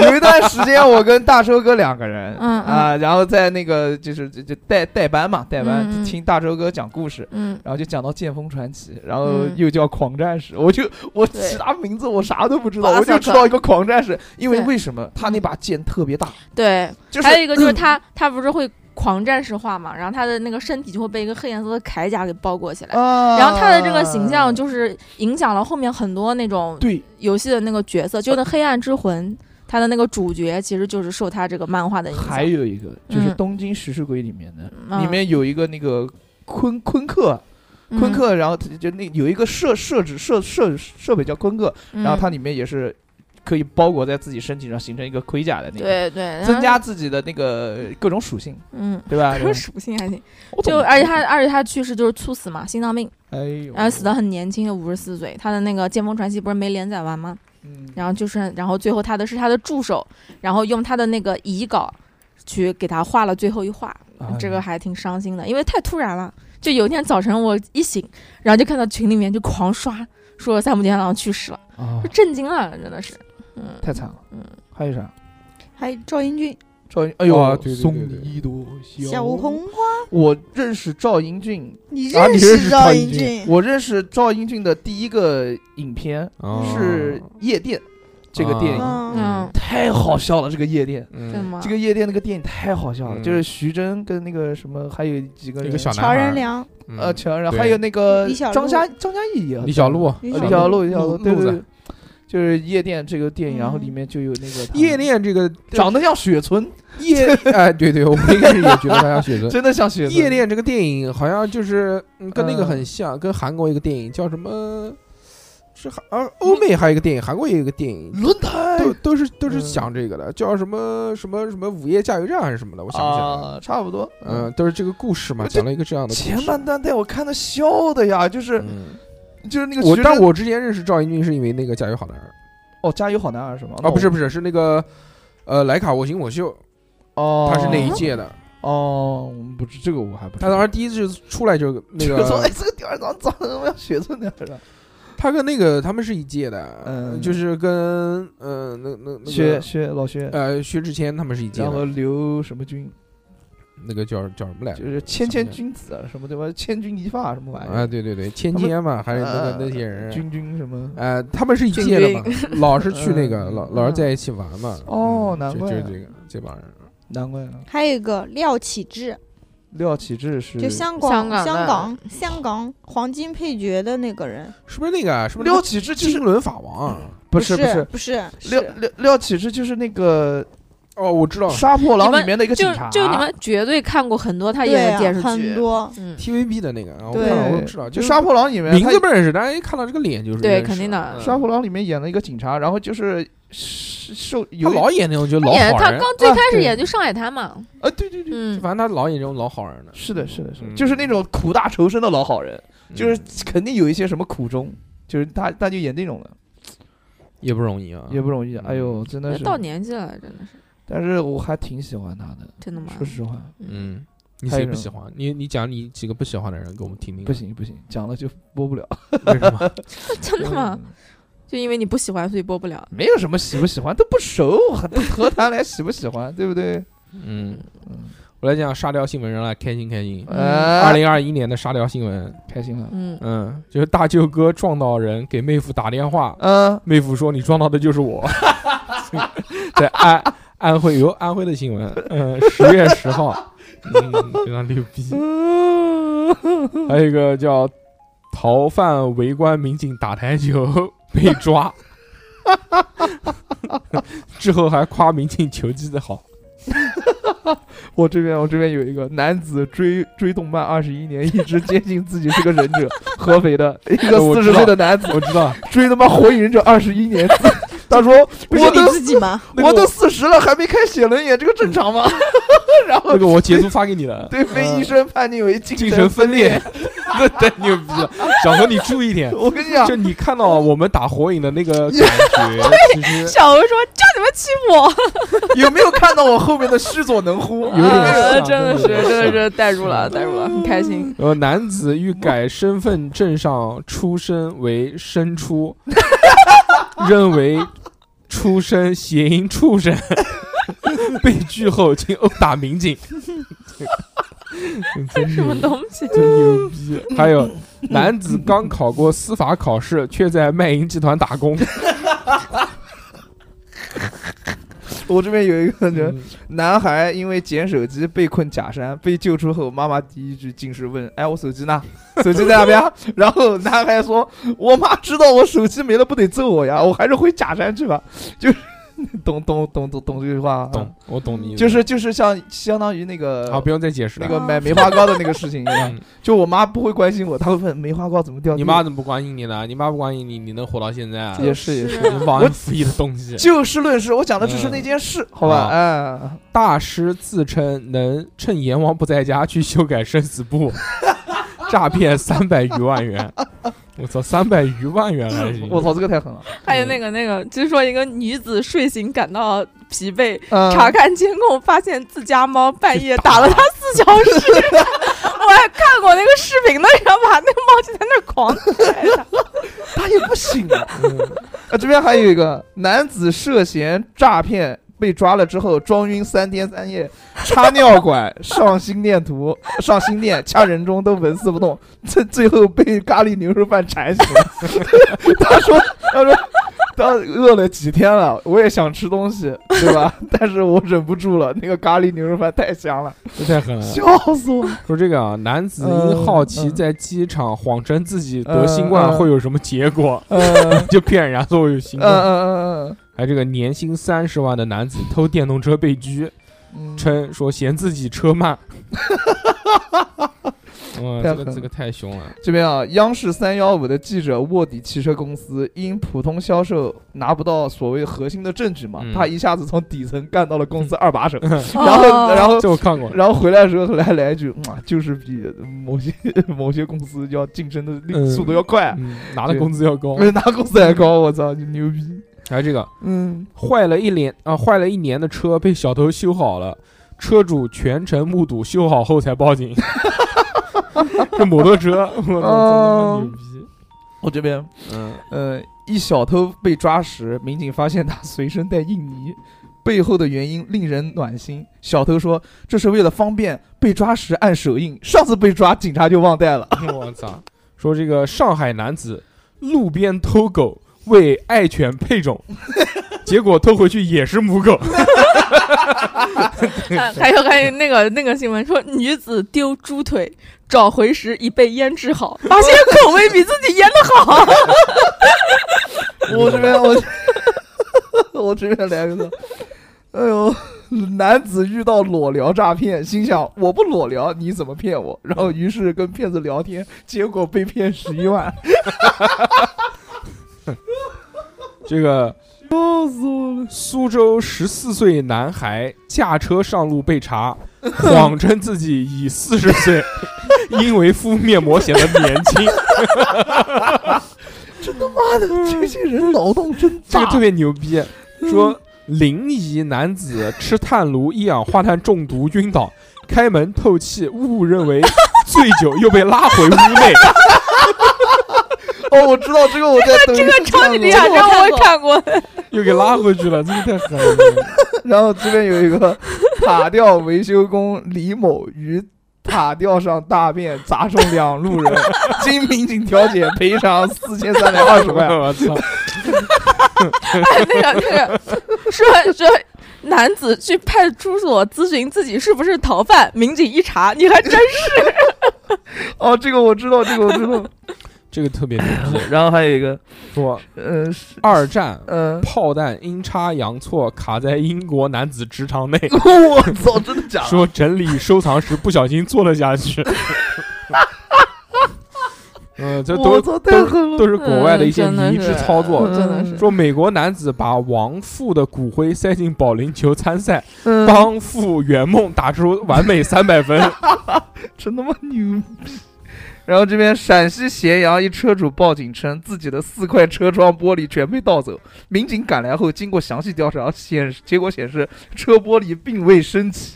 Speaker 4: 有一段时间，我跟大周哥两个人，
Speaker 5: 嗯嗯
Speaker 4: 啊，然后在那个就是就就代代班嘛，代班
Speaker 5: 嗯嗯
Speaker 4: 听大周哥讲故事。
Speaker 5: 嗯，
Speaker 4: 然后就讲到剑锋传奇，然后
Speaker 5: 嗯
Speaker 4: 又叫狂战士，我就我
Speaker 5: 对
Speaker 4: 其他名字我啥都不知道，
Speaker 5: 巴
Speaker 4: 我就
Speaker 5: 萨克
Speaker 4: 知道一个狂战士，因为
Speaker 5: 对
Speaker 4: 为什么他那把剑特别大，
Speaker 5: 对。
Speaker 4: 就是
Speaker 5: 还有一个就是他他不是会狂战士化嘛，然后他的那个身体就会被一个黑颜色的铠甲给包裹起来。
Speaker 4: 啊，
Speaker 5: 然后他的这个形象就是影响了后面很多那种
Speaker 4: 对
Speaker 5: 游戏的那个角色，就那《黑暗之魂》，他的那个主角其实就是受他这个漫画的影响。
Speaker 4: 还有一个就是
Speaker 5: 嗯
Speaker 4: 《东京食尸鬼》里面的，
Speaker 5: 嗯
Speaker 4: 里面有一个那个昆昆克，昆
Speaker 5: 嗯，
Speaker 4: 克，然后他就那有一个设设置设设设备叫昆克，
Speaker 5: 嗯
Speaker 4: 然后它里面也是可以包裹在自己身体上形成一个盔甲的那个，
Speaker 5: 对对
Speaker 4: 增加自己的那个各种属性，
Speaker 5: 嗯。
Speaker 4: 对 吧？
Speaker 5: 这属性还行，
Speaker 4: 我懂
Speaker 5: 就而且他而且他去世就是猝死嘛，心脏病，
Speaker 4: 哎呦，
Speaker 5: 然后死的很年轻，就五十四岁。他的那个《剑锋传奇》不是没连载完吗？
Speaker 4: 嗯，
Speaker 5: 然后就是，然后最后他的是他的助手，然后用他的那个遗稿去给他画了最后一画，
Speaker 3: 啊
Speaker 4: 哎
Speaker 5: 这个还挺伤心的，因为太突然了。就有一天早晨我一醒，然后就看到群里面就狂刷，说三浦健太郎去世了，
Speaker 4: 啊
Speaker 5: 就，震惊了，真的是，嗯，
Speaker 4: 太惨了。
Speaker 5: 嗯
Speaker 4: 还有啥？
Speaker 7: 还有赵英俊、
Speaker 4: 赵英，哎
Speaker 3: 啊
Speaker 4: 呦，
Speaker 3: 对对对
Speaker 4: 送
Speaker 3: 对对
Speaker 4: 你一朵
Speaker 7: 小红花，
Speaker 4: 我认识赵英俊，
Speaker 7: 你
Speaker 3: 啊你
Speaker 7: 认
Speaker 3: 认识
Speaker 7: 识
Speaker 3: 赵
Speaker 7: 赵
Speaker 3: 英
Speaker 7: 英
Speaker 3: 俊
Speaker 7: 俊？
Speaker 4: 我认识赵英俊的第一个影片
Speaker 3: 哦
Speaker 4: 是《夜店》这个电影，
Speaker 7: 嗯，
Speaker 5: 嗯，
Speaker 4: 太好笑了，这个《夜店》。
Speaker 5: 真的
Speaker 3: 嗯，
Speaker 7: 哦
Speaker 5: 吗？
Speaker 4: 这个夜店那个电影太好笑了，
Speaker 3: 嗯
Speaker 4: 就是徐峥跟那个什么，还有几个
Speaker 3: 一
Speaker 4: 人
Speaker 3: 个小男
Speaker 7: 乔
Speaker 3: 孩
Speaker 7: 任
Speaker 3: 儿，
Speaker 7: 梁，
Speaker 3: 嗯
Speaker 4: 呃，乔任，
Speaker 3: 对
Speaker 4: 还有那个
Speaker 7: 李小璐
Speaker 4: 张嘉张嘉译也
Speaker 3: 李小璐
Speaker 4: 呃
Speaker 7: 李
Speaker 4: 李
Speaker 7: 小
Speaker 4: 小
Speaker 7: 璐
Speaker 4: 璐，李小
Speaker 3: 鹿
Speaker 4: 璐，对
Speaker 3: 鹿
Speaker 4: 对
Speaker 3: 子
Speaker 4: 对，就是夜店这个电
Speaker 7: 嗯
Speaker 4: 影，然后里面就有那个他
Speaker 3: 夜恋这个
Speaker 4: 长得像雪村，
Speaker 3: 夜 哎，对对，我们一开始也觉得他像雪 村。
Speaker 4: 真的像雪村。
Speaker 3: 夜恋这个电影好像就是、嗯、跟那个
Speaker 4: 嗯
Speaker 3: 很像，跟韩国一个电影叫什么？是韩呃欧美还有一个电影，韩国也有一个电影，
Speaker 4: 轮胎
Speaker 3: 都都是都是
Speaker 4: 哎嗯
Speaker 3: 讲这个的，叫什么什么什么午夜加油站还是什么的，我想不起来了。
Speaker 4: 啊，差不多。
Speaker 3: 嗯，，都是这个故事嘛，
Speaker 4: 我这
Speaker 3: 讲了一个这样的故事
Speaker 4: 前半段带我看的笑的呀，就是
Speaker 3: 嗯，
Speaker 4: 就是那个
Speaker 3: 我
Speaker 4: 徐
Speaker 3: 但
Speaker 4: 峥
Speaker 3: 我之前认识赵英俊是因为那个《加油好男儿
Speaker 4: 哦，加油好男儿是吗？》
Speaker 3: 啊，不是不是是那个呃莱卡我行我秀，
Speaker 4: 哦，
Speaker 3: 他是那一届的，
Speaker 4: 哦，我们不知这个我还不知
Speaker 3: 他
Speaker 4: 道。
Speaker 3: 当时第一次出来 就那
Speaker 4: 就说哎，
Speaker 3: 个，
Speaker 4: 这个屌儿长长得像雪村那样 的，
Speaker 3: 他跟那个他们是一届的，
Speaker 4: 嗯
Speaker 3: 就是跟呃那那那
Speaker 4: 薛
Speaker 3: 个
Speaker 4: 薛老薛，
Speaker 3: 呃薛之谦他们是一届
Speaker 4: 然后
Speaker 3: 的，
Speaker 4: 刘什么军，
Speaker 3: 那个叫叫什么来
Speaker 4: 就
Speaker 3: 着？
Speaker 4: 是谦谦君子啊什么对吧？千钧一发什么玩意
Speaker 3: 啊，
Speaker 4: 儿？
Speaker 3: 对对对，千千嘛，还有那个
Speaker 4: 呃
Speaker 3: 那些人，啊
Speaker 4: 君君什么？
Speaker 3: 呃，他们是一届的嘛，老是去那个
Speaker 4: 嗯
Speaker 3: 老老是在一起玩嘛。
Speaker 4: 哦
Speaker 3: 嗯
Speaker 4: 难
Speaker 3: 就
Speaker 4: 怪
Speaker 3: 就
Speaker 4: 啊
Speaker 3: 这个这帮人。
Speaker 4: 难怪啊，
Speaker 7: 还有一个廖启智，
Speaker 4: 廖启智是
Speaker 7: 就香港、
Speaker 5: 香
Speaker 7: 香
Speaker 5: 港的
Speaker 7: 港、香港黄金配角的那个人，
Speaker 3: 是不是那个啊？是不是
Speaker 4: 廖启智就
Speaker 3: 金
Speaker 4: 是
Speaker 3: 轮法王？ 啊
Speaker 4: 不
Speaker 7: 是
Speaker 4: 是不是
Speaker 7: 不是
Speaker 4: 廖廖廖启智就是那个
Speaker 3: 哦，我知道了
Speaker 4: 杀破狼
Speaker 5: 你们
Speaker 4: 里面的一个警
Speaker 5: 就
Speaker 4: 察，
Speaker 5: 就你们绝对看过很多他
Speaker 7: 对
Speaker 5: 演的
Speaker 7: 啊
Speaker 5: 电视
Speaker 7: 很
Speaker 5: 剧，
Speaker 7: 多，
Speaker 5: 嗯，
Speaker 3: ，TVB 的那个啊，我
Speaker 7: 对
Speaker 3: 看了，我知道，
Speaker 4: 就是杀破狼里面
Speaker 3: 名
Speaker 4: 他
Speaker 3: 字不认识，但是一看到这个脸就是
Speaker 5: 对
Speaker 3: 认识
Speaker 5: 肯定的
Speaker 3: 嗯
Speaker 4: 杀破狼里面演了一个警察，然后就是是受
Speaker 3: 他
Speaker 4: 有
Speaker 3: 老演那种就老
Speaker 5: 演
Speaker 3: 好
Speaker 5: 他
Speaker 3: 人
Speaker 5: 刚，最
Speaker 4: 啊
Speaker 5: 开始
Speaker 4: 对
Speaker 5: 演就上海滩嘛，
Speaker 4: 啊对对对，
Speaker 5: 嗯，
Speaker 3: 反正他老演这种老好人的，
Speaker 4: 是的是的是的，
Speaker 3: 嗯
Speaker 4: 就是那种苦大仇深的老好人，就是
Speaker 3: 嗯
Speaker 4: 肯定有一些什么苦衷，就是他他就演这种的。
Speaker 3: 也不容易啊，
Speaker 4: 也不容易。哎呦，真的是，
Speaker 5: 嗯到年纪了，真的是，
Speaker 4: 但是我还挺喜欢他的，
Speaker 5: 真的吗？
Speaker 4: 说实话，
Speaker 3: 嗯，你
Speaker 4: 还
Speaker 3: 谁
Speaker 4: 有一
Speaker 3: 不
Speaker 4: 种
Speaker 3: 喜欢？你你讲你几个不喜欢的人给我们听啊听。
Speaker 4: 不，行不行，讲了就播不了。
Speaker 3: 为什么？
Speaker 5: 真的吗？
Speaker 3: 嗯
Speaker 5: 就因为你不喜欢，所以播不了。
Speaker 4: 没有什么喜不喜欢，都不熟，还何谈来喜不喜欢，对不对？
Speaker 3: 嗯，我来讲沙雕新闻，人来开心开心。
Speaker 4: 呃，
Speaker 3: 二零二一年的沙雕新闻，
Speaker 4: 开心了，
Speaker 5: 嗯，
Speaker 3: 嗯，就是大舅哥撞到人，给妹夫打电话，
Speaker 4: 嗯，
Speaker 3: 妹夫说你撞到的就是 我。在安安徽有安徽的新闻，嗯，十月十号， 嗯，非常牛逼。还有一个叫逃犯围观民警打台 球被抓，之后还夸民警球技的好。
Speaker 4: 我这边我这边有一个男子追追动漫二十一年，一直坚信自己是个忍者，合肥的一个
Speaker 3: 我
Speaker 4: 四
Speaker 3: 知
Speaker 4: 十
Speaker 3: 道
Speaker 4: 岁的男子
Speaker 3: 我知道，
Speaker 4: 追他妈火影忍者二十一年， 他说
Speaker 7: 不是
Speaker 4: 我
Speaker 7: 你
Speaker 4: 都
Speaker 7: 自己吗？
Speaker 3: 那个
Speaker 4: 我都四十了还没开写轮眼，这个正常吗？ 然后
Speaker 3: 那个我截图发给你了。
Speaker 4: 对被医生判定为精
Speaker 3: 精
Speaker 4: 神
Speaker 3: 神分裂， 那太牛逼了！小何，你注意点，
Speaker 4: 我跟你讲
Speaker 3: 就，你看到我们打火影的那 个感觉，其实
Speaker 5: 小欧说：“叫你们欺负我
Speaker 4: 有没有看到我后面的须佐能乎？
Speaker 3: 有！”点
Speaker 5: 呃
Speaker 3: 像，
Speaker 5: 真的是，
Speaker 3: 有
Speaker 5: 真的
Speaker 3: 点像。
Speaker 5: 是代入了，代入了，很开心。
Speaker 3: 呃，男子欲改身份证上出生为生出， 认为出生谐音畜生， 被拒后竟殴打民 警，
Speaker 4: 嗯
Speaker 5: 什么东 西？
Speaker 3: 真牛逼！还有男子刚考过司法考试，却在卖淫集团打工。
Speaker 4: 我这边有一个人，
Speaker 3: 嗯
Speaker 4: 男孩因为捡手机被困假山，被救出后，妈妈第一句竟是问：“哎，我手机呢？手机在哪边？”啊 然后男孩说：“我妈知道我手机没了，不得揍我呀！我还是回假山去吧。” 就是懂懂懂懂懂这句话啊，
Speaker 3: 懂，我懂你意思。
Speaker 4: 就是就是像相当于那个
Speaker 3: 好，不用再解释
Speaker 4: 那
Speaker 3: 了。
Speaker 4: 个买梅花糕的那个事情一 样
Speaker 3: 嗯，
Speaker 4: 就我妈不会关心我，她会问梅花糕怎么掉地。
Speaker 3: 你妈怎么不关心你呢？你妈不关心你，你能活到现在啊？
Speaker 4: 也是也
Speaker 5: 是
Speaker 4: 是，
Speaker 5: 啊
Speaker 3: 忘恩负义的东西。
Speaker 4: 就事论事，我讲的只是那
Speaker 3: 嗯啊
Speaker 4: 件事，好吧？
Speaker 3: 好
Speaker 4: 哎，
Speaker 3: 大师自称能趁阎王不在家去修改生死 簿，诈骗三百余万元。我操，三百余万元还行。
Speaker 4: 哎我操，这个太狠了！
Speaker 5: 还有那个那个，就是说一个女子睡醒感到疲惫，
Speaker 4: 嗯
Speaker 5: 查看监控发现自家猫半夜打了它四小时。 我还看过那个视频的，然后把那个猫就在那儿狂
Speaker 4: 他也不醒啊。
Speaker 3: 嗯
Speaker 4: 啊，这边还有一个男子涉嫌诈骗被抓了之后，装晕三天三夜，插尿管、上心电图、 上心电、掐人中都纹丝不动，最最后被咖喱牛肉饭馋醒了。 他说：“他说。”他饿了几天了，我也想吃东西，对吧？ 但是我忍不住了，那个咖喱牛肉饭太香了，
Speaker 3: 这太狠了。
Speaker 4: 笑死我！
Speaker 3: 说这个啊，男子因好奇在机场谎称自己得新
Speaker 4: 嗯
Speaker 3: 冠
Speaker 4: 嗯
Speaker 3: 会有什么结果，
Speaker 4: 嗯嗯
Speaker 3: 就骗人家说我有新
Speaker 4: 嗯
Speaker 3: 冠。
Speaker 4: 嗯
Speaker 3: 还有这个年薪三十万的男子偷电动车被拘，
Speaker 4: 嗯，
Speaker 3: 称说嫌自己车 慢。哇，
Speaker 4: 太
Speaker 3: 这个
Speaker 4: 狠
Speaker 3: 这个太凶了！
Speaker 4: 这边啊，央视三幺五的记者卧底汽车公司，因普通销售拿不到所谓核心的证据嘛，
Speaker 3: 嗯
Speaker 4: 他一下子从底层干到了 公司二把手，
Speaker 5: 哦
Speaker 4: 然后然后
Speaker 3: 这我看 过，
Speaker 4: 然后回来的时候来来一句，嗯啊就是比某些 某些公司要竞争的力
Speaker 3: 嗯
Speaker 4: 速度要快，
Speaker 3: 嗯，拿的工资要高。
Speaker 4: 没拿公司还高，我操，你牛逼！
Speaker 3: 还有这个
Speaker 4: 嗯，
Speaker 3: 坏了一年啊，坏了一年的车被小偷修好了，车主全程目睹修好后才报 警。这摩托车，我操，真他妈
Speaker 4: 哦
Speaker 3: 牛逼！
Speaker 4: 我这边
Speaker 3: 嗯，
Speaker 4: 呃，一小偷被抓时，民警发现他随身带印泥，背后的原因令人暖心。小偷说：“这是为了方便被抓时按手印，上次被抓警察就忘带了。
Speaker 3: 我操！说这个上海男子路边偷狗为爱犬配 种，结果偷回去也是母狗。
Speaker 5: 看。还有还有那个那个新闻说，女子丢猪腿，找回时已被腌制好，发现口味比自己腌的好。
Speaker 4: 我这边我我这 边来个，哎呦，男子遇到裸聊诈骗，心想我不裸聊你怎么骗我？然后于是跟骗子聊天，结果被骗十一万，
Speaker 3: 这个苏州十四岁男孩驾车上路被 查，谎称自己已四十岁， 因为敷面膜显得年轻。
Speaker 4: 真他妈妈的，这些人脑洞真
Speaker 3: 这个
Speaker 4: 大。
Speaker 3: 特别牛逼，说临沂男子吃炭炉一氧化碳中毒晕倒，开门透气，误认为醉酒又被拉回屋 内。
Speaker 4: 哦，我知 道这个，我在抖音上看过。
Speaker 5: 这个我看过，
Speaker 3: 又给拉回去了，这个太狠了！
Speaker 4: 然后这边有一个塔吊维修工李某于塔吊上大便砸中两路 人，经民警调解赔偿四千三百二十块。
Speaker 3: 我操！
Speaker 5: 哎那个那个说说。男子去派出所咨询自己是不是逃犯，民警一查，你还真是
Speaker 4: 哦，这个我知道，这个我知道。
Speaker 3: 这个特别牛逼，
Speaker 4: 然后还有一个，
Speaker 3: 说
Speaker 4: 呃，是
Speaker 3: 二战
Speaker 4: 呃，
Speaker 3: 炮弹阴差阳错卡在英国男子直肠内，
Speaker 4: 我操，真的假的？
Speaker 3: 说整理收藏时不小心坐了下去。 嗯，这
Speaker 4: 我
Speaker 3: 都
Speaker 4: 操，太狠了！
Speaker 3: 都是国外的一些迷之操作。
Speaker 4: 嗯
Speaker 5: 真的是
Speaker 3: 说美国男子把亡父的骨灰塞进保龄球参赛，
Speaker 4: 嗯
Speaker 3: 帮父圆梦打出完美三百分。哦
Speaker 4: 真他妈牛逼！然后这边陕西咸阳一车主报警称，自己的四块车窗玻璃全被盗走。民警赶来后，经过详细调查，显结果显示车玻璃并未升级。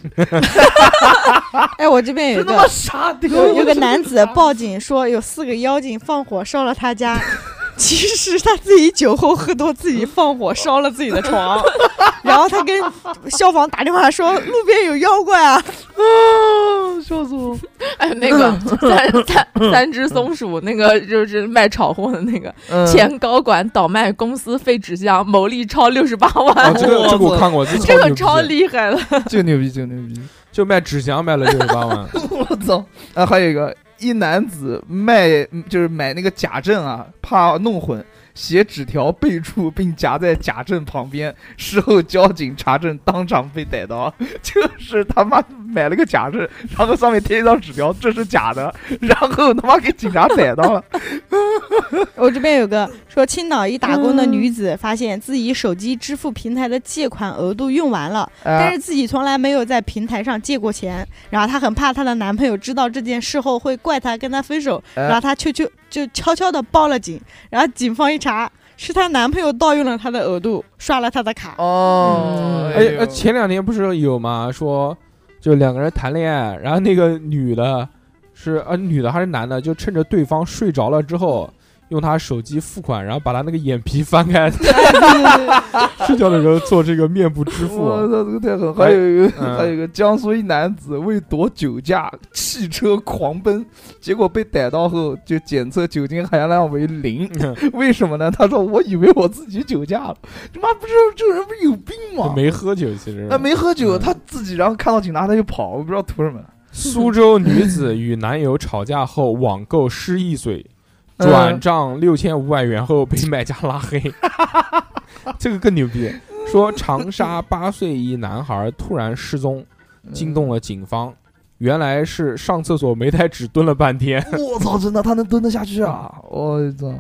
Speaker 7: 哎，我这边有一
Speaker 4: 真他
Speaker 7: 个
Speaker 4: 妈傻屌！
Speaker 7: 有有个男子报警说有四个妖精放火烧了他家， 其实他自己酒后喝多，自己放火烧了自己的 床，然后他跟消防打电话说路边有妖怪啊，
Speaker 4: 啊，笑死我！
Speaker 5: 哎 那个三三三只松鼠，那个就是卖炒货的那个，
Speaker 4: 嗯
Speaker 5: 前高管倒卖公司废纸箱，牟利超六十八
Speaker 3: 啊，
Speaker 5: 万，
Speaker 3: 这个这个我看过，这
Speaker 5: 这
Speaker 3: 个
Speaker 5: 个超厉害了。
Speaker 4: 这个牛逼，这个牛逼！
Speaker 3: 就卖纸箱卖了六十八万，
Speaker 4: 我操！啊，还有一个一男子卖嗯就是买那个假证啊，怕弄混，写纸条备注并夹在假证旁边，事后交警查证，当场被逮到。 就是他妈买了个假证，然后上面贴一张纸条，这是假的，然后他妈给警察逮 到了。
Speaker 7: 我这边有个说，青岛一打工的女子发现自己手机支付平台的借款额度用完了，但
Speaker 4: 哎
Speaker 7: 是自己从来没有在平台上借过钱，然后她很怕她的男朋友知道这件事后会怪她，跟她分手，然后
Speaker 4: 哎
Speaker 7: 她悄悄就悄悄的报了警，然后警方一查，是她男朋友盗用了她的额度，刷了她的 卡。嗯
Speaker 4: 哦，
Speaker 3: 哎
Speaker 4: 呦
Speaker 3: 呃，前两天不是有吗？说就两个人谈恋爱，然后那个女的是呃女的还是男的，就趁着对方睡着了之后。用他手机付款，然后把他那个眼皮翻开， 睡觉的时候做这个面部支付。
Speaker 4: 我操，这个太狠！还有一个，
Speaker 3: 啊嗯
Speaker 4: 还有一个江苏一男子为躲酒驾，汽车狂奔，结果被逮到后就检测酒精含量为零。为什么呢？他说：“我以为我自己酒驾了，他妈不是这人不是有病吗？
Speaker 3: 没喝酒，其实
Speaker 4: 他没喝酒，
Speaker 3: 嗯
Speaker 4: 他自己然后看到警察他就跑，我不知道图什么。
Speaker 3: 苏州女子与男友吵架后网购失忆罪，
Speaker 4: 嗯
Speaker 3: 转账六千五百元后被买家拉 黑，这个更牛逼。说长沙八岁一男孩突然失踪，
Speaker 4: 嗯
Speaker 3: 惊动了警方。原来是上厕所没带纸蹲了半天，
Speaker 4: 我操，真的他能蹲得下去啊！我操，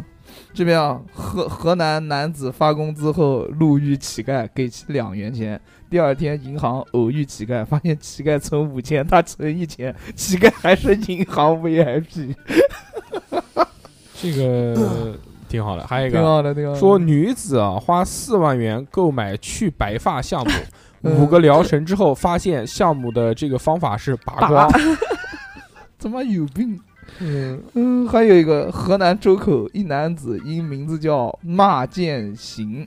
Speaker 4: 这边啊，河河南男子发工资后路遇乞丐，给其两元钱。第二天，银行偶遇乞丐，发现乞丐存五千，他存一千，乞丐还是银行 VIP，
Speaker 3: 这 个挺好的。还有一
Speaker 4: 挺
Speaker 3: 个
Speaker 4: 好的，挺好的。
Speaker 3: 说女子啊花四万元购买去白发项目，
Speaker 4: 嗯
Speaker 3: 五个疗程之后发现项目的这个方法是拔 光。
Speaker 4: 他妈有病。
Speaker 3: 嗯，
Speaker 4: 嗯，还有一个河南周口一男子，因名字叫骂剑行，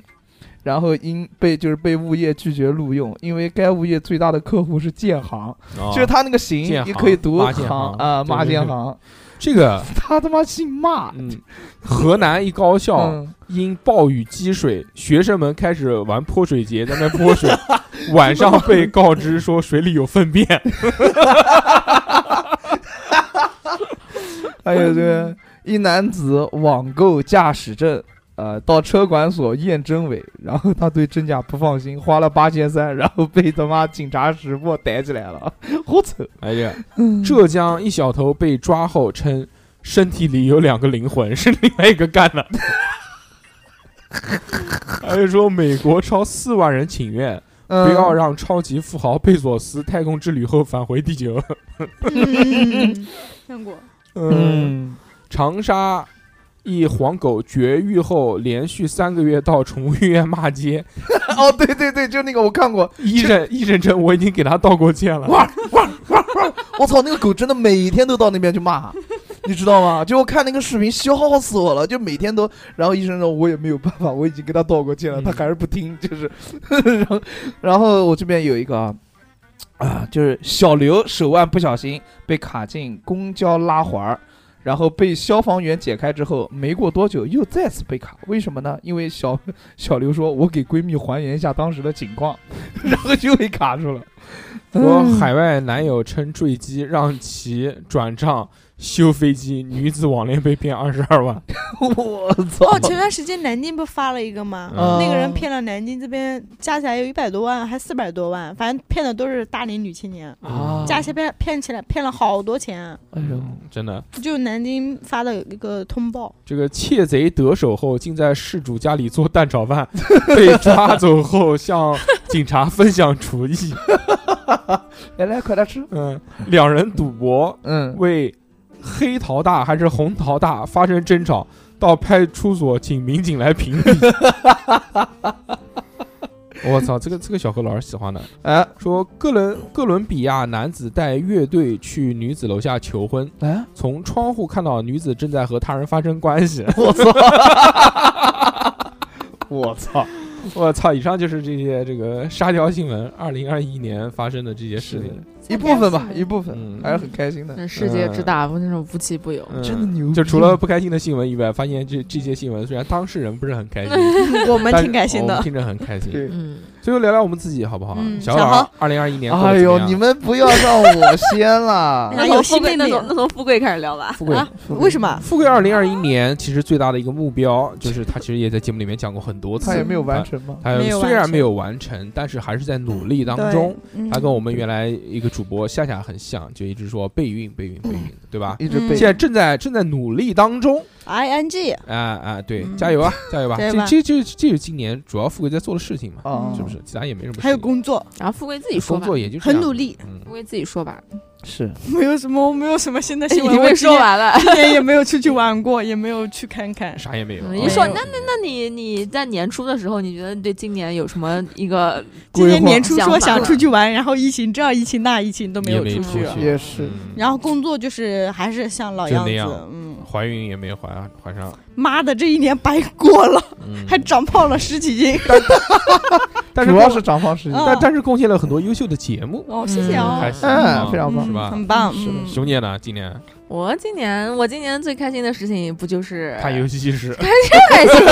Speaker 4: 然后因被就是被物业拒绝录用，因为该物业最大的客户是建行，
Speaker 3: 哦
Speaker 4: 就是他那个行
Speaker 3: 建
Speaker 4: 也
Speaker 3: 行
Speaker 4: 可以读
Speaker 3: 骂建行
Speaker 4: 啊，
Speaker 3: 对
Speaker 4: 骂
Speaker 3: 对
Speaker 4: 建
Speaker 3: 对
Speaker 4: 行，
Speaker 3: 这个，
Speaker 4: 他他妈姓骂，
Speaker 3: 嗯，河南一高校
Speaker 4: 嗯，
Speaker 3: 因暴雨积水，学生们开始玩泼水节，在那边泼 水，晚上被告知说水里有粪便，
Speaker 4: 还有这个哎一男子网购驾驶证。呃，到车管所验真伪，然后他对真假不放心，花了八千三，然后被他妈警察识破逮起来了，好丑！
Speaker 3: 哎 呀，
Speaker 4: 嗯
Speaker 3: 浙江一小偷被抓后称身体里有两个灵魂，是另外一个干的。 还有说美国超四万人请愿，不
Speaker 4: 嗯
Speaker 3: 要让超级富豪贝佐斯太空之旅后返回地球。
Speaker 7: 嗯，看过。
Speaker 3: 嗯，长沙一黄狗绝育后连续三个月到宠物医院骂街，
Speaker 4: 哦，对对对，就那个我看过，
Speaker 3: 医认医认证我已经给他道过歉了。
Speaker 4: 哇哇哇哇！ 我操，那个狗真的每天都到那边去骂，啊你知道吗？就我看那个视频，笑死我了，就每天都。然后医生说，我也没有办法，我已经跟他道过歉了，
Speaker 3: 嗯
Speaker 4: 他还是不听，就是。 然后，然后我这边有一个啊。啊，就是小刘手腕不小心被卡进公交拉环儿，然后被消防员解开之后，没过多久又再次被卡，为什么呢？因为小 小刘说：“我给闺蜜还原一下当时的情况， 然后就被卡住 了。”
Speaker 3: 说海外男友称坠机让其转账修飞机，女子网恋被骗二十二万。
Speaker 4: 我操！
Speaker 6: 哦，前段时间南京不发了一个吗？
Speaker 3: 嗯
Speaker 4: 哦
Speaker 6: 那个人骗了南京这边加起来有一百多万，还四百多万，反正骗的都是大龄女青年，
Speaker 3: 嗯
Speaker 4: 啊
Speaker 6: 加起来骗骗起来骗了好多钱。啊
Speaker 4: 哎呦，
Speaker 3: 真的，
Speaker 6: 就南京发的一个通报，
Speaker 3: 这个窃贼得手后，竟在事主家里做蛋炒 饭，被抓走后向警察分享厨艺。
Speaker 4: 来来，快来吃。
Speaker 3: 嗯，两人赌博
Speaker 4: 嗯，
Speaker 3: 为黑桃大还是红桃大发生争吵，到派出所请民警来评理。 我操，这个这个小何老师喜欢的。
Speaker 4: 哎
Speaker 3: 说哥伦哥伦比亚男子带乐队去女子楼下求婚，
Speaker 4: 哎，
Speaker 3: 从窗户看到女子正在和他人发生关 系。
Speaker 4: 我操！我操！
Speaker 3: 我操！以上就是这些这个沙雕新闻，二零二一年发生的这些事情。
Speaker 4: 一部分吧，一部分
Speaker 3: 嗯
Speaker 4: 还是很开心的。
Speaker 5: 那世界之大，那种无奇不有。
Speaker 3: 嗯
Speaker 4: 哎真的牛逼
Speaker 3: 就除了不开心的新闻以外，发现这这些新闻虽然当事人不是很 开心，
Speaker 6: 我们
Speaker 3: 但是
Speaker 6: 挺开心
Speaker 3: 我们
Speaker 6: 的。
Speaker 3: 听着很开心。
Speaker 4: 对，
Speaker 5: 嗯，
Speaker 3: 最后聊聊我们自己好不好？
Speaker 6: 嗯
Speaker 3: 小
Speaker 6: 小
Speaker 3: 老
Speaker 6: 何，
Speaker 3: 二零二一年过得
Speaker 4: 哎
Speaker 3: 怎么
Speaker 4: 呦，
Speaker 3: 样，
Speaker 4: 你们不要让我先 啦！
Speaker 6: 那有
Speaker 5: 从
Speaker 6: 新
Speaker 5: 啊富贵，
Speaker 6: 妹
Speaker 5: 那
Speaker 6: 妹
Speaker 5: 从那从富贵开始聊吧。
Speaker 3: 富贵
Speaker 6: 啊 为什么？
Speaker 3: 富贵二零二一年其实最大的一个目标，就是他其实也在节目里面讲过很多次，
Speaker 4: 他也没有完成嘛。
Speaker 3: 他
Speaker 6: 没有完
Speaker 3: 虽然
Speaker 6: 成
Speaker 3: 没有完成，但是还是在努力当中。
Speaker 6: 嗯
Speaker 3: 他跟我们原来一个主播夏夏很像，就一直说备孕、备孕、备孕，对吧？
Speaker 4: 一直
Speaker 6: 嗯
Speaker 4: 被
Speaker 3: 现在正在正在努力当中，
Speaker 6: ing
Speaker 3: 啊啊，对，
Speaker 6: 嗯
Speaker 3: 加油啊，加油吧！
Speaker 6: 加油
Speaker 3: 这
Speaker 6: 吧
Speaker 3: 这这这是今年主要富贵在做的事情嘛，
Speaker 4: 啊，
Speaker 3: 是不是？其他也没什么事情。
Speaker 6: 还有工作，
Speaker 5: 然后富贵自己说
Speaker 3: 工
Speaker 5: 吧，
Speaker 3: 作也就这
Speaker 6: 很
Speaker 3: 样
Speaker 6: 努，力，
Speaker 3: 嗯
Speaker 5: 富贵自己说 吧。
Speaker 4: 是
Speaker 6: 没有什么没有什么新的
Speaker 5: 已
Speaker 6: 新闻。
Speaker 5: 经
Speaker 6: 我
Speaker 5: 被
Speaker 6: 今
Speaker 5: 说
Speaker 6: 年
Speaker 5: 完了。
Speaker 6: 今年也没有出去玩过，也没有去看看。
Speaker 3: 啥也没有。
Speaker 5: 嗯
Speaker 3: 啊
Speaker 5: 一说
Speaker 3: 没有
Speaker 5: 那那你你在年初的时候，你觉得你对今年有什么一 个
Speaker 6: 今
Speaker 4: 规
Speaker 6: 年
Speaker 4: 划
Speaker 6: 年初说
Speaker 5: 想
Speaker 6: 想
Speaker 5: 法
Speaker 6: 出去玩，然后疫情这疫情那疫情都没有
Speaker 3: 也没
Speaker 6: 出去
Speaker 3: 出去
Speaker 4: 也是
Speaker 3: 嗯
Speaker 6: 然后工作就是还是像老
Speaker 3: 就
Speaker 6: 样
Speaker 3: 那
Speaker 6: 子，
Speaker 3: 样
Speaker 6: 嗯，
Speaker 3: 怀孕也没怀怀上，
Speaker 6: 妈的，这一年白过了，
Speaker 3: 嗯
Speaker 6: 还长胖了十几斤。
Speaker 3: 但是
Speaker 4: 主要
Speaker 3: 贡
Speaker 4: 是长胖时间
Speaker 6: 嗯，
Speaker 3: 但但是贡献了很多优秀的节目，
Speaker 6: 哦，
Speaker 5: 谢
Speaker 6: 谢
Speaker 5: 谢
Speaker 6: 谢
Speaker 5: 哦
Speaker 6: 哦，
Speaker 3: 还行
Speaker 4: 嗯
Speaker 3: 啊
Speaker 4: 非常棒
Speaker 3: 是吧？
Speaker 6: 很棒，
Speaker 4: 是的
Speaker 6: 嗯
Speaker 4: 是
Speaker 3: 熊姐呢？今年
Speaker 5: 我今年我今年最开心的事情不 就是
Speaker 3: 看游戏是
Speaker 5: 开心？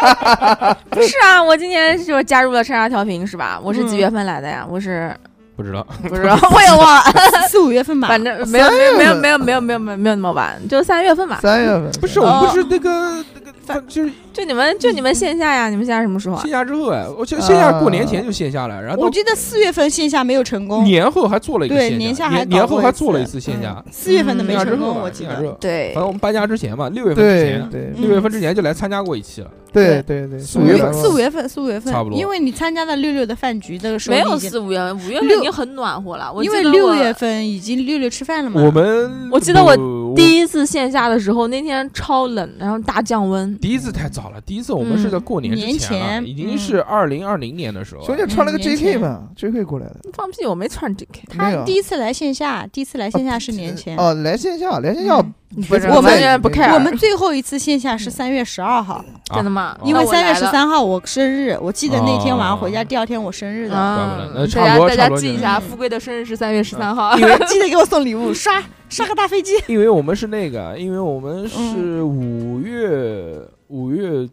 Speaker 5: 不是啊，我今年就加入了莎莎调频是吧？我是几
Speaker 6: 嗯
Speaker 5: 月份来的呀？我是
Speaker 3: 不知道，
Speaker 5: 不知道，我也忘了，
Speaker 6: 四五月份吧，
Speaker 5: 反正没有没有没有没有没有没有没有那么晚，就三月份吧。
Speaker 4: 三月份
Speaker 3: 不是我们不是那个那个，反就是
Speaker 5: 就你们就你们线下呀，你们线下什么时候啊？
Speaker 3: 线下之后哎，我记得线下过年前就线下了，然后
Speaker 6: 我记得四月份线下没有成
Speaker 3: 到
Speaker 6: 功，
Speaker 3: 年后还做了一个
Speaker 6: 对，
Speaker 3: 线
Speaker 6: 年
Speaker 3: 下，
Speaker 6: 下
Speaker 3: 年
Speaker 6: 还
Speaker 3: 年
Speaker 6: 搞
Speaker 3: 后
Speaker 6: 过
Speaker 3: 还做了一次线下
Speaker 6: 嗯，四月份的
Speaker 5: 嗯
Speaker 6: 没
Speaker 3: 线下之
Speaker 6: 成功，
Speaker 3: 后吧
Speaker 6: 我记
Speaker 3: 线下
Speaker 6: 得
Speaker 3: 之。后，
Speaker 5: 对
Speaker 3: 反，正我啊们搬家之前嘛，六月份之
Speaker 4: 对
Speaker 3: 前，
Speaker 4: 对
Speaker 3: 六月份之前就来参加过一期了，
Speaker 4: 对对对，
Speaker 3: 四五月份
Speaker 6: 嗯四五月份，四五月份
Speaker 3: 差不多
Speaker 6: 因为你参加了六六的饭局的时候，
Speaker 5: 没有
Speaker 6: 已经
Speaker 5: 四五月份，五月份
Speaker 6: 六
Speaker 5: 已经很暖和了。我
Speaker 6: 因
Speaker 5: 记
Speaker 6: 为
Speaker 5: 得
Speaker 6: 六
Speaker 5: 我
Speaker 6: 月份已经六六吃饭了嘛。
Speaker 3: 我们
Speaker 5: 我记得我
Speaker 3: 不
Speaker 5: 第一次线下的时候，那天超冷，然后大降温。
Speaker 3: 第一次太早了，第一次我们
Speaker 5: 嗯
Speaker 3: 是在过年之
Speaker 6: 年
Speaker 3: 前了，
Speaker 6: 前
Speaker 3: 已经是二零二零年的时候了。
Speaker 4: 熊姐穿了个
Speaker 6: 嗯年
Speaker 4: JK
Speaker 6: 前
Speaker 4: 嘛，JK 过来的，
Speaker 5: 放屁，我没穿 JK。
Speaker 4: 没有
Speaker 6: 他第一次来线下，第一次来线下是年前。
Speaker 4: 哦，来线下，来线下
Speaker 6: 嗯
Speaker 5: 不
Speaker 4: 不
Speaker 5: 是
Speaker 4: 是
Speaker 5: 我
Speaker 6: 我
Speaker 5: 完
Speaker 6: 们
Speaker 5: 全不 care。
Speaker 6: 我们最后一次线下是三月十二号，
Speaker 3: 啊
Speaker 5: 真的吗？
Speaker 3: 哦
Speaker 6: 因为
Speaker 5: 那我
Speaker 6: 三月
Speaker 5: 来
Speaker 6: 十
Speaker 5: 了。
Speaker 6: 三号我生日，我记得那天晚上回家，
Speaker 3: 哦
Speaker 6: 第二天我生日的，
Speaker 5: 啊
Speaker 3: 怪不得那，差
Speaker 5: 大
Speaker 3: 不多
Speaker 5: 家大
Speaker 3: 差
Speaker 5: 家
Speaker 3: 不多
Speaker 5: 记一
Speaker 3: 就嗯
Speaker 5: 下，
Speaker 6: 是
Speaker 5: 富贵的生日是三月十三号。
Speaker 6: 因为记得给我送礼物，刷刷个大飞机。
Speaker 3: 因为我们是那个，因为我们是五月五月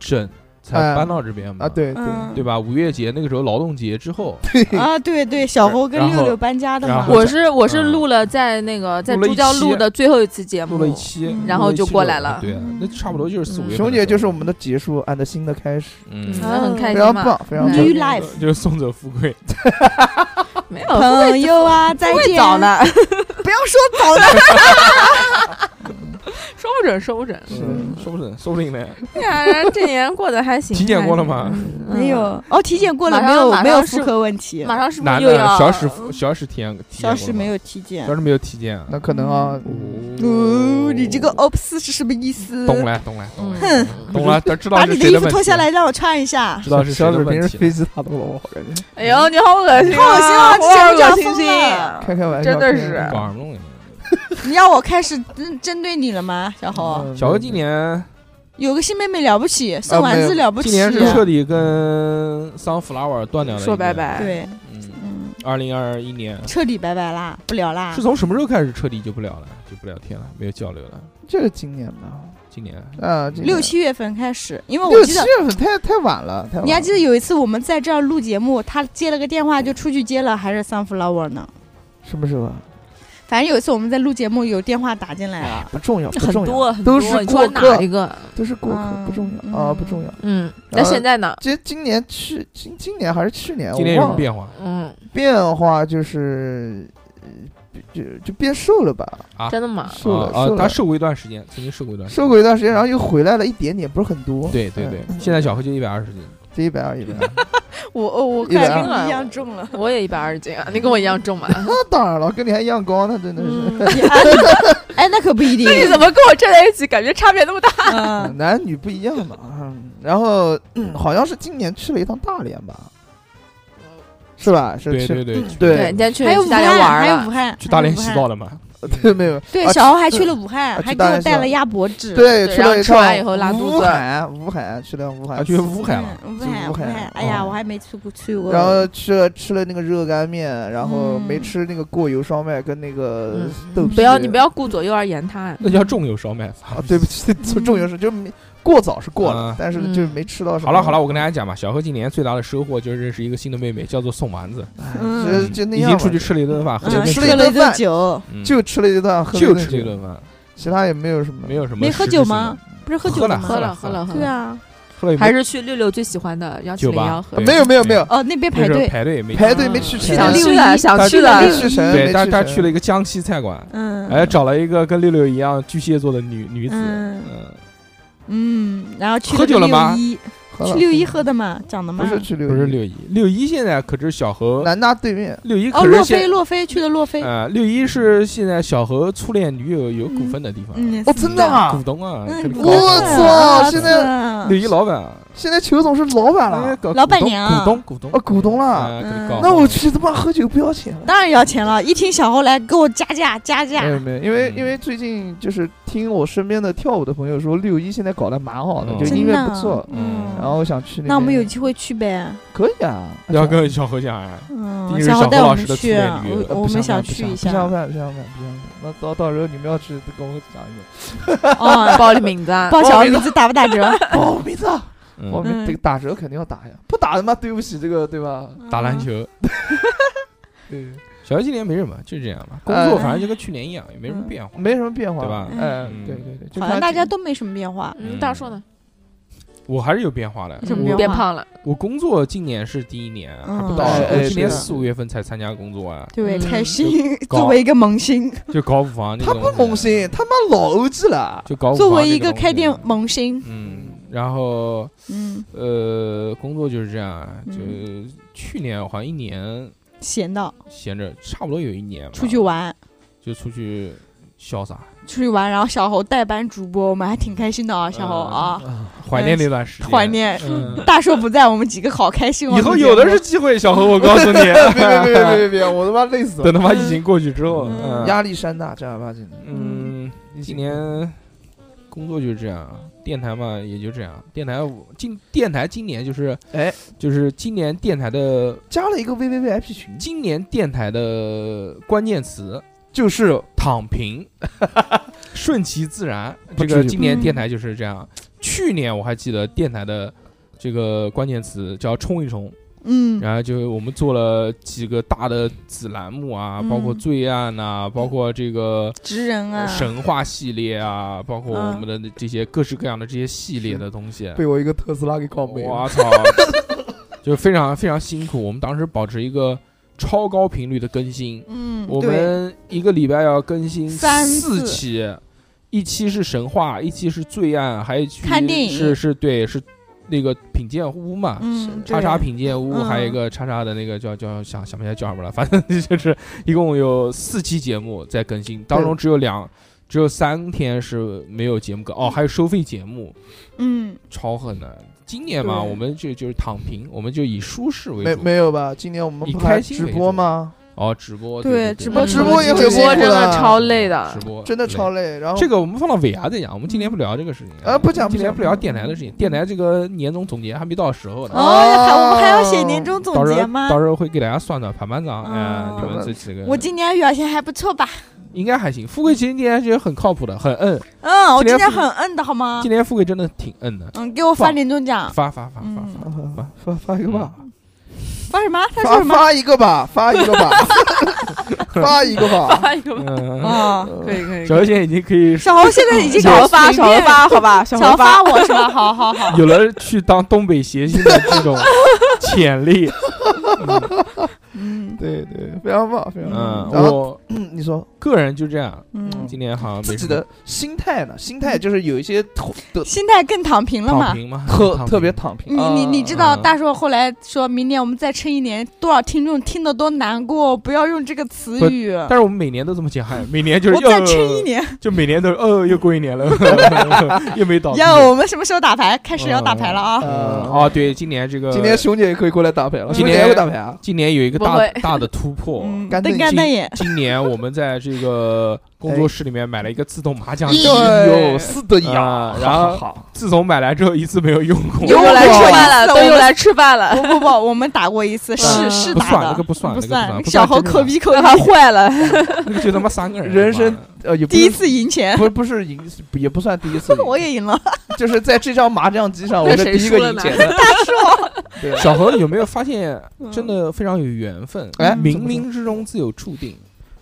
Speaker 3: 整才
Speaker 4: 哎
Speaker 3: 搬到这边嘛，
Speaker 4: 啊，对对
Speaker 6: 嗯
Speaker 3: 对吧？五月节那个时候劳动节之后，
Speaker 6: 啊，对对，小猴跟
Speaker 3: 然后
Speaker 6: 六六搬家的
Speaker 3: 然
Speaker 6: 嘛
Speaker 3: 后。
Speaker 5: 我是我是
Speaker 3: 嗯
Speaker 5: 录了在那个在
Speaker 3: 录了一
Speaker 5: 珠江
Speaker 3: 期
Speaker 5: 录的最后一期节目，
Speaker 3: 录了一期，
Speaker 6: 嗯
Speaker 5: 然后就过来了
Speaker 3: 对啊，那差不多就是四五月份
Speaker 5: 嗯
Speaker 3: 的时候。
Speaker 4: 熊姐就是我们的结束，and 新的开始，
Speaker 5: 嗯，
Speaker 3: 嗯，
Speaker 5: 那很
Speaker 4: 非
Speaker 5: 开心
Speaker 4: 常
Speaker 5: 嘛
Speaker 4: 棒，。非常
Speaker 5: 嗯
Speaker 4: 棒
Speaker 6: New。life，
Speaker 3: 就是送走富贵，
Speaker 5: 没 有，
Speaker 6: 朋友啊，再
Speaker 5: 富贵
Speaker 6: 见！
Speaker 5: 早呢，
Speaker 6: 不要说早 了，
Speaker 5: 说不准，说不准。
Speaker 4: 是
Speaker 3: 嗯说不准，说不定呢。
Speaker 5: 对呀，这年过得还行。
Speaker 3: 体检
Speaker 5: 还
Speaker 3: 过了
Speaker 5: 行
Speaker 3: 吗？
Speaker 5: 嗯
Speaker 6: 没有哦，体检过了
Speaker 5: 马
Speaker 6: 没
Speaker 5: 上
Speaker 6: 有
Speaker 5: 马？
Speaker 6: 没有
Speaker 5: 上是
Speaker 6: 妇科问题，
Speaker 5: 马上是不是
Speaker 3: 男
Speaker 5: 又
Speaker 3: 的
Speaker 5: 要
Speaker 3: 小史小史体验，体验
Speaker 6: 小
Speaker 3: 过
Speaker 6: 史
Speaker 3: 了吗
Speaker 6: 没有体检
Speaker 3: 小史没有体检啊，
Speaker 4: 那可能啊，
Speaker 3: 我
Speaker 7: 哦，你这个 ops 是什么意
Speaker 6: 嗯
Speaker 7: 思？
Speaker 3: 懂了，懂了，
Speaker 5: 嗯
Speaker 3: 懂了，
Speaker 7: 哼，
Speaker 3: 懂了，都知道
Speaker 7: 把
Speaker 3: 是
Speaker 7: 你
Speaker 3: 谁
Speaker 7: 衣
Speaker 3: 的
Speaker 7: 服
Speaker 3: 问题啊
Speaker 7: 脱下
Speaker 3: 了
Speaker 7: 来，让我穿一下。
Speaker 3: 知道是谁
Speaker 4: 小
Speaker 3: 的
Speaker 4: 纸
Speaker 3: 问题
Speaker 4: 瓶是
Speaker 3: 了。
Speaker 4: 飞机打到了，我感觉
Speaker 8: 哎呦，你好恶心、啊，
Speaker 7: 好恶心啊这
Speaker 8: 我
Speaker 7: 节目
Speaker 8: 恶
Speaker 7: 讲
Speaker 8: 心
Speaker 7: 疯
Speaker 8: 心，
Speaker 7: 了
Speaker 4: 开开玩笑，
Speaker 8: 真的
Speaker 4: 开开
Speaker 8: 是
Speaker 4: 玩笑
Speaker 3: 搞什么东西？
Speaker 6: 你让我开始针针对你了吗，小侯？
Speaker 4: 嗯
Speaker 3: 小何今年
Speaker 6: 有个新妹妹了不起，送丸子了不起。
Speaker 3: 呃
Speaker 6: 啊
Speaker 3: 今年是彻底跟桑弗拉瓦断掉了，
Speaker 8: 说拜。拜。
Speaker 6: 对，
Speaker 3: 嗯，
Speaker 6: 嗯，
Speaker 3: 二零二一年
Speaker 6: 彻底拜拜啦，不聊啦
Speaker 3: 是。从什么时候开始彻底就不聊了，就不聊天了，没有交流了？
Speaker 4: 这个今年吧，
Speaker 3: 今年
Speaker 4: 啊，这个
Speaker 6: 六七月份开始，因为我
Speaker 4: 六
Speaker 6: 记
Speaker 4: 七
Speaker 6: 得
Speaker 4: 月份太太晚了，太晚了
Speaker 6: 你还记得有一次我们在这儿录节目，他接了个电话就出去接了，还是 sunflower 呢？
Speaker 4: 什么时候啊？
Speaker 6: 反正有一次我们在录节目，有电话打进来了。
Speaker 4: 不重要，不
Speaker 5: 很
Speaker 4: 重要，
Speaker 5: 多很
Speaker 4: 都
Speaker 5: 多，
Speaker 4: 是
Speaker 5: 你
Speaker 4: 过
Speaker 5: 说
Speaker 4: 客
Speaker 5: 哪一个？
Speaker 4: 都是过客，
Speaker 6: 嗯
Speaker 4: 不重要啊，
Speaker 6: 嗯
Speaker 4: 不重要。
Speaker 5: 嗯，那现在呢？
Speaker 4: 今今年去今今年还是去年，
Speaker 3: 今年有什
Speaker 4: 我忘
Speaker 3: 么
Speaker 4: 了
Speaker 3: 变化
Speaker 5: 嗯，
Speaker 4: 变化就是，呃就就变瘦了吧，
Speaker 5: 真的吗？
Speaker 4: 瘦了
Speaker 3: 啊
Speaker 4: 瘦
Speaker 3: 啊？
Speaker 4: 了
Speaker 3: 他，瘦过一段时间，曾经瘦过一段时间。
Speaker 4: 瘦过一段时间，然后又回来了一点点，不是很多。
Speaker 3: 对对对，
Speaker 4: 嗯
Speaker 3: 现在小何就一百二十斤，
Speaker 4: 这一百二一 百二，
Speaker 6: 我我我
Speaker 4: 快跟
Speaker 5: 你一样
Speaker 6: 重了。
Speaker 5: 我也一百二十斤啊，你跟我一样 重嘛？
Speaker 4: 那当然了，跟你还一样高，那真的是。
Speaker 6: 嗯哎，那可不 一定
Speaker 8: 那。你怎么跟我站在一起？感觉差别那么大。
Speaker 6: 嗯，
Speaker 4: 男女不一样嘛。嗯然后、嗯好像是今年去了一趟大连吧，是吧？是
Speaker 3: 对
Speaker 4: 去
Speaker 3: 对对，
Speaker 4: 对
Speaker 5: 对，你今天去
Speaker 6: 还有
Speaker 5: 去
Speaker 6: 武
Speaker 5: 大
Speaker 6: 汉，
Speaker 5: 连玩
Speaker 6: 还有武
Speaker 5: 了，
Speaker 6: 汉，
Speaker 3: 去大连
Speaker 6: 还有武
Speaker 3: 洗
Speaker 6: 汉
Speaker 3: 澡。了 吗？
Speaker 4: 对没有
Speaker 6: 对，
Speaker 4: 啊
Speaker 6: 小豪还去了武
Speaker 4: 啊
Speaker 6: 汉，
Speaker 4: 去
Speaker 6: 还给
Speaker 4: 大连
Speaker 6: 我
Speaker 4: 洗
Speaker 6: 带
Speaker 4: 澡
Speaker 6: 了鸭脖子。
Speaker 4: 对
Speaker 5: 对
Speaker 4: 去
Speaker 5: 然
Speaker 4: 了
Speaker 5: 后
Speaker 4: 一
Speaker 5: 吃
Speaker 4: 趟
Speaker 5: 完以后拉肚
Speaker 4: 武
Speaker 5: 子
Speaker 4: 汉，武汉去了趟武汉
Speaker 3: 啊，，去乌
Speaker 6: 嗯，
Speaker 3: 海了。
Speaker 6: 武
Speaker 4: 去
Speaker 6: 汉，
Speaker 4: 武
Speaker 6: 武
Speaker 4: 汉
Speaker 6: 汉。哎呀，
Speaker 4: 哦
Speaker 6: 我还没去过去过。
Speaker 4: 然后去了吃了那个热干面，然后没
Speaker 6: 嗯
Speaker 4: 吃那个过油烧麦跟那个
Speaker 5: 嗯
Speaker 4: 豆皮。
Speaker 5: 不要你不要顾左右而言他，
Speaker 3: 那叫重油烧麦。
Speaker 4: 啊！对不起， 重油是就是没过早是过了
Speaker 3: 嗯，
Speaker 4: 但是就是没吃到什么。
Speaker 3: 好了好了，我跟大家讲吧，小何今年最大的收获就是认识一个新的妹妹，叫做宋丸子，
Speaker 4: 哎就呃就那
Speaker 3: 已
Speaker 4: 样
Speaker 3: 经
Speaker 4: 吧。
Speaker 3: 出去吃了一顿饭，喝了
Speaker 6: 嗯，
Speaker 3: 一
Speaker 4: 吃
Speaker 3: 顿
Speaker 4: 了
Speaker 6: 了
Speaker 3: 酒
Speaker 4: 一
Speaker 6: 一
Speaker 4: 顿
Speaker 6: 顿
Speaker 4: 饭
Speaker 6: 酒，
Speaker 3: 嗯
Speaker 4: 就吃了一顿，喝了
Speaker 3: 就
Speaker 4: 顿
Speaker 3: 吃这
Speaker 4: 酒
Speaker 3: 顿饭，
Speaker 4: 其他也没有什么。
Speaker 3: 没有什么
Speaker 6: 嗯没
Speaker 3: 实
Speaker 6: 喝
Speaker 3: 质
Speaker 6: 酒
Speaker 3: 性
Speaker 6: 吗
Speaker 3: 的？？
Speaker 6: 不是喝酒
Speaker 3: 喝了
Speaker 6: 吗？
Speaker 5: 喝
Speaker 3: 了
Speaker 5: 了喝了喝
Speaker 6: 对
Speaker 5: 了，
Speaker 6: 啊，
Speaker 3: 后来也没
Speaker 5: 还是去六六最喜欢的幺七
Speaker 3: 酒
Speaker 5: 零幺
Speaker 3: 吧
Speaker 5: 喝
Speaker 3: 对。
Speaker 4: 没有没有没有，
Speaker 6: 哦，那边
Speaker 3: 那
Speaker 6: 排
Speaker 3: 时候
Speaker 6: 队。
Speaker 3: 排队也没
Speaker 4: 排队没去成，
Speaker 6: 想
Speaker 5: 想
Speaker 6: 六
Speaker 5: 去
Speaker 6: 一
Speaker 5: 的想
Speaker 3: 但
Speaker 5: 去
Speaker 4: 没
Speaker 5: 的，
Speaker 4: 哎去啊成，
Speaker 3: 对，
Speaker 4: 没
Speaker 3: 但是他去了
Speaker 4: 成
Speaker 3: 一个江西菜馆，
Speaker 6: 嗯，
Speaker 3: 哎，找了一个跟六六一样巨蟹座的女女子，
Speaker 6: 嗯
Speaker 3: 嗯，
Speaker 6: 嗯，然后去
Speaker 3: 喝酒了吗
Speaker 6: 六一
Speaker 4: 喝
Speaker 6: 去
Speaker 4: 了
Speaker 6: 六一喝的嘛，讲的嘛
Speaker 4: 不。是去六一，
Speaker 3: 不是六一，六一现在可是小何，
Speaker 4: 南大对面，
Speaker 3: 六一
Speaker 6: 哦，
Speaker 3: 可是
Speaker 6: 洛菲，
Speaker 3: 现
Speaker 6: 洛菲去的洛菲。
Speaker 3: 呃，六一是现在小何初恋女友有股份的地方，
Speaker 6: 嗯，
Speaker 4: 哦，
Speaker 6: 是
Speaker 4: 真的啊
Speaker 3: 股！东啊，
Speaker 6: 嗯啊
Speaker 3: 可是
Speaker 6: 不
Speaker 3: 高
Speaker 4: 我
Speaker 3: 管
Speaker 4: 操
Speaker 6: 是
Speaker 4: 现在
Speaker 3: 六一老板啊，
Speaker 4: 现在裘总是老板
Speaker 3: 哎
Speaker 4: 了，
Speaker 3: 搞
Speaker 6: 老
Speaker 3: 股
Speaker 6: 板
Speaker 3: 东
Speaker 6: 娘
Speaker 3: 股东股东
Speaker 4: 哦，股东了，
Speaker 3: 啊，可
Speaker 6: 嗯
Speaker 3: 是高
Speaker 4: 那我
Speaker 3: 管
Speaker 4: 去他妈喝酒不要钱了。
Speaker 6: 当然要钱了，一听小侯来给我加价加价
Speaker 4: 没。有没有，因为
Speaker 3: 嗯
Speaker 4: 因为最近就是听我身边的跳舞的朋友说，六一现在搞得蛮好的，
Speaker 3: 嗯
Speaker 4: 就
Speaker 6: 真
Speaker 4: 音乐
Speaker 6: 的啊
Speaker 4: 不错。
Speaker 3: 嗯
Speaker 4: 然后我想去那边，
Speaker 6: 那我们有机会去呗。
Speaker 4: 可以啊，
Speaker 3: 要跟小何讲啊，第一
Speaker 6: 嗯，
Speaker 3: 是
Speaker 6: 小
Speaker 3: 小
Speaker 6: 侯
Speaker 3: 何
Speaker 6: 带我
Speaker 3: 老师
Speaker 6: 们
Speaker 3: 的
Speaker 6: 去，
Speaker 3: 初恋女友
Speaker 6: 我
Speaker 4: 呃
Speaker 6: 我
Speaker 4: 不
Speaker 6: 们
Speaker 4: 想
Speaker 6: 想
Speaker 4: 不
Speaker 6: 去一
Speaker 4: 不
Speaker 6: 下。
Speaker 4: 想办，不想办，不想办。那到到时候你们要去跟我讲一 下。
Speaker 6: 哦，
Speaker 5: 报了名字啊，
Speaker 6: 报小侯名字打不打折？
Speaker 4: 报名字啊，报
Speaker 3: 嗯，
Speaker 4: 名这个打折肯定要打呀，不打他妈对不起这个对吧？
Speaker 3: 打篮
Speaker 6: 嗯
Speaker 4: 嗯
Speaker 3: 球。
Speaker 4: 对，
Speaker 3: 小何今年没什么，就这样吧。工
Speaker 4: 呃
Speaker 3: 作反正就跟去年一样，也没什么变化。
Speaker 4: 没什么变化，
Speaker 3: 对吧
Speaker 4: 哎，
Speaker 3: 嗯
Speaker 4: 对对对，就
Speaker 6: 好像
Speaker 4: 看
Speaker 6: 大家
Speaker 4: 今
Speaker 6: 都没什么变化。
Speaker 5: 嗯，大硕呢？
Speaker 3: 我还是有变化的。
Speaker 6: 什么变
Speaker 3: 我
Speaker 5: 嗯变
Speaker 6: 化
Speaker 5: 胖了，
Speaker 3: 我工作今年是第一年，
Speaker 6: 嗯
Speaker 3: 还不到。
Speaker 4: 哎哎
Speaker 3: 我今年
Speaker 4: 是的
Speaker 3: 四五月份才参加工作啊，
Speaker 6: 对，
Speaker 5: 嗯
Speaker 6: 才新
Speaker 3: 搞
Speaker 6: 作为一个萌新，
Speaker 3: 就搞五房那个
Speaker 4: 他
Speaker 3: 东西。
Speaker 4: 不萌新，他妈老欧记了。
Speaker 3: 就搞五房
Speaker 6: 作为
Speaker 3: 这
Speaker 6: 一个
Speaker 3: 东西
Speaker 6: 开店。萌新，
Speaker 3: 嗯，然后
Speaker 6: 嗯，
Speaker 3: 呃，工作就是这样啊，就
Speaker 6: 嗯
Speaker 3: 去年我好像一年
Speaker 6: 闲的
Speaker 3: 闲着，差不多有一年吧
Speaker 6: 出去玩，
Speaker 3: 就出去潇洒，
Speaker 6: 出去玩，然后小侯代班主播，我们还挺开心的啊，小侯
Speaker 3: 嗯
Speaker 6: 啊，
Speaker 3: 怀念那段时间，
Speaker 6: 怀。念。
Speaker 3: 嗯，
Speaker 6: 大硕不在，我们几个好开心哦。
Speaker 3: 以后有的是机会，小何，我告诉你，
Speaker 4: 别别别别别 别，我他妈累 死
Speaker 3: 等
Speaker 4: 了。
Speaker 3: 他妈疫情过去之后，
Speaker 6: 嗯
Speaker 3: 嗯
Speaker 4: 压力山大，正儿八经的。
Speaker 3: 嗯，今年工作就是这样，啊电台嘛也就这样。电台我今电台今年就是
Speaker 4: 哎，
Speaker 3: 就是今年电台的
Speaker 4: 加了一个 VVVIP 群，
Speaker 3: 今年电台的关键词
Speaker 4: 就是
Speaker 3: 躺平， 顺其自然。
Speaker 4: 不
Speaker 3: 这
Speaker 4: 至
Speaker 3: 个
Speaker 4: 于
Speaker 3: 今年
Speaker 6: 吧
Speaker 3: 电台就是这样。去年我还记得电台的这个关键词叫“冲一冲”，
Speaker 6: 嗯，
Speaker 3: 然后就我们做了几个大的子栏目啊，
Speaker 6: 嗯
Speaker 3: 包括罪案呐、包括这个
Speaker 6: 直人啊，
Speaker 3: 神话系列
Speaker 6: 嗯
Speaker 3: 啊，包括我们的这些各式各样的这些系列的东西。
Speaker 4: 被我一个特斯拉给搞没了。
Speaker 3: 我操， 就非常非常辛苦。我们当时保持一个超高频率的更新，
Speaker 6: 嗯，
Speaker 3: 我
Speaker 6: 对
Speaker 3: 们一个礼拜要更新
Speaker 6: 三
Speaker 3: 四
Speaker 6: 次
Speaker 3: 期，一期是神话，一期是罪案，还有一期
Speaker 6: 看电影
Speaker 3: 是是对是那个品鉴屋嘛。
Speaker 4: 啊
Speaker 6: 嗯，
Speaker 3: 啊叉
Speaker 6: 对
Speaker 3: 叉品鉴屋，
Speaker 6: 嗯
Speaker 3: 还有一个叉叉的那个叫叫想 想不起来叫什么了，反正就是一共有四期节目在更新，当中只有两只有三天是没有节目更哦，
Speaker 4: 嗯
Speaker 3: 还有收费节目，
Speaker 7: 嗯，
Speaker 3: 超狠的。今年嘛，
Speaker 4: 对
Speaker 3: 我们就就是躺平，我们就以舒适为
Speaker 4: 没
Speaker 3: 主。
Speaker 4: 没有吧？今年我们
Speaker 3: 以
Speaker 4: 不
Speaker 3: 开
Speaker 4: 还
Speaker 3: 心
Speaker 4: 直
Speaker 3: 为
Speaker 4: 播
Speaker 3: 主
Speaker 4: 吗？
Speaker 3: 哦，直播
Speaker 7: 对
Speaker 3: 对，
Speaker 7: 直
Speaker 3: 对
Speaker 7: 播
Speaker 3: 对
Speaker 4: 哦直播也很
Speaker 8: 直
Speaker 4: 辛
Speaker 8: 播
Speaker 4: 苦
Speaker 8: 真的
Speaker 4: 了
Speaker 8: 超累的
Speaker 3: 直，播
Speaker 4: 真的超
Speaker 3: 累。
Speaker 4: 累。然后
Speaker 3: 这个我们放到尾牙再讲，我们今天不聊这个事情
Speaker 4: 啊不讲不
Speaker 3: 今天
Speaker 4: 讲
Speaker 3: 不聊电台的事情，电台这个年终总结还没到时候呢。
Speaker 7: 哦，还我们还要写年终
Speaker 3: 到
Speaker 7: 总
Speaker 3: 时
Speaker 7: 结
Speaker 3: 候
Speaker 7: 吗
Speaker 3: 到？时候会给大家算算盘盘账，哎
Speaker 7: 哦，
Speaker 3: 你们这几个
Speaker 7: 我今年表现还不错吧？
Speaker 3: 应该还行。富贵其实今天就很靠谱的，很摁。
Speaker 7: 嗯，我
Speaker 3: 今
Speaker 7: 今
Speaker 3: 年
Speaker 7: 年
Speaker 3: 复
Speaker 7: 很摁的好吗
Speaker 6: 啊
Speaker 3: 今？天富贵真的挺摁的，
Speaker 6: 嗯，给我发年终奖，
Speaker 3: 发发发发
Speaker 7: 嗯
Speaker 3: 发，
Speaker 4: 啊 发发一个吧，
Speaker 7: 发什么？他说
Speaker 4: 发
Speaker 7: 什么？
Speaker 4: 发一个 吧，发一个吧，发一个吧。
Speaker 8: 哎 呦，
Speaker 6: 哦
Speaker 3: 嗯，
Speaker 7: 啊，
Speaker 8: 可以可以，
Speaker 3: 小优现在已经可以
Speaker 7: 小红现在已经搞
Speaker 8: 少
Speaker 7: 得
Speaker 8: 发
Speaker 7: 随
Speaker 8: 少
Speaker 7: 便，
Speaker 8: 发，好吧，少
Speaker 7: 少
Speaker 8: 发
Speaker 7: 发，我是吧？好好 好，
Speaker 3: 有了去当东北谐星的这种潜力。
Speaker 7: 嗯
Speaker 4: 对对，非常棒，非常
Speaker 3: 嗯，
Speaker 4: 棒。然后
Speaker 3: 我
Speaker 4: 嗯你说
Speaker 3: 个人就这样，
Speaker 7: 嗯，
Speaker 3: 今年好像
Speaker 4: 自
Speaker 3: 没
Speaker 4: 己
Speaker 3: 什
Speaker 4: 的
Speaker 3: 么
Speaker 4: 心态呢？心态就是有一些特特
Speaker 6: 心态更躺平了嘛
Speaker 3: 躺。平嘛，
Speaker 4: 特
Speaker 3: 躺
Speaker 4: 特别
Speaker 3: 平
Speaker 4: 躺平。
Speaker 6: 你你你知
Speaker 3: 嗯
Speaker 6: 道
Speaker 3: 嗯
Speaker 6: 大硕后来说明年我们再撑一年，多少听众听得多难过，不要用这个词
Speaker 3: 不
Speaker 6: 语。
Speaker 3: 但是我们每年都这么讲，哎每年就是
Speaker 7: 我再
Speaker 3: 哟
Speaker 7: 撑一年，
Speaker 3: 就每年都是哦，又过一年了，又没倒闭。
Speaker 6: 要我们什么时候打牌？开始要打牌了啊！
Speaker 3: 嗯哦，对，今年这个
Speaker 4: 今天熊姐也可以过来打牌了，
Speaker 3: 今
Speaker 4: 熊姐
Speaker 3: 天
Speaker 4: 也会打牌啊？
Speaker 3: 今年有一个
Speaker 8: 不
Speaker 3: 大
Speaker 8: 会
Speaker 3: 大的突破。
Speaker 7: 嗯，
Speaker 4: 干
Speaker 6: 瞪
Speaker 4: 瞪
Speaker 6: 干
Speaker 4: 眼
Speaker 6: 瞪眼，
Speaker 3: 今年我们在这个工作室里面买了一个自动麻将机，
Speaker 4: 对，是的呀
Speaker 3: 啊。然后
Speaker 4: 好，
Speaker 3: 自从买来之后一次没有用过，
Speaker 8: 又来吃饭了，都又来吃饭了，
Speaker 6: 不不不，我们打过一次，是
Speaker 3: 嗯
Speaker 6: 是
Speaker 3: 不
Speaker 6: 打
Speaker 3: 算
Speaker 6: 的，
Speaker 3: 那个不算那个不算不
Speaker 6: 小
Speaker 3: 算
Speaker 6: 猴
Speaker 3: 真的
Speaker 6: 抠逼抠
Speaker 8: 那怕
Speaker 6: 逼，
Speaker 8: 坏了，
Speaker 3: 那个就他妈三个人，
Speaker 4: 人生
Speaker 3: 妈的
Speaker 4: 呃，也不
Speaker 6: 第一
Speaker 4: 是
Speaker 6: 次赢 钱，
Speaker 4: 不不是赢，也不算第一 次赢，
Speaker 6: 我也赢了。
Speaker 4: 就是在这张麻将机上，我
Speaker 8: 那
Speaker 4: 是
Speaker 8: 谁
Speaker 4: 第一个
Speaker 8: 输了
Speaker 4: 赢
Speaker 8: 呢
Speaker 4: 钱的。对
Speaker 3: 小何有没有发现， 真的非常有缘分？
Speaker 4: 哎
Speaker 3: 冥
Speaker 4: 怎么说
Speaker 3: 冥之中自有注定。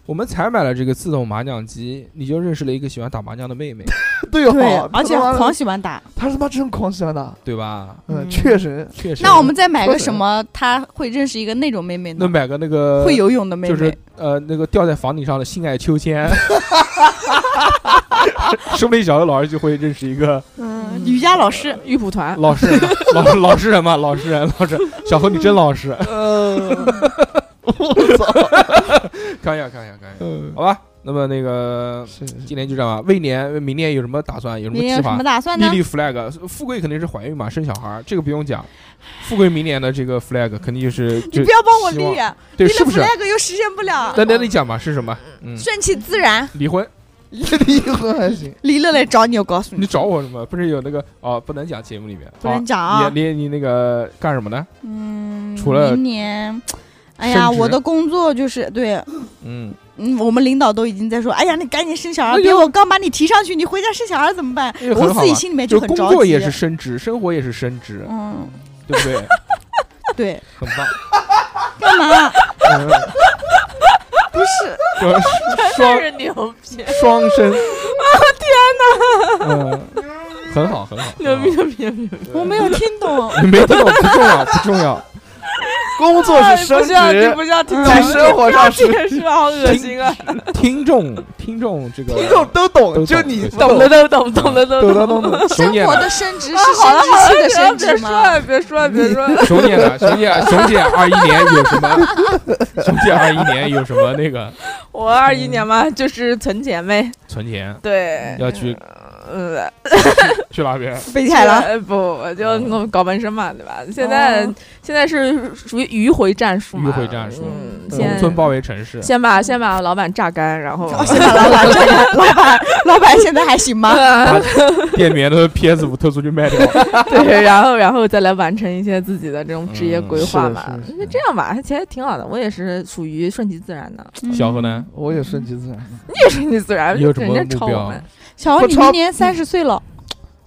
Speaker 3: 我们才买了这个自动麻将机，你就认识了一个喜欢打麻将的妹妹，
Speaker 4: 对
Speaker 6: 对
Speaker 4: 哦，，
Speaker 6: 而且
Speaker 4: 他妈
Speaker 6: 狂喜欢打。
Speaker 4: 他他妈真狂喜欢打，
Speaker 3: 对吧？
Speaker 4: 嗯，
Speaker 6: 嗯
Speaker 4: 确实，
Speaker 3: 确实。
Speaker 6: 那我们再买个什么？他会认识一个那种妹妹
Speaker 3: 那
Speaker 6: 呢？
Speaker 3: 买个那个
Speaker 6: 会游泳的妹妹，
Speaker 3: 就是呃那个吊在房顶上的性爱秋 千，说不定小何老师就会认识一个
Speaker 7: 嗯，
Speaker 6: 嗯
Speaker 7: 瑜伽老师，
Speaker 8: 玉蒲团，
Speaker 3: 老实人，老老实人嘛，老实人，老实。小何你真老实，嗯
Speaker 4: 呃，
Speaker 3: 开玩笑，开玩笑，开玩笑。
Speaker 4: 嗯
Speaker 3: 好吧，那么那个
Speaker 4: 是是
Speaker 3: 今年就这样吧，未年明年有什么打算？有什么
Speaker 6: 明
Speaker 3: 计
Speaker 6: 年有什
Speaker 3: 划
Speaker 6: 么？打算
Speaker 3: 立
Speaker 6: 呢？
Speaker 3: 立 flag，富贵肯定是怀孕嘛，生小孩儿，这个不用讲。富贵明年的这个 flag 肯定就是
Speaker 6: 你
Speaker 3: 就
Speaker 6: 不要帮我
Speaker 3: 希望
Speaker 6: 立啊，
Speaker 3: 对，
Speaker 6: 立
Speaker 3: 是
Speaker 6: 了
Speaker 3: 不是？
Speaker 6: flag 又实现不了，
Speaker 3: 等等，你讲吧，是什么？嗯，
Speaker 6: 顺其自然，
Speaker 3: 离婚？
Speaker 4: 离婚还行，
Speaker 6: 离了来找你，我告诉
Speaker 3: 你
Speaker 6: 你，
Speaker 3: 找我什么？不是有那个哦，不能讲节目里面，
Speaker 6: 不能讲
Speaker 3: 啊。
Speaker 6: 啊。
Speaker 3: 你你你那个干什么呢？
Speaker 6: 嗯，
Speaker 3: 除了
Speaker 6: 明年，哎呀，
Speaker 3: 升职
Speaker 6: 我的工作就是对，
Speaker 3: 嗯，
Speaker 6: 嗯，我们领导都已经在说，哎呀，你赶紧生小孩，
Speaker 3: 那就
Speaker 6: 别我刚把你提上去，你回家生小孩怎么办
Speaker 3: 那就？很
Speaker 6: 我
Speaker 3: 好
Speaker 6: 自己
Speaker 3: 啊
Speaker 6: 心里面
Speaker 3: 就
Speaker 6: 哎很
Speaker 3: 工
Speaker 6: 着急。啊
Speaker 3: 作也是升职，生活也是 升职，
Speaker 6: 嗯，
Speaker 3: 对不对？
Speaker 6: 对，
Speaker 3: 很棒。
Speaker 6: 干嘛？啊
Speaker 3: 嗯、 不嗯是，双
Speaker 8: 是牛逼，
Speaker 3: 双生。啊！天哪！嗯、很好，很好，
Speaker 8: 牛逼
Speaker 3: 很好
Speaker 8: 牛逼牛逼，
Speaker 6: 我没有听懂。
Speaker 3: 你没听懂不重要，不重要。
Speaker 4: 工作哎是啊升
Speaker 8: 不需要你
Speaker 4: 职，
Speaker 8: 不需要听，
Speaker 4: 在生活上是。
Speaker 8: 解释，好恶心啊！
Speaker 3: 听众，听众，这个
Speaker 4: 听众 都
Speaker 3: 都
Speaker 4: 懂，就你
Speaker 3: 懂
Speaker 8: 懂了都懂，懂了都
Speaker 3: 懂懂懂懂。熊
Speaker 6: 生
Speaker 3: 姐
Speaker 6: 活
Speaker 3: 呢，
Speaker 6: 的升职是
Speaker 8: 啊好了好了，
Speaker 6: 升职期
Speaker 8: 别
Speaker 6: 的升职
Speaker 8: 说
Speaker 6: 吗？
Speaker 8: 了，别说了，别说了，
Speaker 3: 熊姐呢，熊姐，熊姐二一年有什么？熊姐二一年有什么那个
Speaker 8: 我二一年嘛，就是存钱呗，
Speaker 3: 存钱？
Speaker 8: 对，
Speaker 3: 要去
Speaker 8: 呃，
Speaker 3: 去哪边？
Speaker 6: 备胎了，
Speaker 8: 呃不，我就我搞纹身嘛，对吧？现在现在是属于迂回战术嘛，
Speaker 3: 迂回战术
Speaker 8: 嗯，
Speaker 3: 农
Speaker 8: 先
Speaker 3: 村包围城市。
Speaker 8: 先把先把老板榨干，然后
Speaker 6: 哦，现在老板，老板，老板现在还行吗？
Speaker 3: 把店里面的 PS 五偷出去卖掉，
Speaker 8: 对，然后然后再来完成一些自己的这种职业规划嘛
Speaker 4: 嗯是的是的是。的
Speaker 8: 那这样吧，其实挺好的，我也是属于顺其自然的，
Speaker 3: 小何呢？
Speaker 4: 我也顺其自然。
Speaker 8: 你也顺其自然，
Speaker 3: 你有什么
Speaker 8: 人家超
Speaker 3: 目标
Speaker 8: 我们，
Speaker 6: 小欧，
Speaker 4: 我
Speaker 6: 你
Speaker 4: 操
Speaker 6: 明年三十岁了，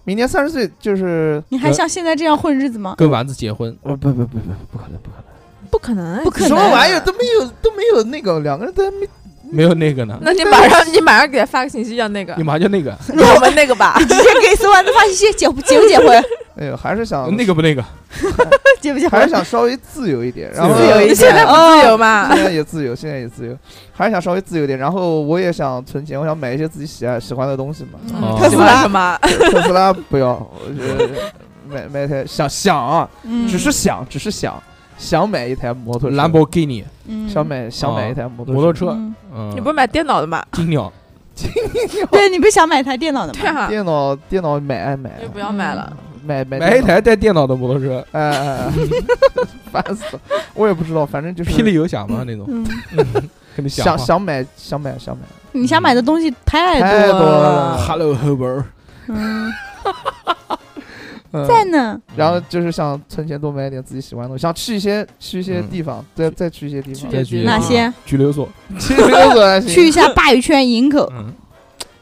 Speaker 4: 明年三十岁就是
Speaker 6: 你还像现在这样混日子吗？
Speaker 3: 跟丸子结婚，
Speaker 4: 呃不不不不不可能不可
Speaker 8: 不可能，啊
Speaker 6: 不可能
Speaker 4: 能，啊什么玩意儿都没有都没有那个两个人都没
Speaker 3: 没有那个呢？
Speaker 8: 那你马上你马上给他发个信息要那个
Speaker 3: 你，马上就那个，
Speaker 8: 要我们那个吧，
Speaker 6: 直接给死丸子发信息，结不结不结 婚？
Speaker 4: 哎呦还是想
Speaker 3: 那个不那个，
Speaker 6: 结不结
Speaker 4: 还
Speaker 6: 婚
Speaker 4: 是？ 想稍微自由一点，然后
Speaker 3: 自由一点啊
Speaker 8: 你现在不自由嘛？
Speaker 4: 现在也自由，现在也自由，还是想稍微自由点。然后我也想存钱，我想买一些自己喜爱喜欢的东西
Speaker 8: 嗯
Speaker 6: 嗯
Speaker 4: 嘛。
Speaker 3: 哦
Speaker 8: 喜欢什么？
Speaker 4: 特斯拉不要，我觉得买买台想想啊，
Speaker 7: 嗯，
Speaker 4: 只是想，只是想想买一台摩托车，
Speaker 3: 兰博基尼
Speaker 7: 嗯
Speaker 4: 想买想买一台摩
Speaker 3: 摩托
Speaker 4: 托车，
Speaker 3: 车，
Speaker 6: 嗯
Speaker 3: 嗯
Speaker 8: 你不是买电脑的吗？
Speaker 3: 金鸟，
Speaker 6: 对，你不是想买台电脑的
Speaker 8: 对
Speaker 6: 吗？
Speaker 8: 啊，
Speaker 4: 电脑电脑买爱买啊
Speaker 8: 就不要买了。
Speaker 4: 买买
Speaker 3: 买一
Speaker 4: 电脑，
Speaker 3: 台带电脑的摩托车，
Speaker 4: 哎哎， 哎烦死了！我也不知道，反正就是
Speaker 3: 霹雳游侠嘛那种，
Speaker 6: 嗯，
Speaker 3: 跟你
Speaker 4: 想
Speaker 3: 想啊
Speaker 4: 想买想买想买，
Speaker 6: 你想买的东西太
Speaker 4: 太多
Speaker 6: 多
Speaker 4: 了哈
Speaker 3: Hello Hober，
Speaker 6: 嗯，
Speaker 4: 嗯
Speaker 6: 在呢，
Speaker 4: 然后就是想存钱多买点自己喜欢的东西，想去一些去一些
Speaker 3: 嗯
Speaker 4: 地方，再再去一些地 方，
Speaker 3: 再去
Speaker 6: 哪些？
Speaker 3: 拘留所，
Speaker 4: 去旅游所还行
Speaker 6: 去一下鲅鱼圈营
Speaker 4: 呃
Speaker 6: 口。
Speaker 3: 嗯，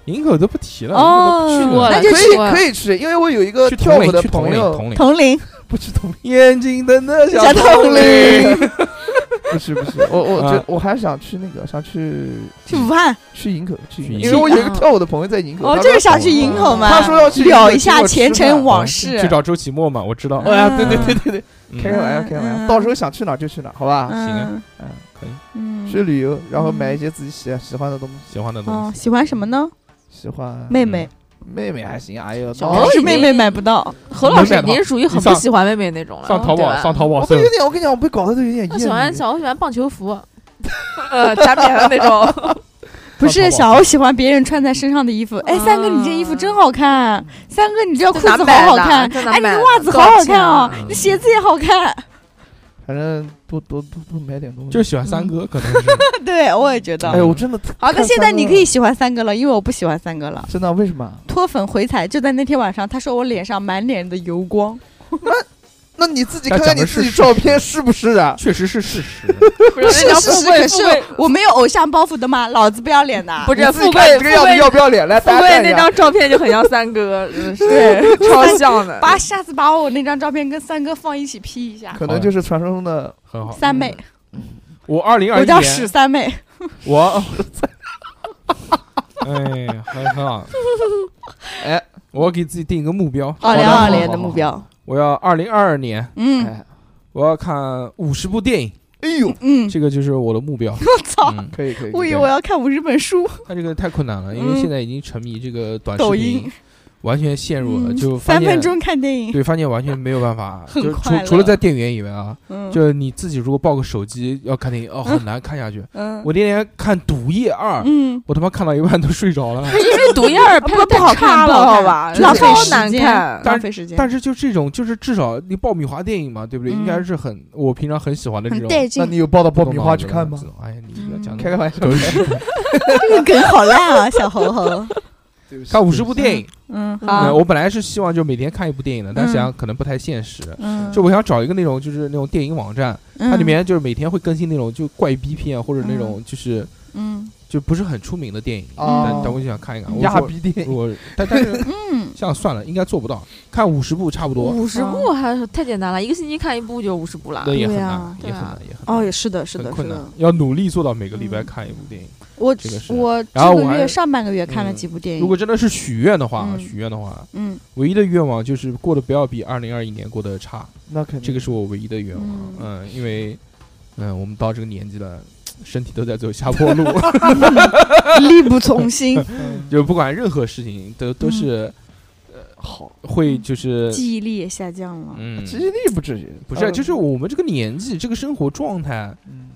Speaker 3: 营口都不提了，
Speaker 6: 哦
Speaker 3: 嗯营口都不去
Speaker 6: 过
Speaker 3: 了
Speaker 6: 了
Speaker 4: 啊
Speaker 6: 那
Speaker 4: 可
Speaker 6: 就
Speaker 4: 以
Speaker 6: 去
Speaker 4: 可以去，因为我有一个
Speaker 3: 去
Speaker 4: 跳
Speaker 3: 同
Speaker 4: 舞
Speaker 3: 陵，
Speaker 4: 的
Speaker 3: 去同
Speaker 4: 朋
Speaker 3: 陵，
Speaker 4: 友，
Speaker 3: 同陵，
Speaker 6: 铜陵，
Speaker 4: 不去 同陵，
Speaker 3: 眼睛瞪得
Speaker 6: 小
Speaker 3: 铜
Speaker 6: 铜
Speaker 3: 陵，
Speaker 4: 不去不去，我我
Speaker 3: 啊
Speaker 4: 觉我还想去那个想去
Speaker 6: 去武汉。
Speaker 4: 去营口去
Speaker 3: 去
Speaker 4: 营口，
Speaker 3: 营
Speaker 4: 因为我有一个
Speaker 6: 口
Speaker 4: 跳舞的朋友在营口，
Speaker 6: 哦，
Speaker 4: 他
Speaker 6: 就是
Speaker 4: 说
Speaker 6: 想去营口嘛。
Speaker 4: 嗯他说要去
Speaker 6: 聊
Speaker 4: 营口
Speaker 6: 一下
Speaker 4: 请我吃
Speaker 6: 前
Speaker 4: 饭
Speaker 6: 尘往事。
Speaker 3: 去找周奇墨嘛，我知道，
Speaker 6: 嗯
Speaker 3: 哎呀，对对对对对，
Speaker 4: 开
Speaker 3: 嗯
Speaker 4: 个玩笑，开个玩
Speaker 6: 嗯
Speaker 4: 笑，到时候想去哪儿就去哪儿，好吧？
Speaker 3: 行啊
Speaker 6: 嗯
Speaker 4: 嗯，
Speaker 3: 可以
Speaker 6: 嗯，
Speaker 4: 去旅游，然后买一些自己喜喜欢的东西，
Speaker 3: 喜欢的东
Speaker 6: 哦，
Speaker 3: 西，
Speaker 6: 喜欢什么呢？
Speaker 4: 喜欢
Speaker 6: 妹妹，
Speaker 4: 妹妹还行，哎呦，
Speaker 8: 小
Speaker 4: 那
Speaker 8: 哦
Speaker 6: 但
Speaker 8: 时
Speaker 6: 是
Speaker 8: 已
Speaker 6: 妹
Speaker 8: 经
Speaker 6: 妹买不到。
Speaker 3: 嗯
Speaker 8: 何老师已经是属于很不喜欢妹妹那
Speaker 5: 哦
Speaker 8: 种了，
Speaker 3: 上淘
Speaker 8: 对
Speaker 3: 宝
Speaker 5: 啊
Speaker 8: 吧
Speaker 3: 上淘宝
Speaker 4: 我都
Speaker 3: 搜
Speaker 4: 有，点，我跟你讲，我被搞得都有点
Speaker 8: 我
Speaker 4: 厌
Speaker 8: 喜欢
Speaker 4: 女。
Speaker 8: 小，我喜欢棒球 服，呃，加冕的那种，
Speaker 6: 不
Speaker 3: 淘
Speaker 6: 是
Speaker 3: 宝
Speaker 6: 小欧喜欢别人穿在身上的衣服。哎，三哥，你这衣服真好看。三哥，你这裤子
Speaker 8: 在哪
Speaker 6: 好好
Speaker 8: 买的
Speaker 6: 看。
Speaker 8: 在哪
Speaker 6: 哎，你
Speaker 8: 买
Speaker 6: 这
Speaker 8: 的
Speaker 6: 袜子好好看
Speaker 8: 多少
Speaker 6: 哦
Speaker 8: 钱啊，
Speaker 6: 你鞋子也好看。
Speaker 4: 反正多多多多买点东西。
Speaker 3: 就喜欢三哥，可能是
Speaker 6: 对，我也觉得
Speaker 4: 哎呦，我真的特
Speaker 6: 好的，
Speaker 4: 看
Speaker 6: 现在
Speaker 4: 三
Speaker 6: 你
Speaker 4: 个
Speaker 6: 可以喜欢三哥了，因为我不喜欢三哥了。
Speaker 4: 真的为什么？
Speaker 6: 脱粉回踩就在那天晚上，他说我脸上满脸的油 光。
Speaker 4: 那你自己
Speaker 3: 那
Speaker 4: 看
Speaker 3: 讲
Speaker 4: 看
Speaker 3: 的
Speaker 4: 你
Speaker 3: 是
Speaker 4: 自己
Speaker 3: 事
Speaker 4: 照
Speaker 3: 实
Speaker 4: 片是不是的？
Speaker 3: 确实是事实，
Speaker 8: 不
Speaker 6: 是是是，可是我没有偶像包袱的吗？老子不啊要脸的。
Speaker 8: 不
Speaker 4: 你
Speaker 8: 是
Speaker 4: 自己
Speaker 8: 富
Speaker 4: 看
Speaker 8: 贵
Speaker 4: 你这个样子要不要脸？来，
Speaker 8: 富
Speaker 4: 大家
Speaker 8: 贵
Speaker 4: 看一
Speaker 8: 那
Speaker 4: 下。
Speaker 8: 张照片就很像三哥，真的是
Speaker 6: 对，
Speaker 8: 超像的。
Speaker 6: 把下次把我那张照片跟三哥放一起 P 一下。
Speaker 4: 可能就是传说中的
Speaker 3: 很好。
Speaker 6: 三妹，
Speaker 3: 我二零二
Speaker 6: 我
Speaker 3: 一
Speaker 6: 叫史
Speaker 3: 年，
Speaker 6: 三妹，
Speaker 3: 我，哎，很很好，
Speaker 4: 哎，
Speaker 3: 我给自己定一个目标，
Speaker 6: 二零
Speaker 4: 好
Speaker 6: 二
Speaker 4: 的
Speaker 6: 年的目标。
Speaker 3: 我要二零二二年，
Speaker 6: 嗯
Speaker 4: 哎，
Speaker 3: 我要看五十部电影，
Speaker 4: 哎呦，
Speaker 6: 嗯，
Speaker 3: 这个就是我的目 标。
Speaker 6: 我操！
Speaker 3: 嗯，
Speaker 4: 可以可以，
Speaker 6: 我以
Speaker 4: 可
Speaker 6: 为我要看五十本书，
Speaker 3: 那这个太困难了，因
Speaker 6: 嗯
Speaker 3: 为现在已经沉迷这个短
Speaker 6: 抖
Speaker 3: 啊视频
Speaker 6: 音，
Speaker 3: 完全陷入了，
Speaker 6: 嗯
Speaker 3: 就发
Speaker 6: 三分
Speaker 3: 现
Speaker 6: 钟看电影。
Speaker 3: 对，发现完全没有办法，
Speaker 6: 很
Speaker 3: 就除
Speaker 6: 快乐
Speaker 3: 除了在电源以外啊，
Speaker 6: 嗯
Speaker 3: 就你自己如果抱个手机要看电影，哦，很难看下去。
Speaker 6: 嗯
Speaker 3: 我那天看《毒液二》，
Speaker 6: 嗯，
Speaker 3: 我他妈看到一半都睡着了。
Speaker 8: 因为毒液儿拍的
Speaker 6: 不好
Speaker 8: 不
Speaker 6: 看不
Speaker 8: 好
Speaker 6: 好
Speaker 8: 看
Speaker 6: 看
Speaker 8: 吧，
Speaker 6: 浪费
Speaker 8: 超
Speaker 6: 时
Speaker 8: 难
Speaker 6: 间
Speaker 8: 看。
Speaker 3: 但
Speaker 6: 浪费时间，
Speaker 3: 但是就这种，就是至少你爆米花电影嘛，对不对？应该
Speaker 6: 嗯
Speaker 3: 是很我平常很喜欢的这
Speaker 6: 很
Speaker 3: 种。
Speaker 6: 带
Speaker 4: 那
Speaker 6: 劲。
Speaker 4: 你有抱到
Speaker 3: 不
Speaker 4: 爆
Speaker 3: 懂
Speaker 4: 米
Speaker 3: 脑
Speaker 4: 花
Speaker 3: 子
Speaker 4: 去
Speaker 3: 的
Speaker 4: 看
Speaker 3: 那
Speaker 4: 吗？
Speaker 3: 种？哎呀，你不要
Speaker 6: 嗯
Speaker 3: 讲
Speaker 4: 开个玩笑，
Speaker 3: 狗 屎！
Speaker 6: 这个梗好烂啊，小猴猴。
Speaker 4: 对不起
Speaker 3: 看五十部电影，
Speaker 6: 嗯，
Speaker 8: 啊
Speaker 3: 嗯，我本来是希望就每天看一部电影的，
Speaker 6: 嗯
Speaker 3: 但想想可能不太现实。
Speaker 6: 嗯，
Speaker 3: 就我想找一个那种就是那种电影网站，它
Speaker 6: 它
Speaker 3: 里面就是每天会更新那种就怪逼片啊或者那种就是
Speaker 6: 嗯
Speaker 3: 就不是很出名的电影。
Speaker 8: 哦
Speaker 3: 但
Speaker 4: 啊
Speaker 3: 但，我就想看一看。我
Speaker 4: 亚
Speaker 3: 说
Speaker 4: 逼电 影，
Speaker 3: 我但但是
Speaker 6: 嗯
Speaker 3: 像算了，应该做不到，看五十部差不多，
Speaker 8: 五十部还是太简单了，一个星期看一部就五十部了
Speaker 3: 那。也很
Speaker 6: 对
Speaker 3: 难
Speaker 6: 啊，
Speaker 3: 也
Speaker 8: 对啊
Speaker 3: 很难，也很难
Speaker 6: 哦，也是的，是的，
Speaker 3: 很
Speaker 6: 是
Speaker 3: 困
Speaker 6: 的嗯
Speaker 3: 难。，要努力做到每个礼拜看一部电影。
Speaker 6: 我
Speaker 3: 这个是
Speaker 6: 我这
Speaker 3: 然后我
Speaker 6: 个
Speaker 3: 还
Speaker 6: 月上半个月看了
Speaker 3: 嗯
Speaker 6: 几部电
Speaker 3: 如果
Speaker 6: 影，
Speaker 3: 真的是许愿的话，
Speaker 6: 嗯
Speaker 3: 许愿的话，
Speaker 6: 嗯
Speaker 3: 唯一的愿望就是过得不要比二零二一年过得差，
Speaker 4: 那肯定
Speaker 3: 这个是我唯一的愿望。
Speaker 6: 嗯
Speaker 3: 嗯，因为嗯，我们到这个年纪了。身体都在走下坡路，
Speaker 6: 力不从心，
Speaker 4: 嗯
Speaker 3: 就不管任何事情
Speaker 6: 嗯
Speaker 3: 都都是呃
Speaker 4: 好，
Speaker 3: 会就是
Speaker 6: 记忆力也下降了。
Speaker 3: 嗯，
Speaker 4: 记忆力不至于，
Speaker 3: 不
Speaker 6: 嗯
Speaker 3: 是，啊就是
Speaker 4: 我，
Speaker 3: 我们这个年纪，这个生活状态，
Speaker 4: 嗯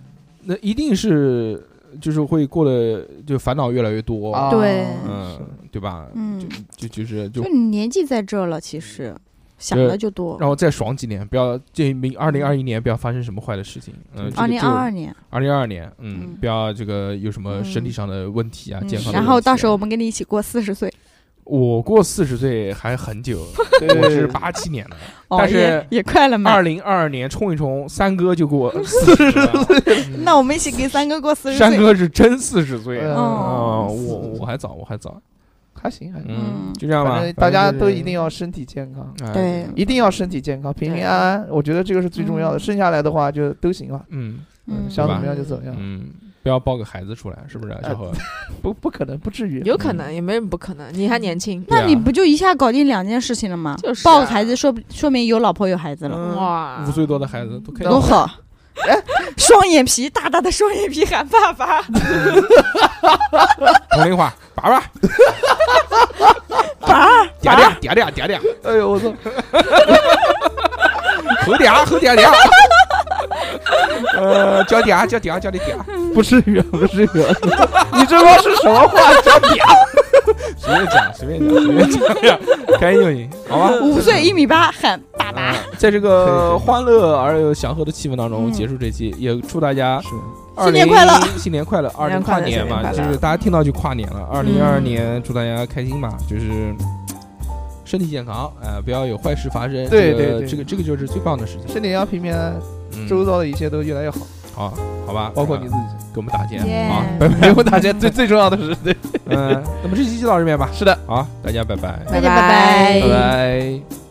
Speaker 3: 那一定是就是会过得就烦恼越来越多，
Speaker 4: 啊
Speaker 6: 对
Speaker 3: 嗯，对吧？
Speaker 6: 嗯，
Speaker 3: 就嗯就是就
Speaker 6: 就你年纪在这儿了，其实想
Speaker 3: 对
Speaker 6: 的就
Speaker 4: 哦
Speaker 6: 多。
Speaker 3: 让我再爽几年，不要这
Speaker 4: 嗯
Speaker 3: 明二零二一年不要发生什么坏的事情，嗯，
Speaker 6: 二零二二年，
Speaker 3: 二零二二年，嗯
Speaker 6: 嗯，
Speaker 3: 不要这个有什么身体上的问题啊，
Speaker 6: 嗯
Speaker 3: 健康的问题啊。
Speaker 6: 然后到时候我们跟你一起过四十岁，
Speaker 3: 我过四十岁还很久，
Speaker 4: 对嗯
Speaker 3: 我是八七年的，
Speaker 6: 哦
Speaker 3: 但是
Speaker 6: 也也快了嘛
Speaker 3: 二。零二二年冲一冲，三哥就 过四十岁，
Speaker 6: 那我们一起给三哥过四十
Speaker 3: 三
Speaker 6: 岁。
Speaker 3: 哥是真四十岁
Speaker 4: 嗯
Speaker 3: 啊！
Speaker 6: 哦
Speaker 3: 我我还早，我还早，
Speaker 4: 还行还行，
Speaker 3: 嗯，
Speaker 6: 嗯
Speaker 3: 就这样吧哎
Speaker 4: 反正，大家都一定
Speaker 3: 要
Speaker 4: 要身体健康。
Speaker 6: 对
Speaker 4: 一定要身体健康、平平安安，我觉得这个是最重要的。
Speaker 6: 嗯
Speaker 4: 剩下来的话就都行吧，
Speaker 3: 嗯
Speaker 6: 嗯，
Speaker 4: 想
Speaker 3: 吧
Speaker 4: 怎么样就怎么样，
Speaker 3: 嗯，不要抱个孩子出来，是不是啊，
Speaker 4: 呃
Speaker 3: 小何？
Speaker 4: 不不可能，不至于。
Speaker 8: 有可能，也没什么不可能，你还年轻。
Speaker 3: 对啊
Speaker 6: 那你不就一下搞定两件事情了吗？
Speaker 8: 就是啊
Speaker 6: 抱个孩子，说不说明有老婆有孩子了，
Speaker 4: 嗯，
Speaker 8: 哇
Speaker 3: 五，岁多的孩子都可以
Speaker 6: 多好！ 双眼皮，大大的双眼皮喊爸爸。
Speaker 3: 同 龄化，爸爸， 爸，嗲嗲嗲嗲嗲嗲，
Speaker 4: 哎呦我操！
Speaker 3: 猴嗲猴嗲嗲， 呃，叫嗲叫嗲叫你嗲，
Speaker 6: 嗯
Speaker 4: 啊 不至于，不至于，你这妈是什么话？讲屌！
Speaker 3: 随便讲，随便讲，随便讲呀，开心就行，好 吧？
Speaker 7: 五岁一米八，喊爸爸。
Speaker 3: 啊在这个
Speaker 4: 可以可以
Speaker 3: 欢乐而又祥和的气氛当中
Speaker 7: 嗯
Speaker 3: 结束这期，也祝大家
Speaker 4: 是
Speaker 3: 20
Speaker 7: 新年快乐，
Speaker 3: 新年快乐，二零
Speaker 8: 年
Speaker 3: 跨
Speaker 8: 快乐
Speaker 3: 年嘛，
Speaker 8: 新年快
Speaker 3: 就
Speaker 8: 乐
Speaker 3: 是大家听到就跨年了。二零二二年，祝大家开心吧，就是身体健康，呃，不要有坏事发生。
Speaker 4: 对
Speaker 3: 这个
Speaker 4: 对对
Speaker 3: 这个这个就是最棒的事情。
Speaker 4: 身体要平平安安，
Speaker 3: 嗯
Speaker 4: 周遭的一切都越来越好，
Speaker 3: 好，好吧，
Speaker 4: 包括你
Speaker 3: 呃
Speaker 4: 自己。
Speaker 3: 给我们打钱
Speaker 6: Yeah
Speaker 3: 好，拜拜
Speaker 4: 给。我打钱最最重要的是，对，
Speaker 3: 嗯，那么这期就到这边吧。
Speaker 4: 是的，
Speaker 3: 好，大家拜拜，
Speaker 6: 大
Speaker 8: 大
Speaker 6: 家
Speaker 8: 家
Speaker 6: 拜
Speaker 8: 拜
Speaker 6: 拜
Speaker 8: 拜
Speaker 3: 拜拜。